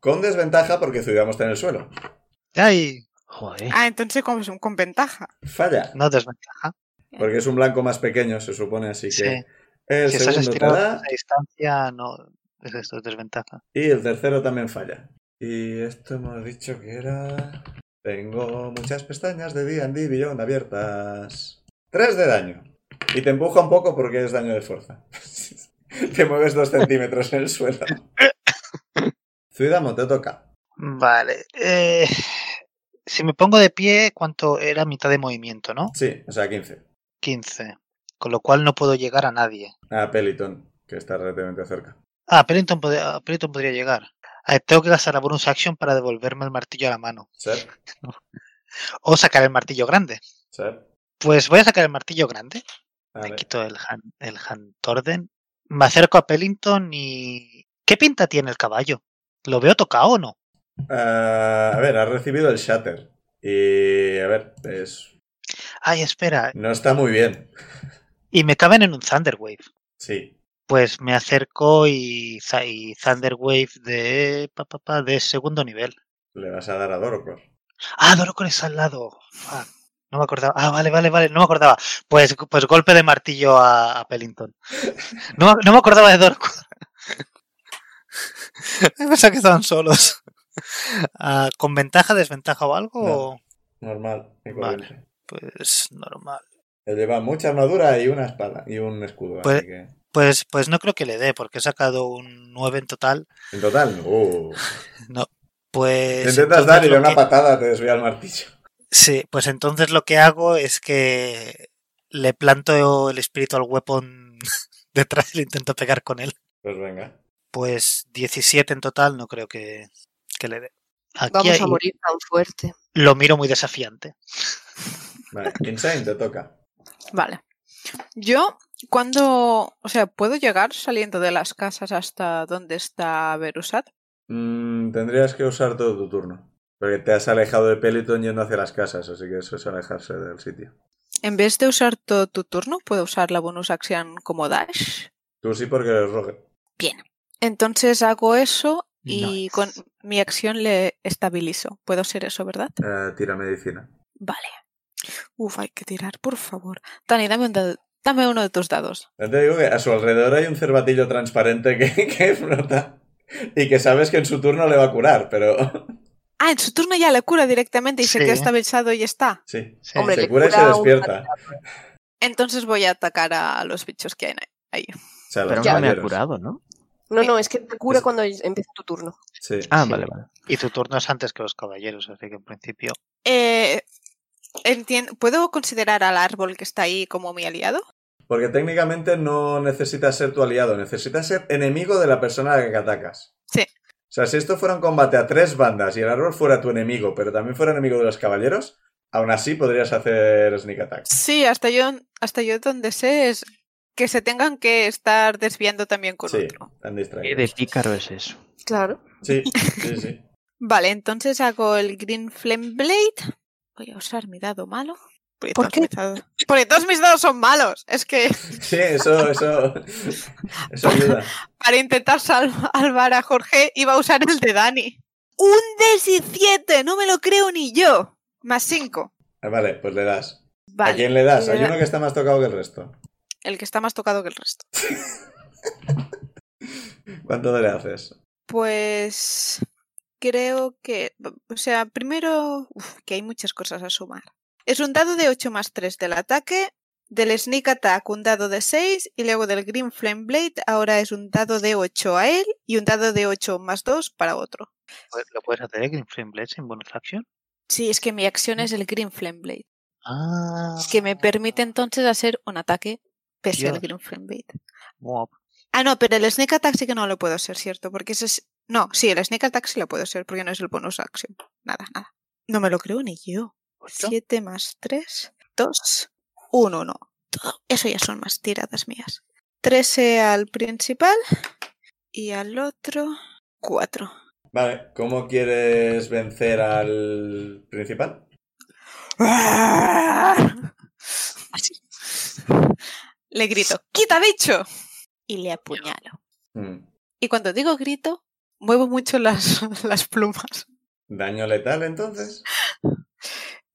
[SPEAKER 2] Con desventaja porque Zuidamo está en el suelo.
[SPEAKER 3] ¡Ay!
[SPEAKER 1] Joder.
[SPEAKER 4] Ah, entonces como son con ventaja.
[SPEAKER 2] Falla.
[SPEAKER 3] No desventaja.
[SPEAKER 2] Porque es un blanco más pequeño, se supone, así que...
[SPEAKER 3] Sí.
[SPEAKER 2] El
[SPEAKER 3] si estás
[SPEAKER 2] segundo te
[SPEAKER 3] estirado
[SPEAKER 2] da
[SPEAKER 3] a distancia, no. Es esto es desventaja.
[SPEAKER 2] y el tercero también falla. Y esto hemos dicho que era... Tengo muchas pestañas de D&D Beyond abiertas. 3 de daño. Y te empuja un poco porque es daño de fuerza. te mueves 2 centímetros en el suelo. Zuidamo, te toca.
[SPEAKER 3] Mm, Vale. eh, si me pongo de pie, ¿cuánto era mitad de movimiento, no?
[SPEAKER 2] Sí, o sea, 15.
[SPEAKER 3] 15. Con lo cual no puedo llegar a nadie.
[SPEAKER 2] Ah, Peliton, que está relativamente cerca.
[SPEAKER 3] Ah, Pellington, pod- ah, Pellington podría llegar. Ah, tengo que gastar la bonus action para devolverme el martillo a la mano.
[SPEAKER 2] Sep,
[SPEAKER 3] O sacar el martillo grande.
[SPEAKER 2] sep.
[SPEAKER 3] Pues voy a sacar el martillo grande.
[SPEAKER 2] Vale.
[SPEAKER 3] Me quito el Han, el Han Torden. Me acerco a Pellington y. ¿Qué pinta tiene el caballo? ¿Lo veo tocado o no?
[SPEAKER 2] Ah, a ver, has recibido el Shatter. Y a ver, es...
[SPEAKER 3] Ay, espera.
[SPEAKER 2] no está muy bien.
[SPEAKER 3] Y me caben en un Thunderwave.
[SPEAKER 2] Sí.
[SPEAKER 3] Pues me acerco y, za- y Thunderwave de, pa, pa, pa, de segundo nivel.
[SPEAKER 2] Le vas a dar a Dorocor.
[SPEAKER 3] Ah, Dorocor es al lado. Fuck, no me acordaba. Ah, vale, vale, vale. No me acordaba. Pues, pues golpe de martillo a, a Pellington. No, me- no me acordaba de Dorocor. He pensado que estaban solos. Ah, ¿Con ventaja, desventaja o algo?
[SPEAKER 2] No.
[SPEAKER 3] o-
[SPEAKER 2] Normal. y
[SPEAKER 3] Vale.
[SPEAKER 2] corriente.
[SPEAKER 3] Pues normal.
[SPEAKER 2] Él lleva mucha armadura y una espada y un escudo.
[SPEAKER 3] Pues-
[SPEAKER 2] así que-
[SPEAKER 3] Pues, pues no creo que le dé, porque he sacado un 9 en total.
[SPEAKER 2] En total, no.
[SPEAKER 3] Pues.
[SPEAKER 2] Te intentas
[SPEAKER 3] entonces
[SPEAKER 2] dar y
[SPEAKER 3] lo
[SPEAKER 2] de una
[SPEAKER 3] que-
[SPEAKER 2] patada te desvía el martillo.
[SPEAKER 3] Sí, pues entonces lo que hago es que le planto el espíritu al weapon detrás y le intento pegar con él.
[SPEAKER 2] Pues venga.
[SPEAKER 3] Pues 17 en total, no creo que, que le dé. Aquí
[SPEAKER 5] Vamos
[SPEAKER 3] hay-
[SPEAKER 5] a morir tan fuerte.
[SPEAKER 3] lo miro muy desafiante.
[SPEAKER 2] Vale. Insane, te toca.
[SPEAKER 4] Vale. Yo, cuando. O sea, ¿puedo llegar saliendo de las casas hasta donde está Berusat?
[SPEAKER 2] Mm, tendrías que usar todo tu turno. Porque te has alejado de Peliton yendo hacia las casas, así que eso es alejarse del sitio.
[SPEAKER 4] En vez de usar todo tu turno, puedo usar la bonus acción como dash.
[SPEAKER 2] Tú sí porque eres rogue.
[SPEAKER 4] Bien. Entonces hago eso y con mi acción le estabilizo. Puedo hacer eso, ¿verdad?
[SPEAKER 2] Eh, tira medicina.
[SPEAKER 4] Vale. Uf, hay que tirar, por favor. Dani, dame, un dado- dame uno de tus dados.
[SPEAKER 2] Ya te digo que a su alrededor hay un cervatillo transparente que, que flota y que sabes que en su turno le va a curar, pero
[SPEAKER 4] Ah, en su turno ya le cura directamente y se
[SPEAKER 3] Sí.
[SPEAKER 4] queda estabilizado y ya está.
[SPEAKER 2] sí.
[SPEAKER 3] Sí.
[SPEAKER 5] Hombre,
[SPEAKER 2] se
[SPEAKER 5] le
[SPEAKER 2] cura y se
[SPEAKER 5] cura un
[SPEAKER 2] despierta.
[SPEAKER 4] Entonces voy a atacar a los bichos que hay ahí.
[SPEAKER 2] O sea, los
[SPEAKER 1] Pero no me ha
[SPEAKER 2] caballeros.
[SPEAKER 1] curado, ¿no?
[SPEAKER 5] No, no, es que te cura
[SPEAKER 2] Es-
[SPEAKER 5] cuando empieza tu turno.
[SPEAKER 2] Sí.
[SPEAKER 1] Ah,
[SPEAKER 3] Sí.
[SPEAKER 1] vale, vale.
[SPEAKER 3] Y tu turno es antes que los caballeros, así que en principio.
[SPEAKER 4] Eh, entien- ¿Puedo considerar al árbol que está ahí como mi aliado?
[SPEAKER 2] Porque técnicamente no necesitas ser tu aliado, necesitas ser enemigo de la persona a la que atacas.
[SPEAKER 4] Sí.
[SPEAKER 2] O sea, si esto fuera un combate a tres bandas y el árbol fuera tu enemigo, pero también fuera enemigo de los caballeros, aún así podrías hacer sneak attack.
[SPEAKER 4] Sí, hasta yo, hasta yo donde sé es que se tengan que estar desviando también con
[SPEAKER 2] Sí,
[SPEAKER 4] otro.
[SPEAKER 1] ¿Qué
[SPEAKER 2] tan
[SPEAKER 1] de
[SPEAKER 2] distraídos.
[SPEAKER 1] pícaro es eso?
[SPEAKER 5] Claro.
[SPEAKER 2] Sí, sí, sí.
[SPEAKER 4] Vale, entonces hago el Green Flame Blade. Voy a usar mi dado malo. Porque
[SPEAKER 5] ¿Por
[SPEAKER 4] todos
[SPEAKER 5] qué?
[SPEAKER 4] mis dados- Porque todos mis dados son malos. Es que
[SPEAKER 2] Sí, eso, eso. Eso ayuda.
[SPEAKER 4] para intentar sal- salvar a Jorge iba a usar el de Dani. ¡Un 17! No me lo creo ni yo. Más 5.
[SPEAKER 2] Ah, Vale, pues le das.
[SPEAKER 4] Vale.
[SPEAKER 2] ¿A quién le das?
[SPEAKER 4] Le
[SPEAKER 2] Hay
[SPEAKER 4] da-
[SPEAKER 2] uno que está más tocado que el resto.
[SPEAKER 4] El que está más tocado que el resto.
[SPEAKER 2] ¿Cuánto le haces?
[SPEAKER 4] Pues creo que, o sea, primero, uf, que hay muchas cosas a sumar. Es un dado de 8 más 3 del ataque, del sneak attack un dado de 6 y luego del green flame blade ahora es un dado de 8 a él y un dado de 8 más 2 para otro.
[SPEAKER 3] Pues, ¿Lo puedes hacer eh, Green Flame Blade sin bonus action?
[SPEAKER 4] Sí, es que mi acción es el green flame blade,
[SPEAKER 3] Ah.
[SPEAKER 4] que me permite entonces hacer un ataque pese al
[SPEAKER 3] Dios.
[SPEAKER 4] green flame blade.
[SPEAKER 3] Wow.
[SPEAKER 4] Ah, no, pero el sneak attack sí que no lo puedo hacer, ¿cierto? Porque ese es... No, sí, el sneak attack sí lo puedo hacer porque no es el bonus action. Nada, nada. No me lo creo ni yo.
[SPEAKER 3] ¿Ocho?
[SPEAKER 4] 7 más 3, 2, 1, no. Todo. Eso ya son más tiradas mías. 13 al principal y al otro 4.
[SPEAKER 2] Vale, ¿cómo quieres vencer al principal?
[SPEAKER 4] Le grito, quita bicho. Y le apuñalo.
[SPEAKER 2] Mm.
[SPEAKER 4] Y cuando digo grito, muevo mucho las, las plumas.
[SPEAKER 2] ¿Daño letal entonces?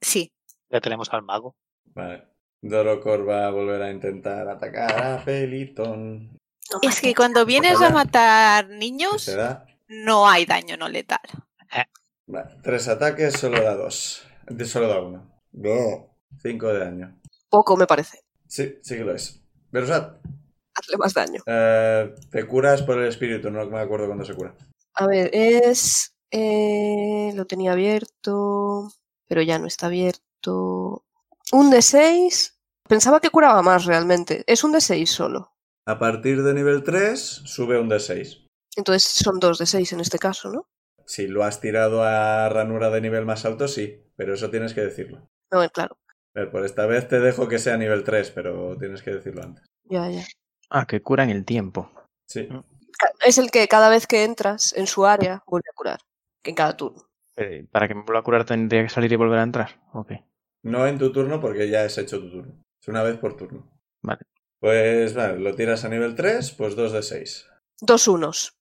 [SPEAKER 4] Sí,
[SPEAKER 3] Ya tenemos al mago.
[SPEAKER 2] Vale. Dorocor va a volver a intentar atacar a Peliton.
[SPEAKER 4] es que cuando vienes
[SPEAKER 2] Ojalá.
[SPEAKER 4] a matar
[SPEAKER 2] ¿Qué
[SPEAKER 4] niños,
[SPEAKER 2] se da?
[SPEAKER 4] no hay daño no letal.
[SPEAKER 2] Vale. Tres ataques, solo da dos. De- Solo da uno. No. Cinco de daño.
[SPEAKER 5] Poco me parece.
[SPEAKER 2] Sí, sí que lo es. Verusat,
[SPEAKER 5] Hazle más daño.
[SPEAKER 2] eh, te curas por el espíritu, no me acuerdo cuándo se cura.
[SPEAKER 5] A ver, es. eh, lo tenía abierto, pero ya no está abierto. Un D6. Pensaba que curaba más realmente. Es un D6 solo.
[SPEAKER 2] A partir de nivel 3, sube un D6.
[SPEAKER 5] Entonces son dos D6 en este caso, ¿no?
[SPEAKER 2] Si lo has tirado a ranura de nivel más alto, sí, pero eso tienes que decirlo.
[SPEAKER 5] A ver, eh, claro.
[SPEAKER 2] A ver, por esta vez te dejo que sea nivel 3, pero tienes que decirlo antes.
[SPEAKER 5] Ya, ya.
[SPEAKER 1] Ah, que curan el tiempo.
[SPEAKER 2] Sí.
[SPEAKER 5] Ca- Es el que cada vez que entras en su área vuelve a curar. Que en cada turno.
[SPEAKER 1] Eh, Para que me vuelva a curar tendría que salir y volver a entrar. Ok.
[SPEAKER 2] No en tu turno porque ya has hecho tu turno. Es una vez por turno.
[SPEAKER 1] Vale.
[SPEAKER 2] Pues vale, lo tiras a nivel 3, pues 2 de 6.
[SPEAKER 5] Dos unos.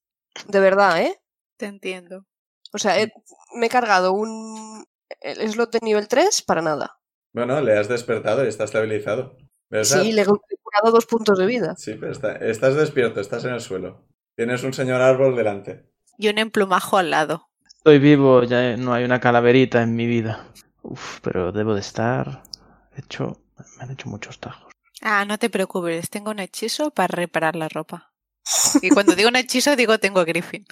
[SPEAKER 5] De verdad, ¿eh?
[SPEAKER 4] Te entiendo.
[SPEAKER 5] O sea, he- me he cargado un el slot de nivel 3 para nada.
[SPEAKER 2] Bueno, le has despertado y está estabilizado. Pero, o sea,
[SPEAKER 5] Sí, le he curado dos puntos de vida.
[SPEAKER 2] sí, pero está- estás despierto, estás en el suelo. Tienes un señor árbol delante.
[SPEAKER 4] Y un emplumajo al lado.
[SPEAKER 1] Estoy vivo, ya no hay una calaverita en mi vida. Uf, pero debo de estar hecho... Me han hecho muchos tajos.
[SPEAKER 4] Ah, no te preocupes, tengo un hechizo para reparar la ropa. Y cuando digo un hechizo, digo tengo a Griffin.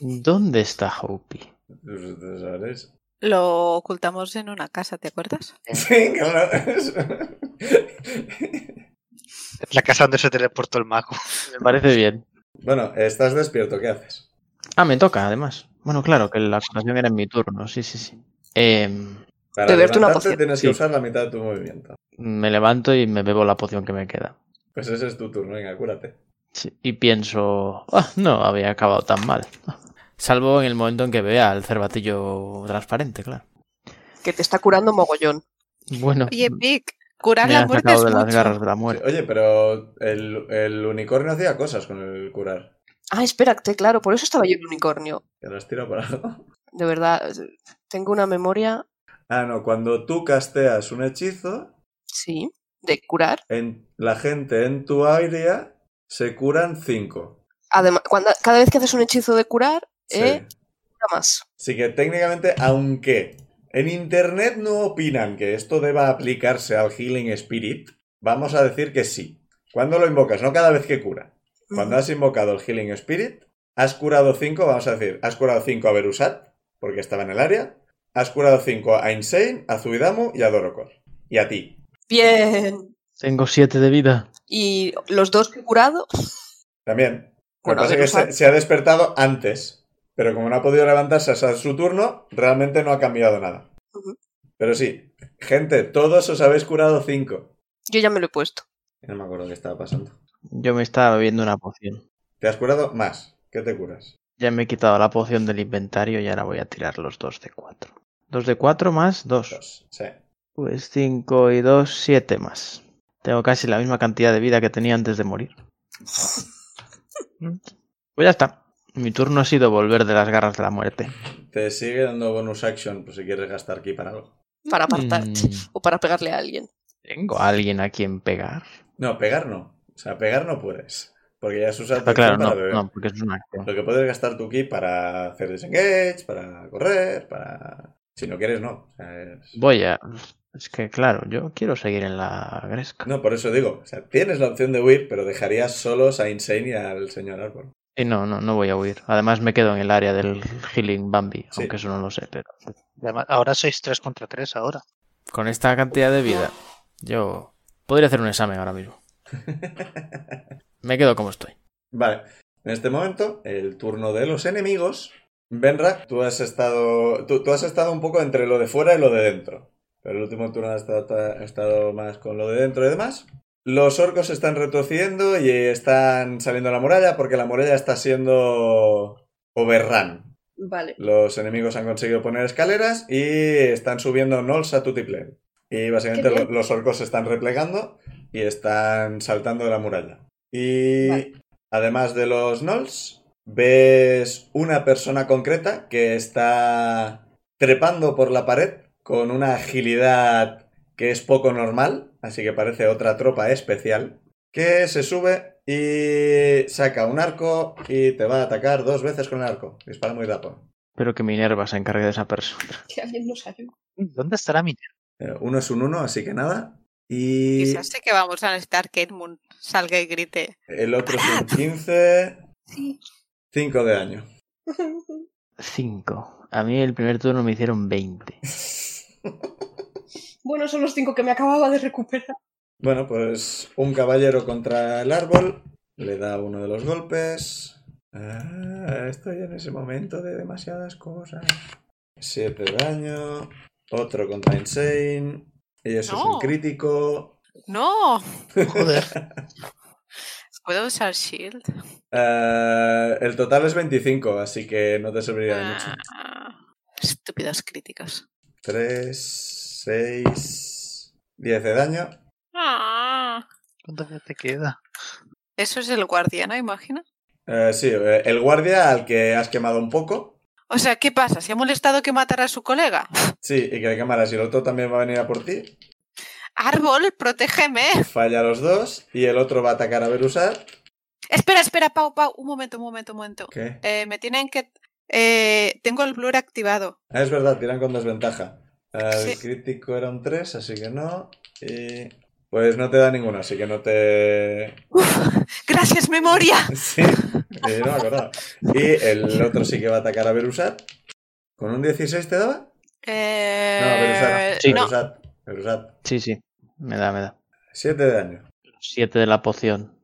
[SPEAKER 1] ¿Dónde está Hopi?
[SPEAKER 2] Pues, ¿Sabes?
[SPEAKER 4] Lo ocultamos en una casa, ¿te acuerdas?
[SPEAKER 2] Sí, claro.
[SPEAKER 3] La casa donde se teleportó el mago.
[SPEAKER 1] Me parece bien.
[SPEAKER 2] bueno, estás despierto, ¿qué haces?
[SPEAKER 1] Ah, me toca, además. Bueno, claro, que la curación era en mi turno, sí, sí, sí. Em,
[SPEAKER 2] Para
[SPEAKER 5] Beberte una
[SPEAKER 2] levantarte
[SPEAKER 5] poción.
[SPEAKER 2] tienes que
[SPEAKER 1] Sí.
[SPEAKER 2] usar la mitad de tu movimiento.
[SPEAKER 1] me levanto y me bebo la poción que me queda.
[SPEAKER 2] Pues ese es tu turno, venga, cúrate.
[SPEAKER 1] Sí, y pienso, "Ah, no había acabado tan mal. Salvo en el momento en que vea el cervatillo transparente, claro.
[SPEAKER 5] Que te está curando mogollón.
[SPEAKER 1] Bueno,
[SPEAKER 4] Oye, Vic, curar
[SPEAKER 1] me
[SPEAKER 4] la
[SPEAKER 1] han
[SPEAKER 4] muerte
[SPEAKER 1] sacado
[SPEAKER 4] es
[SPEAKER 1] de las
[SPEAKER 4] mucho.
[SPEAKER 1] garras de la
[SPEAKER 2] Sí,
[SPEAKER 1] muerte.
[SPEAKER 2] Oye, pero el, el unicornio hacía cosas con el curar.
[SPEAKER 5] Ah, espérate, claro, por eso estaba yo en unicornio.
[SPEAKER 2] ¿Que lo has tirado para algo?
[SPEAKER 5] De verdad, tengo una memoria,
[SPEAKER 2] Ah, no, cuando tú casteas un hechizo,
[SPEAKER 5] sí, de curar.
[SPEAKER 2] en, la gente en tu área se curan 5.
[SPEAKER 5] Además, cuando, cada vez que haces un hechizo de curar, eh,
[SPEAKER 2] Sí.
[SPEAKER 5] cura más.
[SPEAKER 2] Así que técnicamente, aunque en internet no opinan que esto deba aplicarse al Healing Spirit, vamos a decir que sí. Cuando lo invocas, no cada vez que cura. Cuando
[SPEAKER 5] Mm.
[SPEAKER 2] has invocado el Healing Spirit, has curado 5, vamos a decir, has curado 5 a Berusat, porque estaba en el área. Has curado 5 a Insane, a Zuidamu y a Dorokor. Y a ti.
[SPEAKER 5] Bien.
[SPEAKER 1] Tengo siete de vida.
[SPEAKER 5] Y los dos que he curado,
[SPEAKER 2] También. Lo que
[SPEAKER 5] Bueno,
[SPEAKER 2] pasa es que
[SPEAKER 5] Berusat.
[SPEAKER 2] se, se ha despertado antes, pero como no ha podido levantarse hasta su turno, realmente no ha cambiado nada.
[SPEAKER 5] Ujú.
[SPEAKER 2] Pero sí, gente, todos os habéis curado 5.
[SPEAKER 5] yo ya me lo he puesto.
[SPEAKER 2] No me acuerdo qué estaba pasando.
[SPEAKER 1] Yo me estaba bebiendo una poción.
[SPEAKER 2] Te has curado más. ¿Qué te curas?
[SPEAKER 1] Ya me he quitado la poción del inventario y ahora voy a tirar los dos de cuatro. Dos de cuatro más dos.
[SPEAKER 2] Dos. Sí.
[SPEAKER 1] Pues cinco y dos, siete más. Tengo casi la misma cantidad de vida que tenía antes de morir. Pues ya está. Mi turno ha sido volver de las garras de la muerte.
[SPEAKER 2] Te sigue dando bonus action por si quieres gastar aquí para algo.
[SPEAKER 5] Para apartarte
[SPEAKER 1] Mm.
[SPEAKER 5] o para pegarle a alguien.
[SPEAKER 1] Tengo a alguien a quien pegar.
[SPEAKER 2] No, pegar no. O sea, pegar no puedes. Porque ya has usado
[SPEAKER 1] Está
[SPEAKER 2] tu
[SPEAKER 1] Ah, claro,
[SPEAKER 2] acción para
[SPEAKER 1] no,
[SPEAKER 2] beber.
[SPEAKER 1] no, porque es una acción.
[SPEAKER 2] Lo que puedes gastar tu ki para hacer disengage, para correr, para... Si no quieres, no. O sea, es-
[SPEAKER 1] Voy a. Es que claro, yo quiero seguir en la gresca.
[SPEAKER 2] No, por eso digo, o sea, tienes la opción de huir, pero dejarías solos a Insane y al señor Árbol.
[SPEAKER 1] Y no, no, no voy a huir. Además me quedo en el área del healing Bambi,
[SPEAKER 2] Sí.
[SPEAKER 1] aunque eso no lo sé, pero.
[SPEAKER 3] Y además, ahora sois 3 contra 3 ahora.
[SPEAKER 1] Con esta cantidad de vida, yo podría hacer un examen ahora mismo. Me quedo como estoy.
[SPEAKER 2] Vale, en este momento, el turno de los enemigos. Benra, tú has estado. Tú, tú has estado un poco entre lo de fuera y lo de dentro. Pero el último turno has estado, has estado más con lo de dentro y demás. Los orcos se están retrocediendo y están saliendo a la muralla porque la muralla está siendo overrun.
[SPEAKER 5] Vale.
[SPEAKER 2] Los enemigos han conseguido poner escaleras y están subiendo Nols a Tutiplén. Y básicamente
[SPEAKER 5] Qué
[SPEAKER 2] lo-
[SPEAKER 5] bien.
[SPEAKER 2] los orcos se están replegando y están saltando de la muralla. Y
[SPEAKER 5] Vale.
[SPEAKER 2] además de los Nols, ves una persona concreta que está trepando por la pared con una agilidad que es poco normal, así que parece otra tropa especial, que se sube y saca un arco y te va a atacar dos veces con el arco. Dispara muy rápido.
[SPEAKER 1] Espero que Minerva se encargue de esa persona.
[SPEAKER 5] Que alguien nos ayude.
[SPEAKER 3] ¿Dónde estará mi
[SPEAKER 2] Eh, Uno es un uno, así que nada. Y
[SPEAKER 4] Quizás sí que vamos a necesitar que Edmund salga y grite.
[SPEAKER 2] el otro es un 15, 5 de daño.
[SPEAKER 1] Cinco. A mí el primer turno me hicieron 20.
[SPEAKER 5] Bueno, son los cinco que me acababa de recuperar.
[SPEAKER 2] Bueno, pues un caballero contra el árbol le da uno de los golpes. Ah, estoy en ese momento de demasiadas cosas. Siete de daño. Otro contra Insane. Y eso es un
[SPEAKER 4] No.
[SPEAKER 2] crítico.
[SPEAKER 4] ¡No!
[SPEAKER 3] Joder.
[SPEAKER 4] ¿Puedo usar Shield?
[SPEAKER 2] Ah, el total es 25, así que no te serviría de mucho.
[SPEAKER 4] Ah, estúpidos críticos.
[SPEAKER 2] 3, 6, 10 de daño.
[SPEAKER 4] Ah,
[SPEAKER 3] ¿Cuánto te queda?
[SPEAKER 4] eso es el guardián, ¿no? Imagino.
[SPEAKER 2] Eh, sí, eh, el guardia al que has quemado un poco.
[SPEAKER 4] O sea, ¿qué pasa? ¿Se ha molestado que matara a su colega?
[SPEAKER 2] Sí, y que le quemaras. Y el otro también va a venir a por ti.
[SPEAKER 4] Árbol, protégeme.
[SPEAKER 2] Falla los dos y el otro va a atacar a Berusat.
[SPEAKER 4] Espera, espera, Pau, Pau. Un momento, un momento, un momento.
[SPEAKER 2] ¿Qué?
[SPEAKER 4] Eh, me tienen que... eh, tengo el blur activado.
[SPEAKER 2] Ah, es verdad, tiran con desventaja. El
[SPEAKER 4] Sí.
[SPEAKER 2] crítico era un 3, así que no. Y... Pues no te da ninguno, así que no te...
[SPEAKER 4] Gracias, memoria.
[SPEAKER 2] Sí, eh, no me acordaba. Y el otro sí que va a atacar a Berusat. ¿Con un 16 te daba? No,
[SPEAKER 4] Eh,
[SPEAKER 2] Berusat.
[SPEAKER 1] sí.
[SPEAKER 4] no,
[SPEAKER 2] Berusat. Berusat.
[SPEAKER 1] Sí, sí. Me da, me da.
[SPEAKER 2] 7 de daño.
[SPEAKER 1] Los siete de la poción.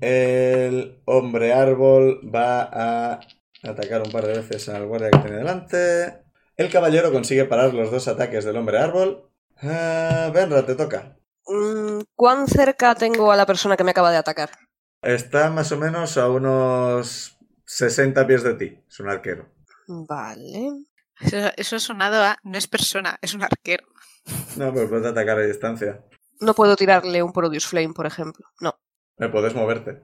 [SPEAKER 2] El hombre árbol va a atacar un par de veces al guardia que tiene delante. El caballero consigue parar los dos ataques del hombre árbol. Ah, Benra, te toca.
[SPEAKER 5] Mm, ¿Cuán cerca tengo a la persona que me acaba de atacar?
[SPEAKER 2] Está más o menos a unos 60 pies de ti. Es un arquero.
[SPEAKER 5] Vale.
[SPEAKER 4] eso, eso ha sonado a... No es persona, es un arquero.
[SPEAKER 2] No, pero puedes atacar a distancia.
[SPEAKER 5] No puedo tirarle un Produce Flame, por ejemplo. No.
[SPEAKER 2] Me puedes moverte.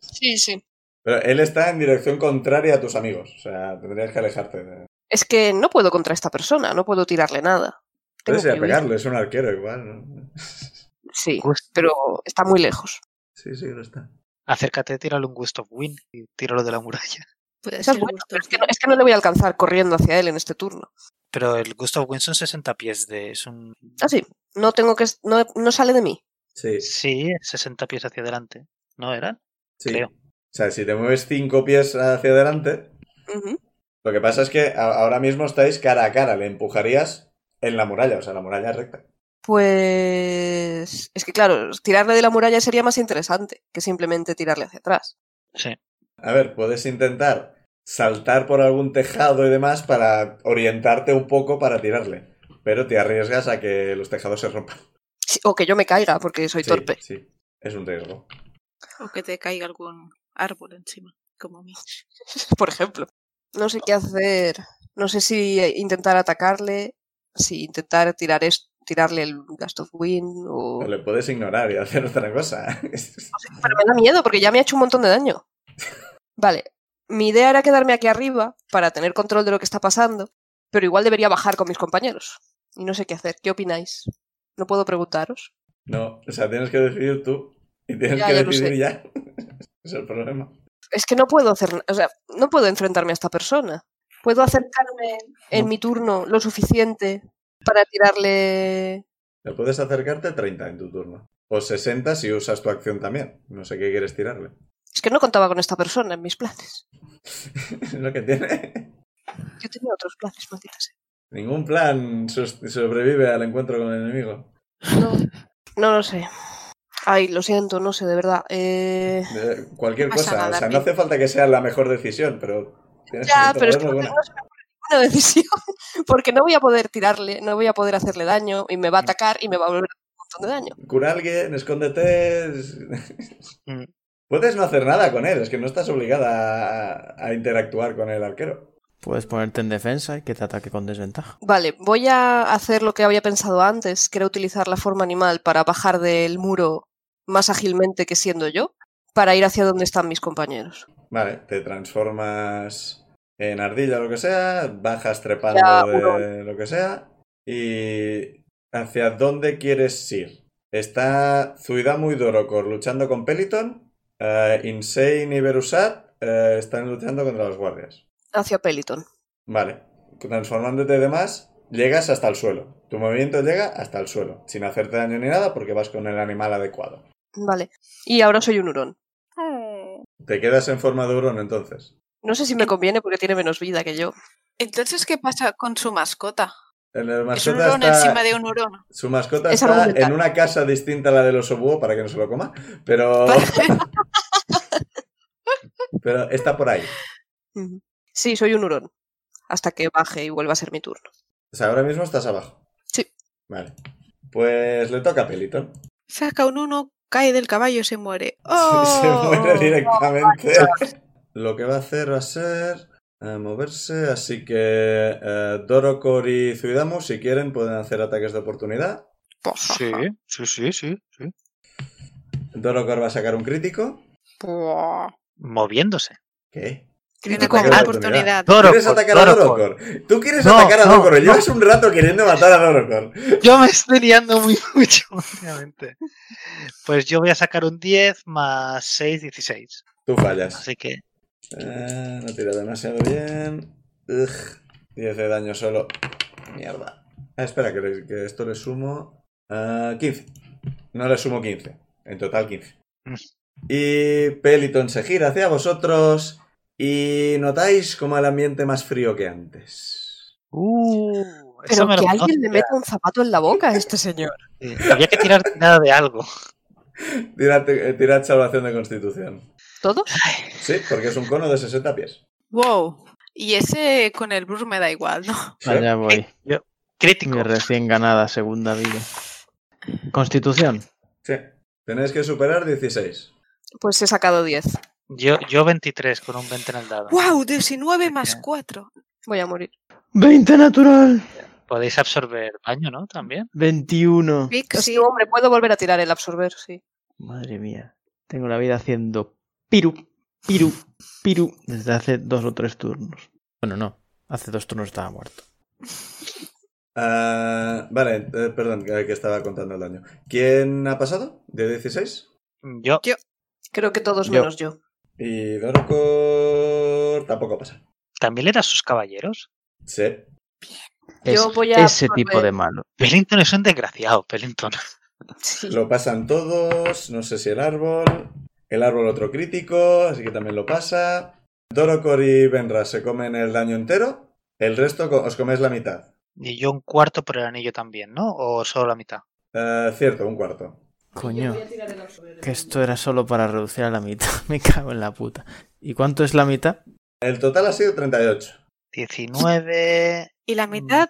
[SPEAKER 5] Sí, sí.
[SPEAKER 2] Pero él está en dirección contraria a tus amigos. O sea, tendrías que alejarte. de-
[SPEAKER 5] Es que no puedo contra esta persona, no puedo tirarle nada. Tengo
[SPEAKER 2] Puedes ir a
[SPEAKER 5] que huir.
[SPEAKER 2] pegarle, es un arquero igual. ¿no?
[SPEAKER 5] Sí, pero está muy lejos.
[SPEAKER 2] Sí, sí, lo está.
[SPEAKER 3] Acércate, tírale un Gust of Wind y tíralo de la muralla.
[SPEAKER 4] Puede
[SPEAKER 5] Esa es
[SPEAKER 4] ser
[SPEAKER 5] buena,
[SPEAKER 4] gusto,
[SPEAKER 5] pero es, que
[SPEAKER 4] sí.
[SPEAKER 5] no, es que no le voy a alcanzar corriendo hacia él en este turno.
[SPEAKER 6] Pero el Gust of Wind son 60 pies de. Es un...
[SPEAKER 5] Ah, sí. No tengo que. No, no sale de mí.
[SPEAKER 2] Sí,
[SPEAKER 3] Sí, 60 pies hacia adelante. ¿No eran?
[SPEAKER 2] sí.
[SPEAKER 3] Creo.
[SPEAKER 2] O sea, si te mueves cinco pies hacia adelante,
[SPEAKER 5] Ujú.
[SPEAKER 2] lo que pasa es que a- ahora mismo estáis cara a cara, le empujarías en la muralla, o sea, la muralla es recta.
[SPEAKER 5] Pues. Es que claro, tirarle de la muralla sería más interesante que simplemente tirarle hacia atrás.
[SPEAKER 3] Sí.
[SPEAKER 2] A ver, puedes intentar saltar por algún tejado y demás para orientarte un poco para tirarle, pero te arriesgas a que los tejados se rompan.
[SPEAKER 5] Sí, o que yo me caiga porque soy
[SPEAKER 2] Sí,
[SPEAKER 5] torpe.
[SPEAKER 2] Sí, es un riesgo.
[SPEAKER 4] O que te caiga algún árbol encima, como a mí.
[SPEAKER 5] por ejemplo. No sé qué hacer. No sé si eh, intentar atacarle, si intentar tirar es- tirarle el Gust of Wind o...
[SPEAKER 2] O le puedes ignorar y hacer otra cosa.
[SPEAKER 5] Pero me da miedo porque ya me ha hecho un montón de daño. Vale. Mi idea era quedarme aquí arriba para tener control de lo que está pasando, pero igual debería bajar con mis compañeros. Y no sé qué hacer. ¿Qué opináis? No puedo preguntaros.
[SPEAKER 2] no, o sea, tienes que decidir tú y tienes
[SPEAKER 5] Ya,
[SPEAKER 2] que
[SPEAKER 5] ya lo
[SPEAKER 2] decidir ya. es el problema.
[SPEAKER 5] Es que no puedo hacer, na- o sea, no puedo enfrentarme a esta persona. Puedo acercarme en mi turno lo suficiente para tirarle
[SPEAKER 2] Te puedes acercarte 30 en tu turno. O 60 si usas tu acción también. No sé qué quieres tirarle.
[SPEAKER 5] Es que no contaba con esta persona en mis planes.
[SPEAKER 2] es lo que tiene.
[SPEAKER 5] Yo tenía otros planes, maldita sea.
[SPEAKER 2] Ningún plan sos- sobrevive al encuentro con el enemigo.
[SPEAKER 5] No, no lo sé. Ay, lo siento, no sé, de verdad. Eh,
[SPEAKER 2] Eh, cualquier
[SPEAKER 4] No pasa
[SPEAKER 2] cosa. O
[SPEAKER 4] nada,
[SPEAKER 2] sea, no
[SPEAKER 4] Pi.
[SPEAKER 2] hace falta que sea la mejor decisión, pero tienes
[SPEAKER 5] Ya,
[SPEAKER 2] que
[SPEAKER 5] pero es que no,
[SPEAKER 2] tomar alguna.
[SPEAKER 5] tengo- no se me ocurre ninguna decisión. Porque no voy a poder tirarle, no voy a poder hacerle daño y me va a atacar y me va a volver a montón de daño.
[SPEAKER 2] Cura a alguien, escóndete. es-
[SPEAKER 6] Mm.
[SPEAKER 2] Puedes no hacer nada con él, es que no estás obligada a, a interactuar con el arquero.
[SPEAKER 1] Puedes ponerte en defensa y que te ataque con desventaja.
[SPEAKER 5] Vale, voy a hacer lo que había pensado antes, que era utilizar la forma animal para bajar del muro más ágilmente que siendo yo, para ir hacia donde están mis compañeros.
[SPEAKER 2] Vale, te transformas en ardilla o lo que sea, bajas trepando
[SPEAKER 5] Ya,
[SPEAKER 2] de lo que sea. ¿Y hacia dónde quieres ir? Está Zuidamu y Dorocor luchando con Peliton, eh, Insane y Berusat eh, están luchando contra los guardias.
[SPEAKER 5] Hacia Peliton.
[SPEAKER 2] Vale. Transformándote de más, llegas hasta el suelo. Tu movimiento llega hasta el suelo, sin hacerte daño ni nada porque vas con el animal adecuado.
[SPEAKER 5] Vale. Y ahora soy un hurón.
[SPEAKER 4] Mm.
[SPEAKER 2] Te quedas en forma de hurón entonces.
[SPEAKER 5] No sé si me conviene porque tiene menos vida que yo.
[SPEAKER 4] Entonces, ¿qué pasa con su mascota?
[SPEAKER 2] El- el
[SPEAKER 4] Es un
[SPEAKER 2] mascota
[SPEAKER 4] hurón
[SPEAKER 2] está-
[SPEAKER 4] encima de un hurón.
[SPEAKER 2] Su mascota
[SPEAKER 5] Es
[SPEAKER 2] está
[SPEAKER 5] argumental.
[SPEAKER 2] en una casa distinta a la del oso búho para que no se lo coma, pero, pero está por ahí.
[SPEAKER 5] Ujú. Sí, soy un hurón. Hasta que baje y vuelva a ser mi turno.
[SPEAKER 2] O sea, ahora mismo estás abajo.
[SPEAKER 5] Sí.
[SPEAKER 2] Vale. Pues le toca a Pelito.
[SPEAKER 4] Saca un uno, cae del caballo y se muere.
[SPEAKER 2] Se
[SPEAKER 4] ¡Oh!
[SPEAKER 2] muere directamente.
[SPEAKER 5] Oh,
[SPEAKER 2] Lo que va a hacer va a ser eh, moverse, así que eh, Dorocor y Zuidamu, si quieren, pueden hacer ataques de oportunidad.
[SPEAKER 4] Buah,
[SPEAKER 6] Sí, sí, sí, sí, sí.
[SPEAKER 2] Dorocor va a sacar un crítico.
[SPEAKER 4] buah.
[SPEAKER 6] moviéndose.
[SPEAKER 2] ¿Qué?
[SPEAKER 5] Crítico
[SPEAKER 4] Ataque de
[SPEAKER 5] mal. Ah,
[SPEAKER 4] oportunidad.
[SPEAKER 2] ¿Quieres atacar a
[SPEAKER 6] Dorocor.
[SPEAKER 2] Dorocor? Tú quieres
[SPEAKER 6] No,
[SPEAKER 2] atacar a
[SPEAKER 6] no,
[SPEAKER 2] Dorocor.
[SPEAKER 6] no.
[SPEAKER 2] Llevas un rato queriendo matar a Dorocor.
[SPEAKER 6] Yo me estoy liando muy mucho últimamente. Pues yo voy a sacar un 10 más 6, 16.
[SPEAKER 2] Tú fallas.
[SPEAKER 6] Así que
[SPEAKER 2] Eh, no tira demasiado bien. Ugh, 10 de daño solo. Mierda. Ah, espera, que, le- que esto le sumo. ah, 15. No le sumo 15. En total 15.
[SPEAKER 6] Mm.
[SPEAKER 2] Y Peliton se gira hacia vosotros. Y notáis como el ambiente más frío que antes.
[SPEAKER 6] Uh, eso
[SPEAKER 5] Pero
[SPEAKER 6] me lo
[SPEAKER 5] que alguien le
[SPEAKER 6] conocía.
[SPEAKER 5] meta un zapato en la boca a este señor.
[SPEAKER 6] Eh, Había que tirar nada de algo.
[SPEAKER 2] Tirad, eh, tirad salvación de constitución.
[SPEAKER 5] ¿Todos?
[SPEAKER 2] Sí, porque es un cono de 60 pies.
[SPEAKER 4] Wow. Y ese con el Brur me da igual, ¿no?
[SPEAKER 2] Sí.
[SPEAKER 1] Allá voy.
[SPEAKER 6] Crítico.
[SPEAKER 1] Mi recién ganada segunda vida. Constitución.
[SPEAKER 2] Sí. Tenéis que superar 16.
[SPEAKER 5] Pues he sacado 10.
[SPEAKER 6] Yo, yo 23 con un 20 en el dado.
[SPEAKER 4] Wow, 19 más
[SPEAKER 6] Ya.
[SPEAKER 4] 4.
[SPEAKER 5] Voy a morir.
[SPEAKER 1] 20 natural.
[SPEAKER 6] Podéis absorber daño, ¿no? También.
[SPEAKER 1] 21.
[SPEAKER 4] Vic,
[SPEAKER 5] Sí,
[SPEAKER 4] sí.
[SPEAKER 5] hombre, puedo volver a tirar el absorber, sí.
[SPEAKER 1] Madre mía. Tengo la vida haciendo piru, piru, piru desde hace dos o tres turnos. Bueno, no. Hace dos turnos estaba muerto.
[SPEAKER 2] Ah, vale, eh, perdón, que que estaba contando el daño. ¿Quién ha pasado? ¿De 16?
[SPEAKER 6] Yo,
[SPEAKER 5] Creo que todos
[SPEAKER 1] Yo.
[SPEAKER 5] menos yo.
[SPEAKER 2] Y Dorocor tampoco pasa.
[SPEAKER 6] ¿También le das sus caballeros?
[SPEAKER 2] Sí.
[SPEAKER 1] Es
[SPEAKER 5] Yo voy a
[SPEAKER 1] ese tipo
[SPEAKER 5] absorber.
[SPEAKER 1] de malo.
[SPEAKER 6] Pellington es un desgraciado, Pellington.
[SPEAKER 5] Sí.
[SPEAKER 2] Lo pasan todos, no sé si el árbol. El árbol otro crítico, así que también lo pasa. Dorocor y Benra se comen el daño entero. El resto co- os coméis la mitad.
[SPEAKER 6] Y yo un cuarto por el anillo también, ¿no? O solo la mitad.
[SPEAKER 2] Eh, cierto, un cuarto.
[SPEAKER 1] Coño. Que esto era solo para reducir a la mitad. Me cago en la puta. ¿Y cuánto es la mitad?
[SPEAKER 2] El total ha sido 38.
[SPEAKER 6] 19,
[SPEAKER 4] ¿Y
[SPEAKER 2] Mm.
[SPEAKER 4] la mitad?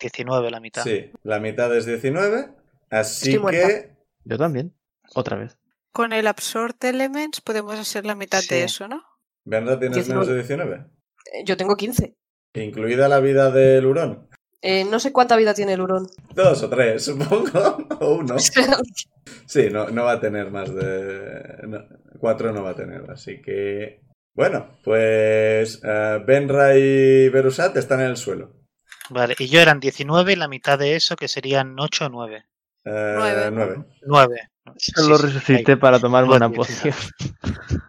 [SPEAKER 6] 19 la mitad.
[SPEAKER 2] Sí, la mitad es 19. Así
[SPEAKER 5] Estoy muerta.
[SPEAKER 2] que
[SPEAKER 1] Yo también. Otra vez.
[SPEAKER 4] Con el Absorb Elements podemos hacer la mitad
[SPEAKER 6] Sí.
[SPEAKER 4] de eso, ¿no?
[SPEAKER 2] Benra tienes menos de
[SPEAKER 5] 19.
[SPEAKER 2] 19.
[SPEAKER 5] Eh, Yo tengo 15.
[SPEAKER 2] Incluida la vida del hurón.
[SPEAKER 5] Eh, no sé cuánta vida tiene el hurón.
[SPEAKER 2] Dos o tres, supongo. O uno.
[SPEAKER 5] Pero
[SPEAKER 2] Sí, no, no va a tener más de. no, cuatro no va a tener, así que. Bueno, pues. eh, Benra y Berusat están en el suelo.
[SPEAKER 6] Vale, y yo eran 19 y la mitad de eso que serían 8 o 9.
[SPEAKER 2] Eh,
[SPEAKER 4] Nueve.
[SPEAKER 2] nueve.
[SPEAKER 6] 9.
[SPEAKER 1] Solo resucité para tomarme
[SPEAKER 6] Joder,
[SPEAKER 1] una
[SPEAKER 6] tío, sí,
[SPEAKER 1] poción.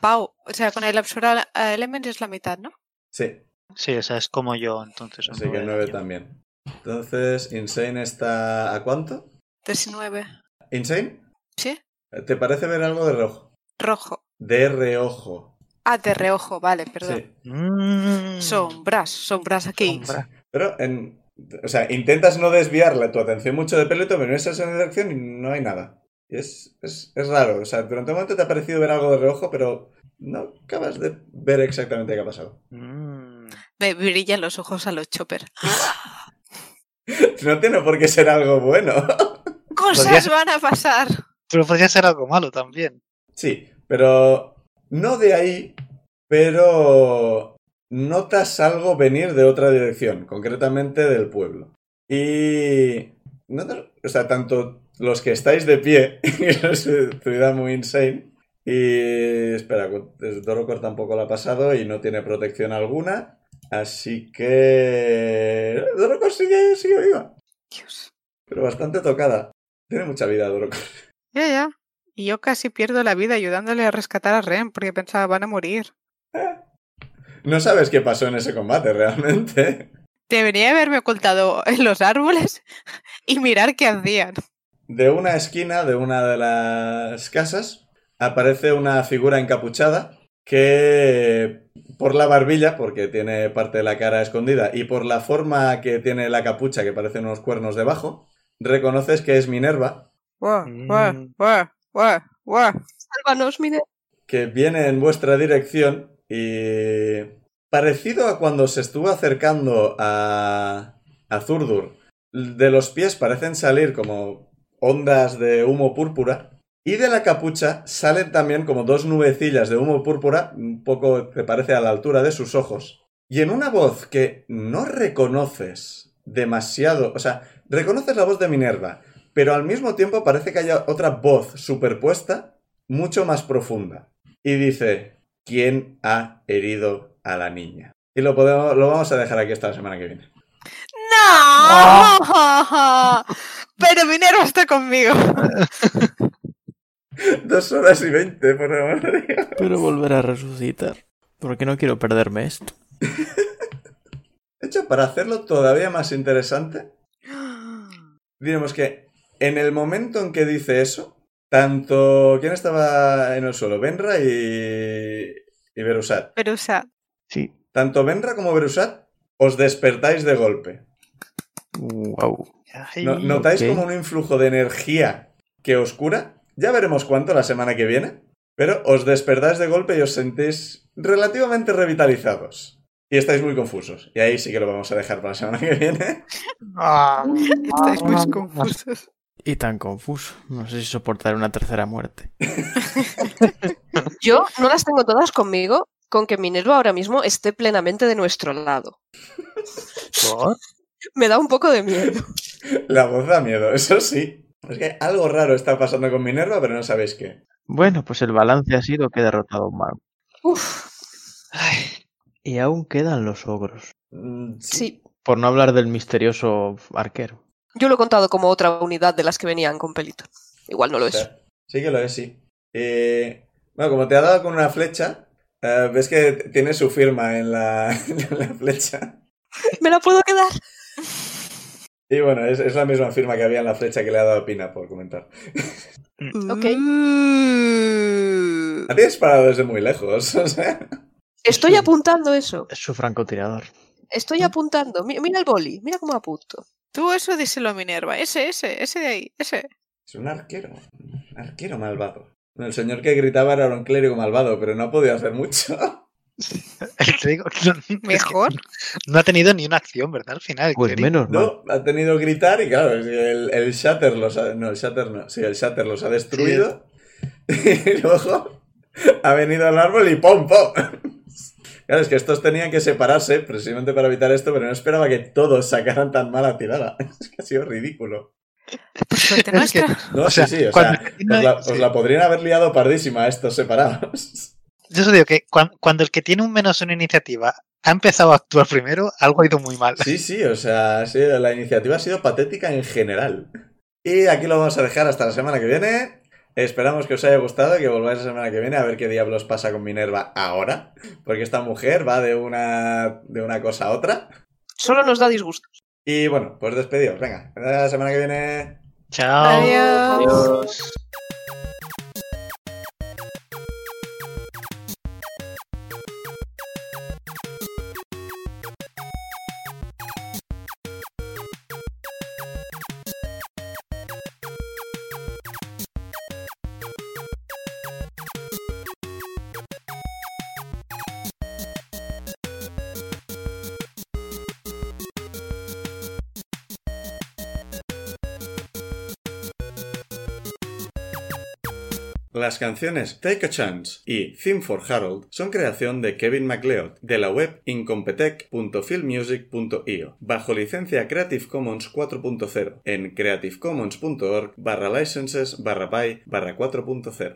[SPEAKER 4] Pau, o sea, con el Absorb Elements es la mitad, ¿no?
[SPEAKER 2] Sí,
[SPEAKER 6] Sí, o sea, es como yo entonces. un
[SPEAKER 2] así que
[SPEAKER 6] nueve
[SPEAKER 2] nueve
[SPEAKER 6] yo.
[SPEAKER 2] también. Entonces, Insane está. ¿A cuánto?
[SPEAKER 4] 19.
[SPEAKER 2] ¿Insane?
[SPEAKER 4] ¿Sí?
[SPEAKER 2] ¿Te parece ver algo de reojo?
[SPEAKER 4] Rojo.
[SPEAKER 2] De reojo.
[SPEAKER 4] Ah, de reojo, vale, perdón.
[SPEAKER 2] Sí.
[SPEAKER 6] Mm.
[SPEAKER 4] Sombras, sombras aquí.
[SPEAKER 6] Sombra.
[SPEAKER 2] Pero, en, o sea, intentas no desviarla tu atención mucho de Peleto, pero en esa segunda dirección y no hay nada. Y es, es, es raro. O sea, durante un momento te ha parecido ver algo de reojo, pero no acabas de ver exactamente qué ha pasado.
[SPEAKER 6] Mm.
[SPEAKER 4] Me brillan los ojos a los chopper.
[SPEAKER 2] No tiene por qué ser algo bueno.
[SPEAKER 4] Cosas
[SPEAKER 6] Podrías-
[SPEAKER 4] van a pasar.
[SPEAKER 6] Pero podría ser algo malo también.
[SPEAKER 2] Sí, pero no de ahí, pero notas algo venir de otra dirección, concretamente del pueblo. Y... no te- o sea, tanto los que estáis de pie, que es una ciudad muy insane, y... Espera, Dorocor tampoco la ha pasado y no tiene protección alguna, así que... Dorocor sigue, sigue viva,
[SPEAKER 4] Dios.
[SPEAKER 2] pero bastante tocada. Tiene mucha vida Dorocor.
[SPEAKER 4] Ya, ya. Y yo casi pierdo la vida ayudándole a rescatar a Ren porque pensaba van a morir.
[SPEAKER 2] No sabes qué pasó en ese combate realmente.
[SPEAKER 4] Debería haberme ocultado en los árboles y mirar qué hacían.
[SPEAKER 2] De una esquina de una de las casas aparece una figura encapuchada que por la barbilla, porque tiene parte de la cara escondida, y por la forma que tiene la capucha, que parecen unos cuernos debajo, reconoces que es Minerva,
[SPEAKER 4] Buah, buah,
[SPEAKER 6] Mm.
[SPEAKER 4] buah, buah, buah.
[SPEAKER 5] Sálvanos, mire.
[SPEAKER 2] que viene en vuestra dirección y... Parecido a cuando se estuvo acercando a, a Zurdur, de los pies parecen salir como ondas de humo púrpura y de la capucha salen también como dos nubecillas de humo púrpura, un poco te parece a la altura de sus ojos, y en una voz que no reconoces demasiado, o sea, reconoces la voz de Minerva, pero al mismo tiempo parece que haya otra voz superpuesta mucho más profunda y dice, ¿quién ha herido a la niña? Y lo, podemos, lo vamos a dejar aquí hasta la semana que viene.
[SPEAKER 4] ¡No! Pero Minerva está conmigo.
[SPEAKER 2] Dos horas y veinte, por favor.
[SPEAKER 1] Pero volver a resucitar. Porque no quiero perderme esto.
[SPEAKER 2] De hecho, para hacerlo todavía más interesante, diremos que en el momento en que dice eso, tanto... ¿Quién estaba en el suelo? Benra y... y Berusat.
[SPEAKER 4] Pero, o sea,
[SPEAKER 1] Sí.
[SPEAKER 2] Tanto Benra como Berusat os despertáis de golpe.
[SPEAKER 1] Wow.
[SPEAKER 6] Ay,
[SPEAKER 2] No- notáis
[SPEAKER 1] ok.
[SPEAKER 2] como un influjo de energía que os cura. Ya veremos cuánto la semana que viene. Pero os despertáis de golpe y os sentís relativamente revitalizados. Y estáis muy confusos. Y ahí sí que lo vamos a dejar para la semana que viene.
[SPEAKER 6] Ah,
[SPEAKER 4] estáis muy confusos.
[SPEAKER 1] Y tan confuso. No sé si soportaré una tercera muerte.
[SPEAKER 5] Yo no las tengo todas conmigo con que Minerva ahora mismo esté plenamente de nuestro lado.
[SPEAKER 6] ¿por?
[SPEAKER 5] Me da un poco de miedo.
[SPEAKER 2] La voz da miedo, eso sí. Es que algo raro está pasando con Minerva, pero no sabéis qué.
[SPEAKER 1] Bueno, pues el balance ha sido que he derrotado a un mago.
[SPEAKER 5] Uf,
[SPEAKER 6] Ay,
[SPEAKER 1] Y aún quedan los ogros.
[SPEAKER 2] Mm,
[SPEAKER 5] sí.
[SPEAKER 1] Por no hablar del misterioso arquero.
[SPEAKER 5] Yo lo he contado como otra unidad de las que venían con pelito. Igual no lo
[SPEAKER 2] O sea,
[SPEAKER 5] es.
[SPEAKER 2] sí que lo es, sí. Eh, bueno, como te ha dado con una flecha, eh, ves que t- tiene su firma en la, en la flecha.
[SPEAKER 5] ¿Me la puedo quedar?
[SPEAKER 2] Y bueno, es, es la misma firma que había en la flecha que le ha dado Pina, por comentar.
[SPEAKER 5] Ok.
[SPEAKER 4] Uh.
[SPEAKER 2] A ti es parado desde muy lejos, o sea.
[SPEAKER 5] Mm. Estoy apuntando eso.
[SPEAKER 1] Es su francotirador.
[SPEAKER 5] Estoy apuntando. Mi- Mira el boli. Mira cómo apunto.
[SPEAKER 4] Tú eso díselo a Minerva. Ese, ese, ese de ahí, ese.
[SPEAKER 2] Es un arquero. Un arquero malvado. Bueno, El señor que gritaba era un clérigo malvado, pero no ha podido hacer mucho.
[SPEAKER 6] el clérigo no, es que
[SPEAKER 4] Mejor.
[SPEAKER 6] no ha tenido ni una acción, ¿verdad? Al final, el
[SPEAKER 1] Pues
[SPEAKER 6] clérigo.
[SPEAKER 1] menos mal.
[SPEAKER 2] No, ha tenido que gritar y claro, es que el, el Shatter los ha, no, el Shatter no, sí, el Shatter los ha destruido. Y luego ha venido al árbol y ¡pum, pum! Claro, es que estos tenían que separarse precisamente para evitar esto, pero no esperaba que todos sacaran tan mala tirada. Es que ha sido ridículo.
[SPEAKER 4] Por suerte
[SPEAKER 6] Es que-
[SPEAKER 4] nuestra.
[SPEAKER 2] No,
[SPEAKER 6] O sea,
[SPEAKER 2] sí, sí, o
[SPEAKER 6] cuando-
[SPEAKER 2] sea, os la, os la podrían haber liado pardísima a estos separados.
[SPEAKER 6] Yo os digo que cuan- cuando el que tiene un menos una iniciativa ha empezado a actuar primero, algo ha ido muy mal.
[SPEAKER 2] Sí, sí, o sea, ha sido- la iniciativa ha sido patética en general. Y aquí lo vamos a dejar hasta la semana que viene. Esperamos que os haya gustado y que volváis la semana que viene a ver qué diablos pasa con Minerva ahora. Porque esta mujer va de una, de una cosa a otra.
[SPEAKER 5] Solo nos da disgusto.
[SPEAKER 2] Y bueno, pues despedidos. Venga, hasta la semana que viene.
[SPEAKER 6] Chao.
[SPEAKER 4] Adiós.
[SPEAKER 2] Las canciones Take a Chance y Theme for Harold son creación de Kevin MacLeod de la web incompetech.filmmusic.io bajo licencia Creative Commons 4.0 en creativecommons.org barra licenses barra by barra 4.0.